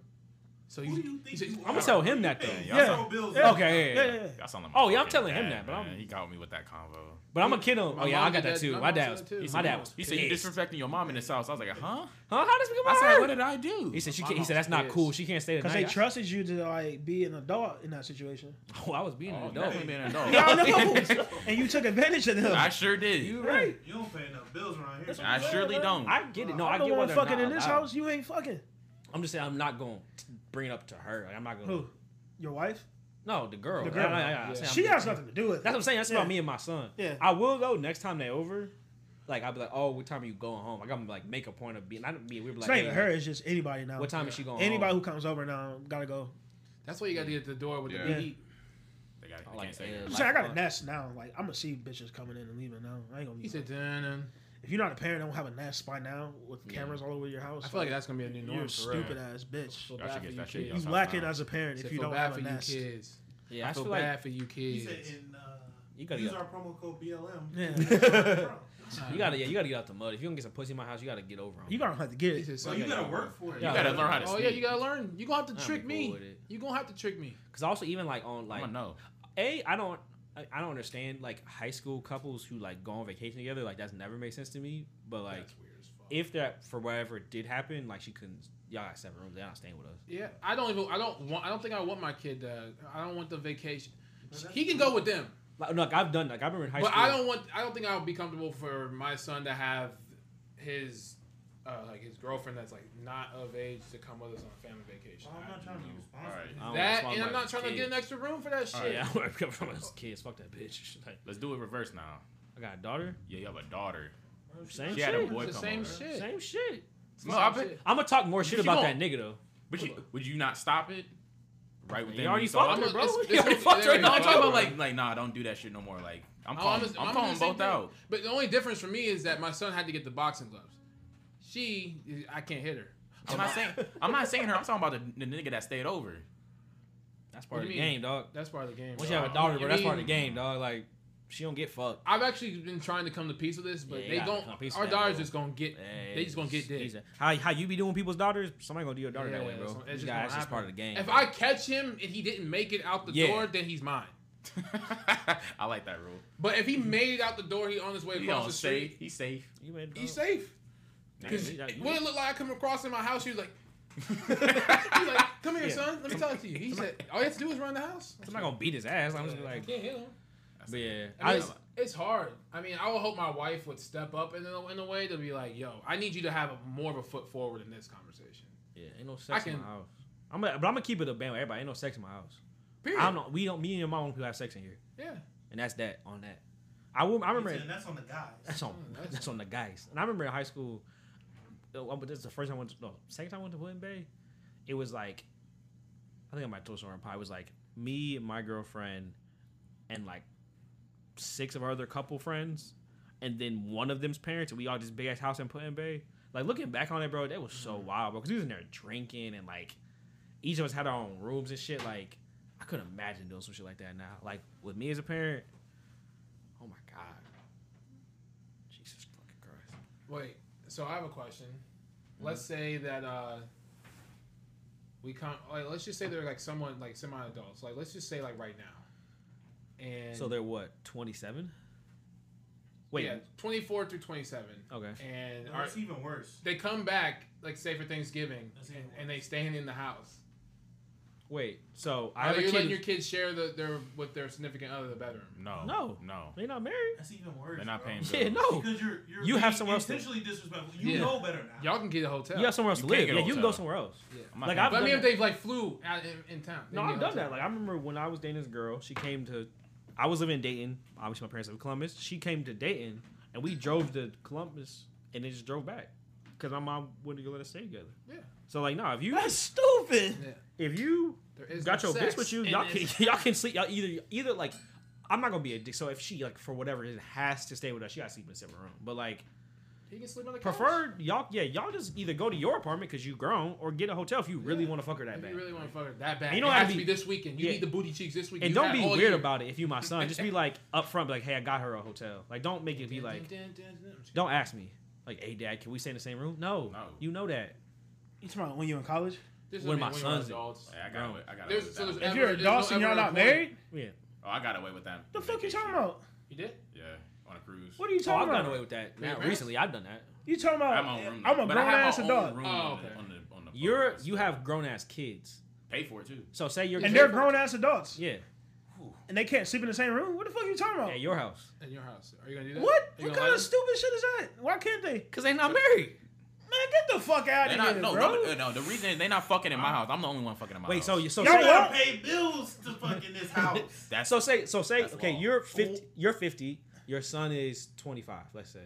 So Who do you think said- you I'm are? gonna tell him that though. Yeah. Y'all Yeah. throw bills Yeah. out. Okay, yeah, Yeah, yeah. yeah, yeah. Y'all sound like Oh, my yeah, I'm fucking telling him dad, that, but man. I'm- He caught me with that convo. But I'm gonna kid him. My oh yeah, I mom got did that that- too. my My mom dad said was. that, too. My He said, dad "You- was. He said, "You pissed. disrespecting your mom in this house." I was like, "Huh?" Huh? How does it become I my said, her? "What did I do?" He said she My can't, he said mom's that's not pissed. cool. She can't stay the Because night. they I- trusted you to like be an adult in that situation. oh, I was being Oh, an adult. definitely being an adult. Y'all know, and you took advantage of them. I sure did. you right. You don't pay enough bills around here. I surely don't. I get it. No, I I'm the get why one they're fucking not in this allowed. house. You ain't fucking I'm just saying I'm not going to bring it up to her. Like, I'm not going. who? to Your wife? No, the girl. The girl. I- I- I- I said I'm She good. has nothing to do with it. That's what I'm saying. That's Yeah. about me and my son. Yeah. I will though. Next time they over, like I'll be like, oh, what time are you going home? Like I'm like make a point of being. I don't mean we were It's like, not hey, even like, her. It's just anybody now. What time is she going? Anybody home? who comes over now gotta go. That's why you got to get at the door with Yeah. the meat. They got. I like I uh, can't say that. that. Say, I got a fuck. nest now. Like I'm gonna see bitches coming in and leaving now. I ain't gonna. He Be said, "Dun, dun." if you're not a parent, don't have a nest by now with Yeah. cameras all over your house. I feel like that's gonna be a new you're norm. a for real. stupid ass bitch. Feel Y'all should bad for get you that shit. kids. You outside lacking now. as a parent Said, if you "Feel don't bad have a for you nest. kids. Yeah, I, I feel feel like bad for you He kids. said, in, uh, you gotta use get, our promo code Yeah. BLM. Yeah. you gotta yeah you gotta get out the mud. If you don't get some pussy in my house, you gotta get over on. You gonna have to get He it. said, So "Son, you gotta work for it. You gotta learn how to Oh yeah, sneak. you gotta learn. You gonna have to I'm trick cool me. with it. You gonna have to trick me. Because also even like on I'm like gonna know. a I don't I, I don't understand like high school couples who like go on vacation together. Like that's never made sense to me. But like That's weird as fuck. if that for whatever did happen, like she couldn't. Y'all got seven rooms. They're not staying with us. Yeah, I don't even. I don't want. I don't think I want my kid to. I don't want the vacation. But that's- He can go with them, Like, look, I've done like I remember in high but school. I don't want. I don't think I would be comfortable for my son to have his uh, like his girlfriend that's like not of age to come with us on a family vacation. Well, Oh, I'm not trying to be responsible. I don't that wanna and I'm spotlight not trying to get kids. an extra room for that shit. Oh, yeah, I want to come from those kids. Fuck that bitch. Like, Let's do it reverse now. I got a daughter. Yeah, you have a daughter. Oh, Same She shit. had a It's boy the come same over. shit. Same shit. It's the No, I same bet- shit. I'm gonna talk more shit But you about gon- that nigga though. But you, would you not stop it? Right within You already when saw fucked it? her, bro. It's- You it's- already fucked her. there No, I'm you go. talking about like, like, nah, don't do that shit no more. Like, I'm Oh, calling, just- I'm, I'm calling doing the same both thing. out. But the only difference for me is that my son had to get the boxing gloves. She, I can't hit her. I'm not saying, I'm not saying her. I'm talking about the, the nigga that stayed over. That's part What of do the you mean? game, dog. That's part of the game. Once you bro. have a daughter, You bro, that's part of mean- the game, dog. Like she don't get fucked. I've actually been trying to come to peace with this, but Yeah, they you gotta don't. come to peace Our with that, daughters bro. just gonna get. They just gonna get dick. Jeez. How how you be doing people's daughters? Somebody gonna do your daughter Yeah, that way, bro. it's- You it's gotta- That's just just, gonna happen. part of the game. If bro. I catch him and he didn't make it out the Yeah. door, then he's mine. I like that rule. But if he made it out the door, he on his way He across on the safe. street. He's safe. you made He's safe. Cause Yeah, you- what it looked like, I come across in my house. She was like, He's like, come here, son. Let me talk to you. He said, all you have to do is run the house. I'm not gonna beat his ass. I'm just I like, can't hit him. but yeah, I mean, I, it's, it's hard. I mean, I would hope my wife would step up in a, in a way to be like, yo, I need you to have a, more of a foot forward in this conversation. yeah, ain't no sex I in can- my house. I'm gonna, but I'm gonna keep it a band with everybody. Ain't no sex in my house. Period. I'm not. We don't. Me and your mom don't have sex in here, Yeah. and that's that on that. I will. I remember. And that's on the guys. That's on. Mm, that's- That's, on the guys. And I remember in high school. uh, um, This is the first time I went. To, no, second time I went to Wilton Bay. It was like, I think I might told someone pie. It was like me, my girlfriend, and like six of our other couple friends, and then one of them's parents. And we all just big ass house in Put in Bay. Like looking back on it, bro, that was Mm. so wild, bro. Because we was in there drinking and like each of us had our own rooms and shit. Like I couldn't imagine doing some shit like that now. Like with me as a parent, oh my god. Jesus fucking Christ. Wait. So I have a question. Mm-hmm. Let's say that uh, we come. Like, let's just say they're like someone like semi-adults. Like, let's just say like right now. And So they're what, 27? Wait. yeah, 24 through 27. Okay. And Or are, it's even worse. they come back like say for Thanksgiving, That's and, even worse. and they staying in the house. Wait. So Are I have you a Oh, letting kid. your kids share the, their with their significant other the bedroom? No. No. No. They not married? That's even worse. They're not bro. paying bills. Yeah, no. Because you're, you're You have being somewhere else to- intentionally disrespectful. You Yeah. know better now. Y'all can get a hotel. You have somewhere else You to live. can't Yeah, get a you can go hotel. somewhere else. I'm not Like, paying I've But I mean, done if they like flew out in, in town. No, they'd I've get done a that. hotel. Like I remember when I was dating this girl, she came to I was living in Dayton. Obviously my parents live in Columbus. She came to Dayton and we drove to Columbus and then just drove back. Because my mom wouldn't let us stay together. Yeah. So like no, if you That's stupid. Yeah. if you There is got no your sex bitch with you, in y'all can, this. y'all can sleep. Y'all either either like, I'm not gonna be a dick. So if she like for whatever reason has to stay with us, she gotta sleep in a separate room. But like He can sleep on the couch. preferred, y'all yeah, y'all just either go to your apartment because you grown or get a hotel if you really Yeah. want to fuck her that If bad. you really want to fuck her that bad, And you you don't don't it have has to to be be- this weekend. You yeah. need the booty cheeks this weekend. and You don't got be all weird year. about it. If you my son, just be like upfront, be like, hey, I got her a hotel. Like, don't make it be like, Dun, dun, dun, dun. don't ask me. Like, hey, dad, can we stay in the same room? No, No. you know that. Oh, You talking about when you in college? This is Where what I my mean, when you're son's at. adults. Hey, I got away. I got away There's- with so that. there's- one. If you're there's no adults and y'all ever a not point. married, Yeah. Oh, I got away with that. the on fuck you vacation. talking about? You did? Yeah, on a cruise. What are you Oh, I've talking done away about? with that. Your Now, parents? recently, I've done that. You talking about? I I'm, have my own room. a but I grown have my ass own adult, Room Oh, on the- okay. on the- on the You're boat. you have grown ass kids. pay for it too. So say you're and they're grown ass adults, Yeah, and they can't sleep in the same room. What the fuck are you talking about? at your house. In your house. Are you going to do that? What? You What gonna kind let of stupid shit is that? Why can't they? Man, Cause they not married. get the fuck out They of not, here, no, bro. no, no, the reason is they not fucking in my house. I'm the only one fucking in my Wait, house. so you so Y'all You say, want- gotta pay bills to fucking this house. that's so say so say That's okay, law. you're fifty. You're fifty. Your son is twenty five. Let's say,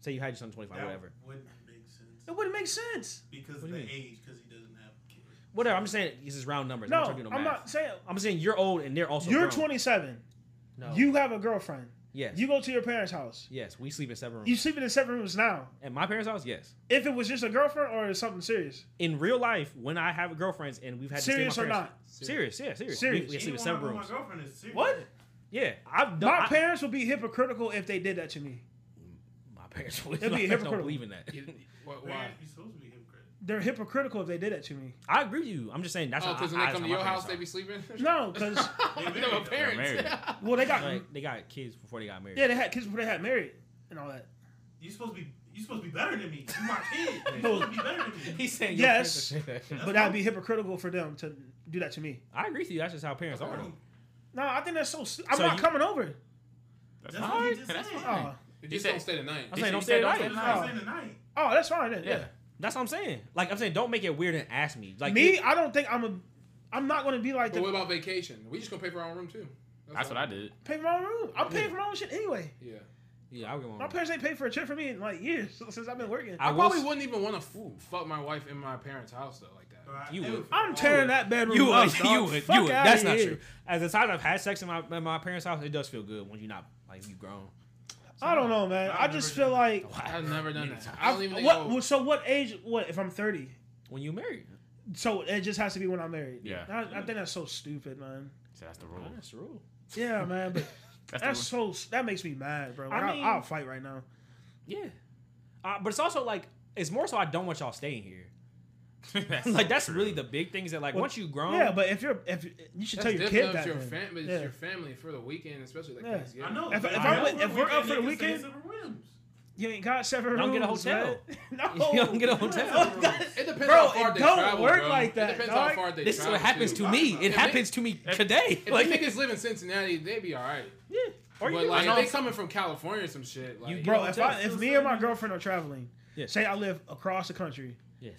say you had your son twenty five. That Whatever. Wouldn't make sense It wouldn't make sense. because What of do the you mean? age, because he doesn't have kids. Whatever. I'm just saying this is round numbers. No, I'm not trying to do I'm math. not saying. I'm saying you're old and they're also. You're grown. 27. No. You have a girlfriend. Yes. You go to your parents' house. Yes. We sleep in separate rooms. You sleep in the separate rooms now. At my parents' house, yes. If it was just a girlfriend or something serious, In real life, when I have girlfriends and we've had to stay at my serious or parents- not, serious, yeah, serious. Serious. We, we sleep in Anyone separate with rooms. My girlfriend is serious. what? Yeah, I've done. My I- parents would be hypocritical if they did that to me. my parents would. It'd be my parents don't hypocritical. believe in that. You, what, why? Oh, Why? You're supposed to be a hypocrite. They're hypocritical if they did that to me. I agree with you. I'm just saying that's Oh, how because I- when they that's come how to my your house, parents are. they be sleeping? No, because They They're married, though. parents. well, they got Like, they got kids before they got married. yeah, they had kids before they had married and all that. You're supposed to be. You're supposed to be better than me. You're my kid. You're supposed to be better than me. He's saying your Yes. parents That's But why- that'd be hypocritical for them to do that to me. I agree with you. That's just how parents are. though. No, I think that's so. stu- I'm So not you- coming over. that's That's fine. what he just That's said. fine. Oh, You just said- don't stay the night. I'm saying don't you stay said tonight. don't I'm stay not Oh. saying tonight. oh, that's fine then. Yeah. Yeah. That's what I'm saying. Like I'm saying, don't make it weird and ask me. Like me, it- I don't think I'm a. I'm not gonna be like But the what about vacation? We just going to pay for our own room, too. That's what I did. pay for my own room. I'm paying for my own shit anyway. Yeah. yeah, I'll get one. My parents ain't paid for a shit for me in like years since I've been working. I I will probably s- wouldn't even want to fuck my wife in my parents' house, though, like that. Bro, I- You it would. was- I'm tearing that bedroom. You up, would, dog. you would, Fuck you would. outta That's not here. true. As the time I've had sex in my in my parents' house, it does feel good when you're not like you grown. I don't know, man. I I've just never feel like I've never done that. I I don't even think oh, I what, would- well, so. What age? What if I'm 30? When you married, So it just has to be when I'm married. Yeah. I, I think that's so stupid, man. So that's the rule. that's the rule. Yeah, man. But That's, that's the so. That makes me mad, bro. Like, I I mean- will I'll fight right now. Yeah, uh, but it's also like it's more so I don't want y'all staying here. rule. that's like so that's true. really the big thing is that like Well, once you grown, yeah, but if you're if you should That's tell your different kid though, that. it's your then. fam- but Yeah. it's your family for the weekend, especially like Yeah. Thanksgiving. I know. If- but if I I know went- for if we're up for the they can stay weekend- separate rooms. You ain't got seven Don't rooms. get a hotel. man. no, You don't get a hotel. It depends Bro, how far it they don't travel, work bro. like that, It depends dog. how far they This is travel. what happens to me. If It they- happens to me today. If Like the niggas live in Cincinnati, they be all right. Or you But can- like, know if they I'm- coming from California or some shit, like, You- bro, if, hotel. I, if me and my girlfriend are traveling, Yeah. say I live across the country, yes.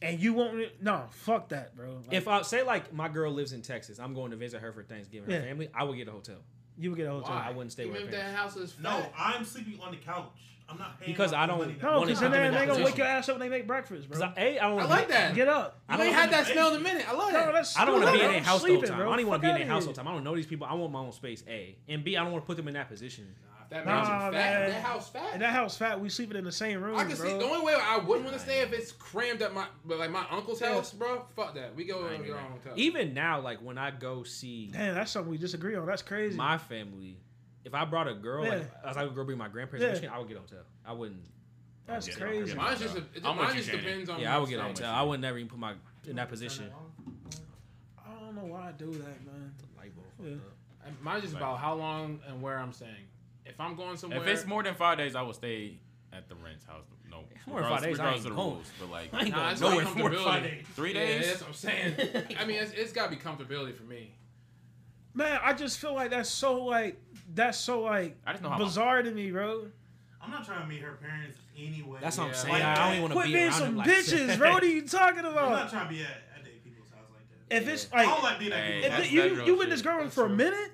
and you won't, re- no, fuck that, bro. Like, If I say like my girl lives in Texas, I'm going to visit her for Thanksgiving, her Yeah. family. I would get a hotel you would get a hotel, why? I wouldn't stay Even with if my that house is No, fat. I'm sleeping on the couch. I'm not paying Because my I don't- money no, wanna because then put them in they, that they gonna wake position. your ass up when they make breakfast, because bro. I, a, I don't I want. like that. get up. I I don't ain't wanna- had that smell in a minute. I No, love that. that's I don't want to be in stupid. their I'm house all the sleeping, time. bro. I don't Fuck want to be in outta their house here. all the time. I don't know these people. I want my own space. A and B. I don't want to put them in that position. If that Nah, man's fat, man. that house fat. And that house fat, we sleeping in the same room, I can bro. see the only way I wouldn't want to stay if it's crammed at my but like my uncle's Yeah. house, bro. Fuck that. We go I and ain't get our doing own hotel. Even now, like when I go see Damn, that's something we disagree on. That's crazy. my family, if I brought a girl, like, Yeah. as I would go bring my grandparents, Yeah. in Michigan, I would get a hotel. I wouldn't. that's Yeah. crazy. Yeah. mine's just a, it, I'm with mine you, just Shannon. depends on Yeah, I would get a myself. hotel. I would never even put my in that position. I don't know why I do that, man. Light bulb fucked Yeah. up. And Mine's just about how long and where I'm staying. If I'm going somewhere, If it's more than five days, I will stay at the rent's house. No, more than five days, I regardless ain't of the going. rules, but like I ain't nah, going it's no, about it's more comfortability. fun. Three Yeah, days? that's what I'm saying. I mean, it's, it's got to be comfortability for me. Man, I just feel like that's so like that's so like I just know how my- bizarre to me, bro. I'm not trying to meet her parents anyway. That's what I'm Yeah. saying. I don't even want to Quit be being around some them, like, bitches, bro. What are you talking I'm not about? trying to be at, at their people's house like that. If it's I like don't like being at Hey, people's if Oh that's- house. it- you real you with shit. this girl That's for a true. minute,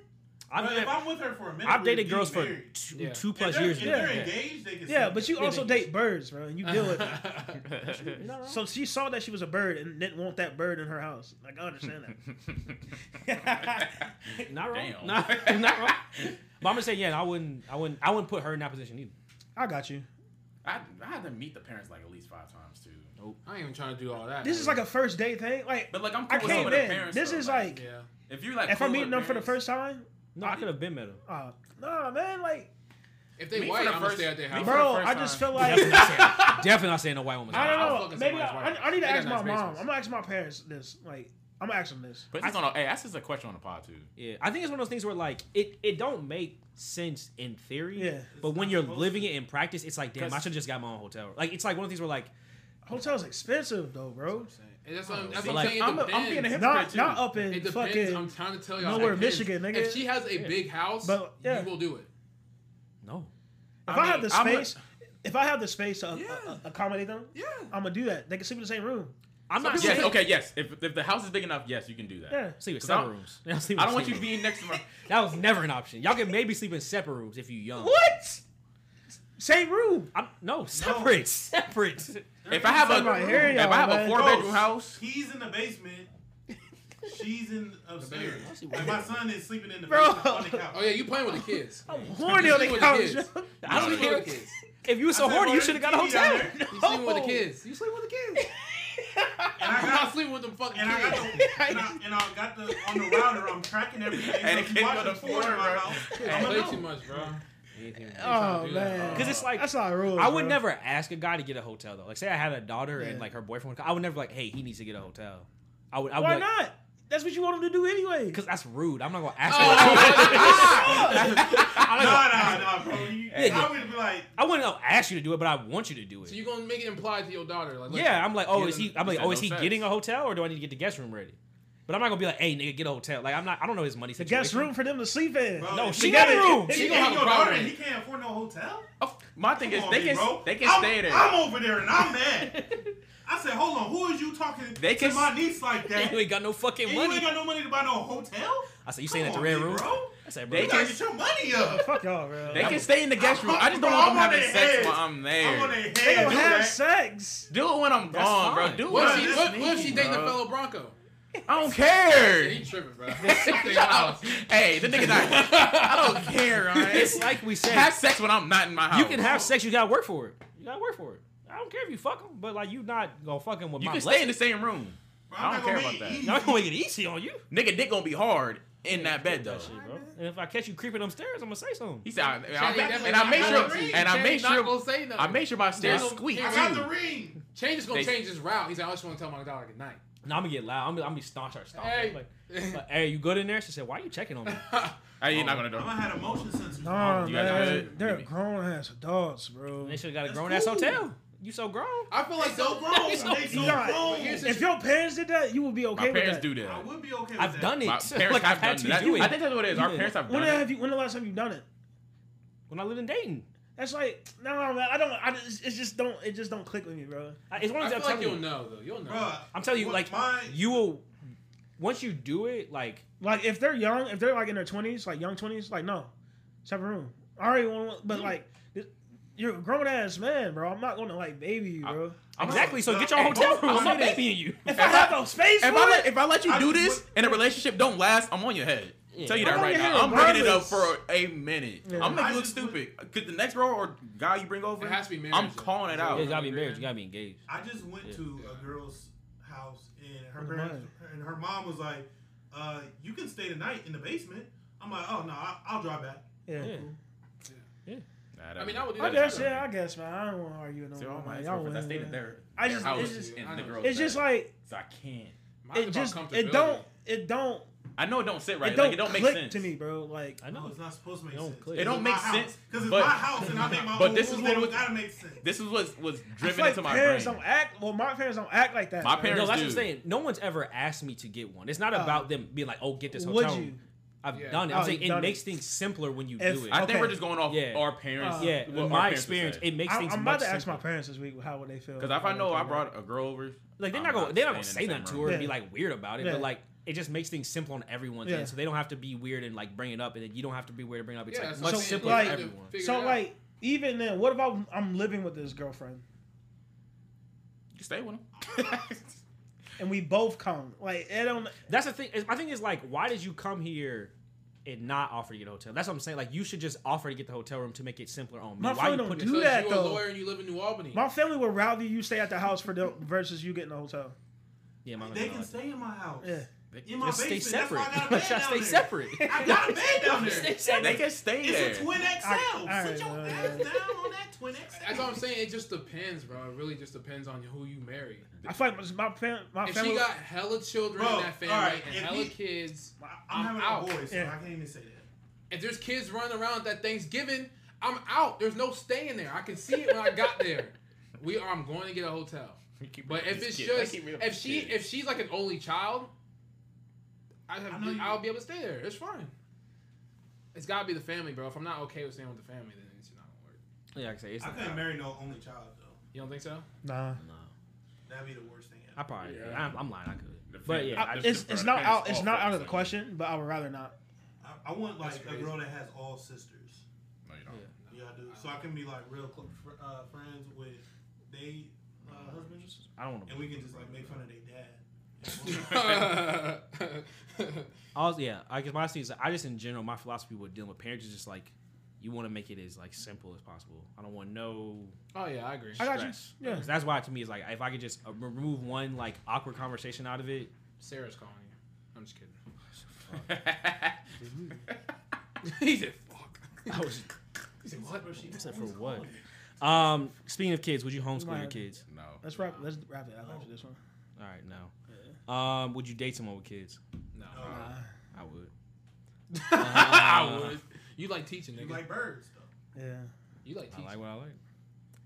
I've, Bro, if never- I'm with her for a minute, I've we're dated getting girls for married. two, Yeah. two If plus they're- years. If now. they're Yeah. engaged, they can. yeah, see but it. you also date birds, bro, and you deal with. it. So So she saw that she was a bird and didn't want that bird in her house. Like I understand that. not wrong. Damn. Not, not wrong. But I'm gonna say yeah. I wouldn't. I wouldn't. I wouldn't put her in that position either. I got you. I, I had to meet the parents like at least five times too. I ain't even trying to do all that. This is man. like a first date thing. Like But like I'm I cool with some came of the in. parents. This though, is like yeah. if you like if cool I'm with meeting them for the parents- first time. No, I could have been met her. Uh, nah, man, like, If they Me white, for the I'm gonna first- stay at their me house. for bro, the first I just time. feel like Definitely not saying- Definitely not saying a white woman's I house. I'll don't know. fucking Maybe somebody's I, wife. I, I need They to got ask my nice basements. mom. I'm gonna ask my parents this. Like, I'm gonna ask them this. But it's on. A, hey, that's just a question on the pod too. Yeah, I think it's one of those things where like it, it don't make sense in theory. Yeah. But It's when not you're supposed living it in practice, it's like damn, I 'Cause- should have just got my own hotel. Like it's like one of those things where like Hotel's expensive though, bro. And that's what I'm, that's see, what I'm like, saying. It I'm, a, I'm depends. being a hypocrite It not, too. not up in depends. I'm fucking. trying to tell y'all. nowhere it in depends. Michigan, nigga. If she has a big house, But, yeah. you will do it. no, If I, I have mean, the I'm a- space, if I have the space to uh, Yeah. uh, accommodate them, Yeah. I'm gonna do that. They can sleep in the same room. I'm not Yes. saying Okay. Yes. If, if the house is big enough, yes, you can do that. Yeah. sleep in 'Cause I- separate rooms. Yeah, sleep in I don't want you separate rooms. being next to my. That was never an option. Y'all can maybe sleep in separate rooms if you young. What? Same room. I'm, no, separate, separate. If I have I'm a not hearing if y'all, I have man. a four bedroom house, He's in the basement. She's in upstairs. The basement. And my son is sleeping in the Bro. basement on the couch. Oh yeah, you playing with the kids. I'm horny on the sleep with couch. the kids. yo. I don't You sleep even. with the kids. If you were so I said, horny, "Bro, you there's should have got a a TV down hotel. there." You sleeping with the No. kids. You sleep with the kids. And I I'm not got sleeping with them fucking and I got kids. the and I, and I got the on the router. I'm tracking everything. And so it if you can't go watching to porn in porn, my bro. house, I I'ma play know. too much, bro. Oh do that. uh. man, Because it's like that's not rules. I would bro. never ask a guy to get a hotel though. Like say I had a daughter Oh, Yeah. and like her boyfriend, would- I would never like, hey, he needs to get a hotel. I would. I would Why like, not? That's what you want them to do anyway. Because that's rude. I'm not gonna ask. Nah, nah, nah, bro. You, Yeah. I would be like, I wouldn't uh, ask you to do it, but I want you to do it. So you gonna make it implied to your daughter? Like, yeah, I'm like, oh, you is he? done- I'm you like, said oh, is no he sex. getting a hotel, or do I need to get the guest room ready? But I'm not gonna be like, hey, nigga, get a hotel. Like I'm not. I don't know his money The situation. guest room for them to sleep in. Bro, No, if she you got got a room. She She you gonna have a gonna your problem daughter with and it. he can't afford no hotel. oh, my thing Come is on, they can bro. they can I'm, stay there. I'm over there and I'm mad. I said, hold on, who is you talking They to can- my niece like that? you ain't got no fucking And you money. ain't got no money to buy no hotel? I said, you staying at the Come red on, room? Bro. I said, bro, They You gotta can- get your money up. Fuck y'all, bro. they can stay in the guest room. I just don't Bro, want them I'm on having their sex head. while I'm I'm on there. their head. They don't do have that. sex. Do it when I'm That's gone, fine. bro. Do it. What Bro, if she, this what, what if she dating a bro. fellow Bronco? I don't He care. tripping, bro. hey, the nigga not. I don't care. All right? it's like we said. have sex when I'm not in my house. You can have sex. You gotta work for it. You gotta work for it. I don't care if you fuck him, but like you not gonna fuck him with You my can blessing. stay in the same room. Bro, I I'm don't not care gonna about be that. easy. Y'all gonna make it easy on you, Nigga, dick gonna be hard in that bed though. Shit, bro. And if I catch you creeping upstairs, I'm gonna say something. He said, I- I- Shane, I- definitely and I not made gonna sure, agree. and I Shane made not sure, gonna say nothing. I made sure my stairs There's no- squeaked I there's too. got the ring. Change is gonna They- change his route. He's like, I just want to tell my dog good night. Now I'm gonna get loud. I'm gonna, I'm gonna staunch her. Stomp Hey. hey. Like, like, hey, you good in there? She said, Why are you checking on me? I ain't not gonna do. I'm it. gonna have emotion sensors. No, on. you guys man, good? they're Maybe. grown ass adults, bro. And they should have got a That's grown ass cool. hotel. You so grown. I feel like So though, grown. bro. They so He's not- grown. Here's the If your parents did that, you would be okay My with parents that. do I that. would be okay with I've that. done it. My parents like, I've have had done to that. do it. I think that's what it is. Our Yeah. parents have When done the it. have you? When the last time you done it? when I lived in Dayton, That's like no, man. I don't. I just, it just don't. It just don't click with me, bro. I, it's one I of feel those. like Like you'll you, know though. You'll know. Bruh, I'm telling you, what like my, you will. Once you do it, like Like if they're young, if they're like in their twenties, like young twenties, like no, separate room. I already want, but like this- you're a grown ass man, bro. I'm not gonna like baby you, bro. I'm exactly. So no, get your hey, hotel both- room. I'm I'm not saying- babying you. if I, have no space for If I, let, it, if I let you I do just this would- and a relationship don't last, I'm on your head. Tell you that I'm on right your now. head I'm bringing it up regardless. for a minute. Yeah. I'm I making you look just would- stupid. Could the next girl or guy you bring over, It has to be marriage. I'm though. calling it Yeah, out. you Oh, gotta be married. You gotta be engaged. I just went Yeah. to a girl's house and her What the parents, and her mom was like, uh, "You can stay tonight in the basement." I'm like, "Oh no, I, I'll drive back." yeah. Yeah. I mean, I would do I that. guess yeah, I guess man. I don't want to argue no See, all more. my man. Y'all ex-girlfriends, I win, stayed man. in their, I their just- house it's just- in I the know. girls' It's just like so I can't. Mine's it about just comfortability. it don't it don't I know it don't sit right. it don't like, it don't click make sense to me, bro. Like I No, know. it's not supposed to make It don't sense. click. It don't make sense, because it's but- my house and I make my but own this is rules. literally- It gotta make sense. This is what was I driven feel like into my parents brain. don't act. Well, my parents don't act like that. My bro. parents- No, that's what I'm do. saying. No one's ever asked me to get one. It's not Oh. about them being like, "Oh, get this hotel." Would room. you? I've Yeah. done it. Oh, I'm saying you've done it makes it. things simpler when you If- do it. I think we're Okay. just going off Yeah. our parents. Uh, yeah, what in our my parents would experience, say. it makes I, things I'm much about to ask my simpler. parents this week how would they feel. Because if I know I brought a girl over, Like they're I'm not gonna they're not gonna say staying in nothing the to same her room. and be Yeah. like weird about it, Yeah. but like it just makes things simple on everyone's Yeah. end. So they don't have to be weird and like bring it up, and then you don't have to be weird and bring it up. It's Yeah, like that's much what I'm So, simpler saying. like- for You have to everyone. figure it So out. like even then, what about I'm living with this girlfriend You stay with them. and we both come? Like it don't. That's the thing. is- My thing is like, why did you come here and not offer to get a hotel? That's what I'm saying. Like you should just offer to get the hotel room to make it simpler on me. My why phone you don't put do Because that, you're though. a lawyer and you live in New Albany. My family would rather you stay at the house for them versus you getting a hotel. Yeah, my They they can stay in my house. Yeah. In my Just stay basement. separate. That's why I Just got a stay bed down there. separate. I got a bed down there. Stay separate. They can stay there. It's a twin XL. All right, Sit all your right, ass all down on that twin That's XL. what I'm saying. It just depends, bro. It really just depends on who you marry. I feel like my, my, fam- my If family. she got hella children Bro, in that family alright, and if hella he- kids, I'm I'm having out. a boy, so Yeah. I can't even say that. if there's kids running around at that Thanksgiving, I'm out. There's no staying there. I can see it when I got there. We are. I'm going to get a hotel. But if it's just if she if she's like an only child, I have, I know you- I'll be able to stay there. It's fine. It's gotta be the family, bro. If I'm not okay with staying with the family, then it's not gonna work. Yeah, like I say it's I not- couldn't marry no only child though. You don't think so? nah, That'd be the worst thing I ever. probably Yeah. I'm, I'm lying. I could. The But fam- yeah, I- I, the- it's the it's not out. parents It's all not feel out of the the same. question, but I would rather not. I, I want like That's a girl crazy. that has all sisters. No, you don't. Yeah, I do. So I can be like real close fr- uh, friends with they uh, husbands, I don't want to. and we can just like make fun of their dad. I was, yeah, I guess my thing is I just in general my philosophy with dealing with parents is just like you want to make it as like simple as possible. I don't want no. oh yeah, I agree. I got you. Stress. Yeah. That's why to me is like if I could just uh, remove one like awkward conversation out of it. Sarah's calling you. I'm just kidding. he said, "Fuck." I was, He said, "What?" except for what? Um, speaking of kids, would you homeschool your Right. kids? no. Let's wrap. Let's wrap it up after this one. All right, no. Um, would you date someone with kids? No, Oh. Uh, I would. I would. You like teaching, you nigga. like birds though. Yeah. you like I teaching. like what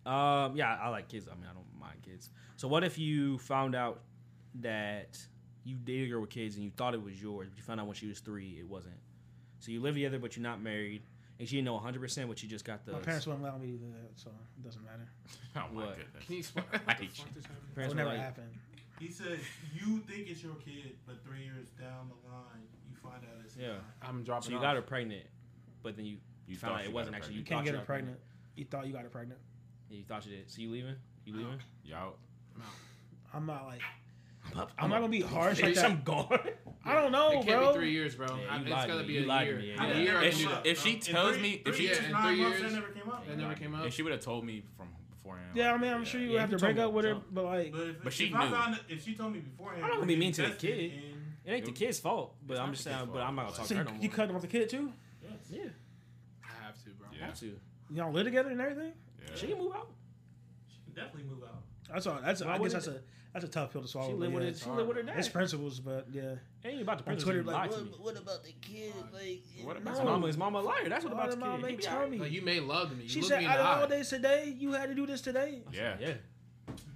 I like. Um, yeah, I like kids. I mean, I don't mind kids. So, what if you found out that you dated a girl with kids and you thought it was yours, but you found out when she was three it wasn't? So you live together, but you're not married, and she didn't know 100, percent but you just got the My parents wouldn't allow me to do that, so it doesn't matter. Oh my What? goodness. Can you explain? What I the hate fuck you. just happened? It parents would were never like, happen. He said you think it's your kid, but three years down the line, you find out it's Yeah. not. I'm dropping. so you off. got her pregnant, but then you You found thought out she it got wasn't her actually you. You can't thought get she her got pregnant. pregnant. You thought you got her pregnant. Yeah, you thought she did. So you leaving? You leaving? You out? I'm not like. I'm, I'm not gonna be harsh like Bitch, that. I'm gone. I don't know, It can't be bro. three years, bro. Yeah, I, you it's lied to gotta me. be You a lied to year. me. A Yeah. I year. never I If came she- knew up, that. if she bro. In tells three- me- if three she- years, Yeah, in nine three months, years, that never came out. that never came out. If she would have told me from beforehand. Yeah, I like, mean, I'm sure you Yeah, would you have to told break me, up with her, John. but like, But, if, But she if I knew. found it- if she told me beforehand, I'm not gonna we be mean to the invested kid. in- It ain't the kid's fault, but It's I'm not just the kid's saying. But fault. I'm not gonna talk so to her you, no more. you cut them off the kid too? Yes. Yeah, I have to, bro. Yeah. have to. Y'all live together and everything? Yeah. She can move out. She can definitely move out. That's all. That's Why I guess wouldn't that's a that's a tough pill to swallow. She but live with yeah. it. She live with her dad. It's principles, but yeah. Ain't you about to On prison? Twitter, you like, lied to me. What about the kid? Like, What about His mama is mama a liar. That's what Why about did mom the kid. He make be all right. Tommy? Like you may love me. You she look said, me in "Out the of all eye. days today, you had to do this today." Yeah. Yeah.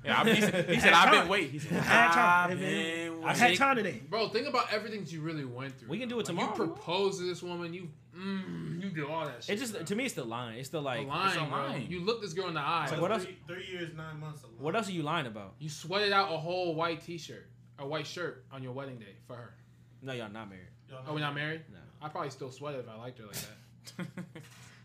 Yeah, I mean, he said, he Had said I've time. been waiting. He said, Had time. I've been I waiting. had time today. Bro, think about everything you really went through. We can do bro. it Like, tomorrow. You propose to this woman. You mm, you do all that shit. It just bro. to me, it's the line. It's the like. You're lying, it's a bro. line. You look this girl in the eye. like, what else- Three, three years, nine months. Alone. What else are you lying about? You sweated out a whole white T-shirt, a white shirt on your wedding day for her. No, y'all not married. Y'all know- Oh, we're not married. No. I probably still sweat if I liked her like that.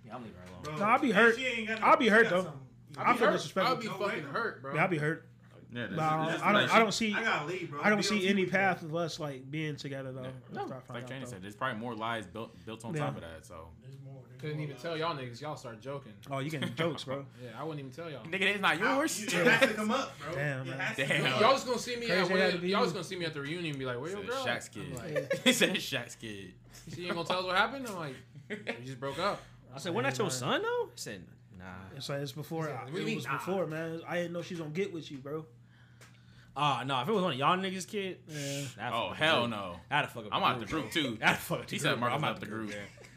Yeah, I'm leaving her alone. Bro, Nah, I'll be if hurt. she ain't got I'll be she hurt, got though. something, you I'll know. be hurt. I'll be disrespectful. fucking hurt, bro. Man, I'll be hurt. Yeah, that's, But uh, I don't, that's I don't, like- I don't see. I gotta leave, bro. I don't Be on see TV, any bro. path of us like being together though. No. after I find it's Like out, Kenny though. said, there's probably more lies built built on Yeah. top of that. So There's more, there's Couldn't more even lies. tell y'all niggas. Y'all start joking. Oh, you getting jokes, bro? Yeah, I wouldn't even tell y'all. nigga, it's not Out. yours. You- It has to come up, bro. Damn, It man. has to Damn. come up. Y'all just gonna see me. Crazy At, had to wed- be y'all you. just gonna see me at the reunion and be like, "Where your Said girl?" Shaq's I'm kid. like, It said Shaq's kid. she ain't gonna tell us what happened. I'm like, "We just broke up." I said, "When that's your son though?" He said, "Nah." It's like it's before. Yeah, I- what do you it mean, was nah? before, man. I didn't know she's gonna get with you, bro. Ah, no. If it was one of y'all niggas' kid, Yeah. that'd fuck Oh up hell group. no. I'd have fuck up. I'm out the group. group too. I'd fuck up. the He said group, bro. Mark's I'm out the group.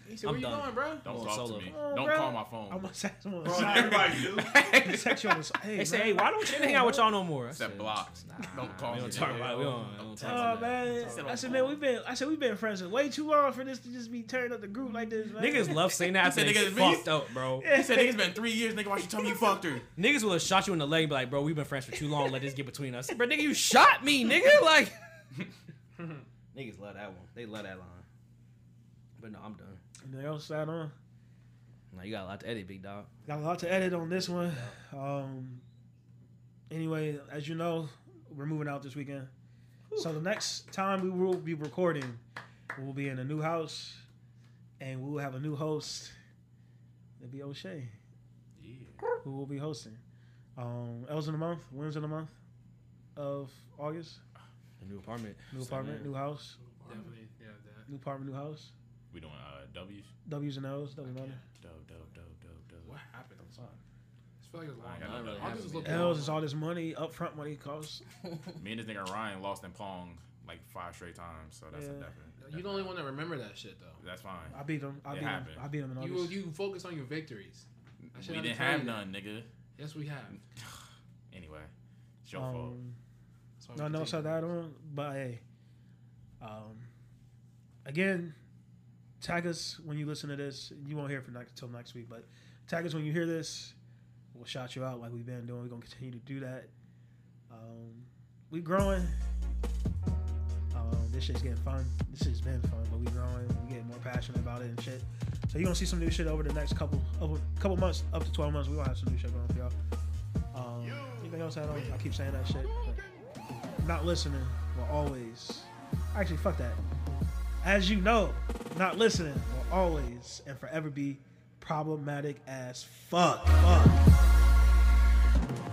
He said, I'm "Where you done. going, bro?" Don't Going talk solo. to me. Oh, Don't bro. call my I'm phone. a sex- I'm Bro, a everybody do. sexual. as- Hey, They say, man. "Hey, why don't you hang out with y'all no more?" I Except said, blocks. Don't call We me. don't talk about it. We don't, we don't talk Oh about that. man, Said I I'm said, cool. man, we've been, I said we've been friends way too long for this to just be turning up the group like this, man. Niggas love saying that after He they said niggas be- fucked up, bro. He said nigga's been three years. Nigga, why you tell me you fucked her? Niggas will have shot you in the leg, and be like, bro, we've been friends for too long. Let this get between us, bro. Nigga, you shot me, nigga. Like, niggas love that one. They love that line. But no, I'm done. And they all sat on. No, you got a lot to edit, big dog. Got a lot to edit on this one. Um. Anyway, as you know, we're moving out this weekend. So the next time we will be recording, we'll be in a new house, and we will have a new host. It'll be O'Shea, who will be hosting. Um, L's in the month, wins in the month of August. A new apartment. New apartment, new house, Definitely, yeah, that. new apartment, new house. We doing uh, W's. W's and O's doesn't matter. Dope, dope, dope, dope, dope. What happened? I'm sorry. I just feel like it was I ain't got long. nothing I'll happened, just man. look L's long. is all this money, upfront money costs. Me and this nigga Ryan lost in Pong like five straight times, so that's Yeah. a definite. You the only one that remember that shit though. That's fine. I beat them. I It beat them. happened. I beat them in You August. you focus on your victories. I should We have didn't told you have that. none, nigga. Yes, we have. Anyway, it's your fault. Um, That's why we no, no, continue. so that on. But hey, um, again, tag us when you listen to this. You won't hear from next till next week, but tag us when you hear this. We'll shout you out like we've been doing. We're gonna continue to do that. Um, we growing. Um, this shit's getting fun. This shit's been fun, but we growing. We getting more passionate about it and shit. So you're gonna see some new shit over the next couple over couple months, up to 12 months. We gonna have some new shit going for y'all. Um, anything else I don't? I keep saying that shit. but not listening will always. Actually, fuck that. As you know, not listening will always and forever be problematic as fuck. Fuck.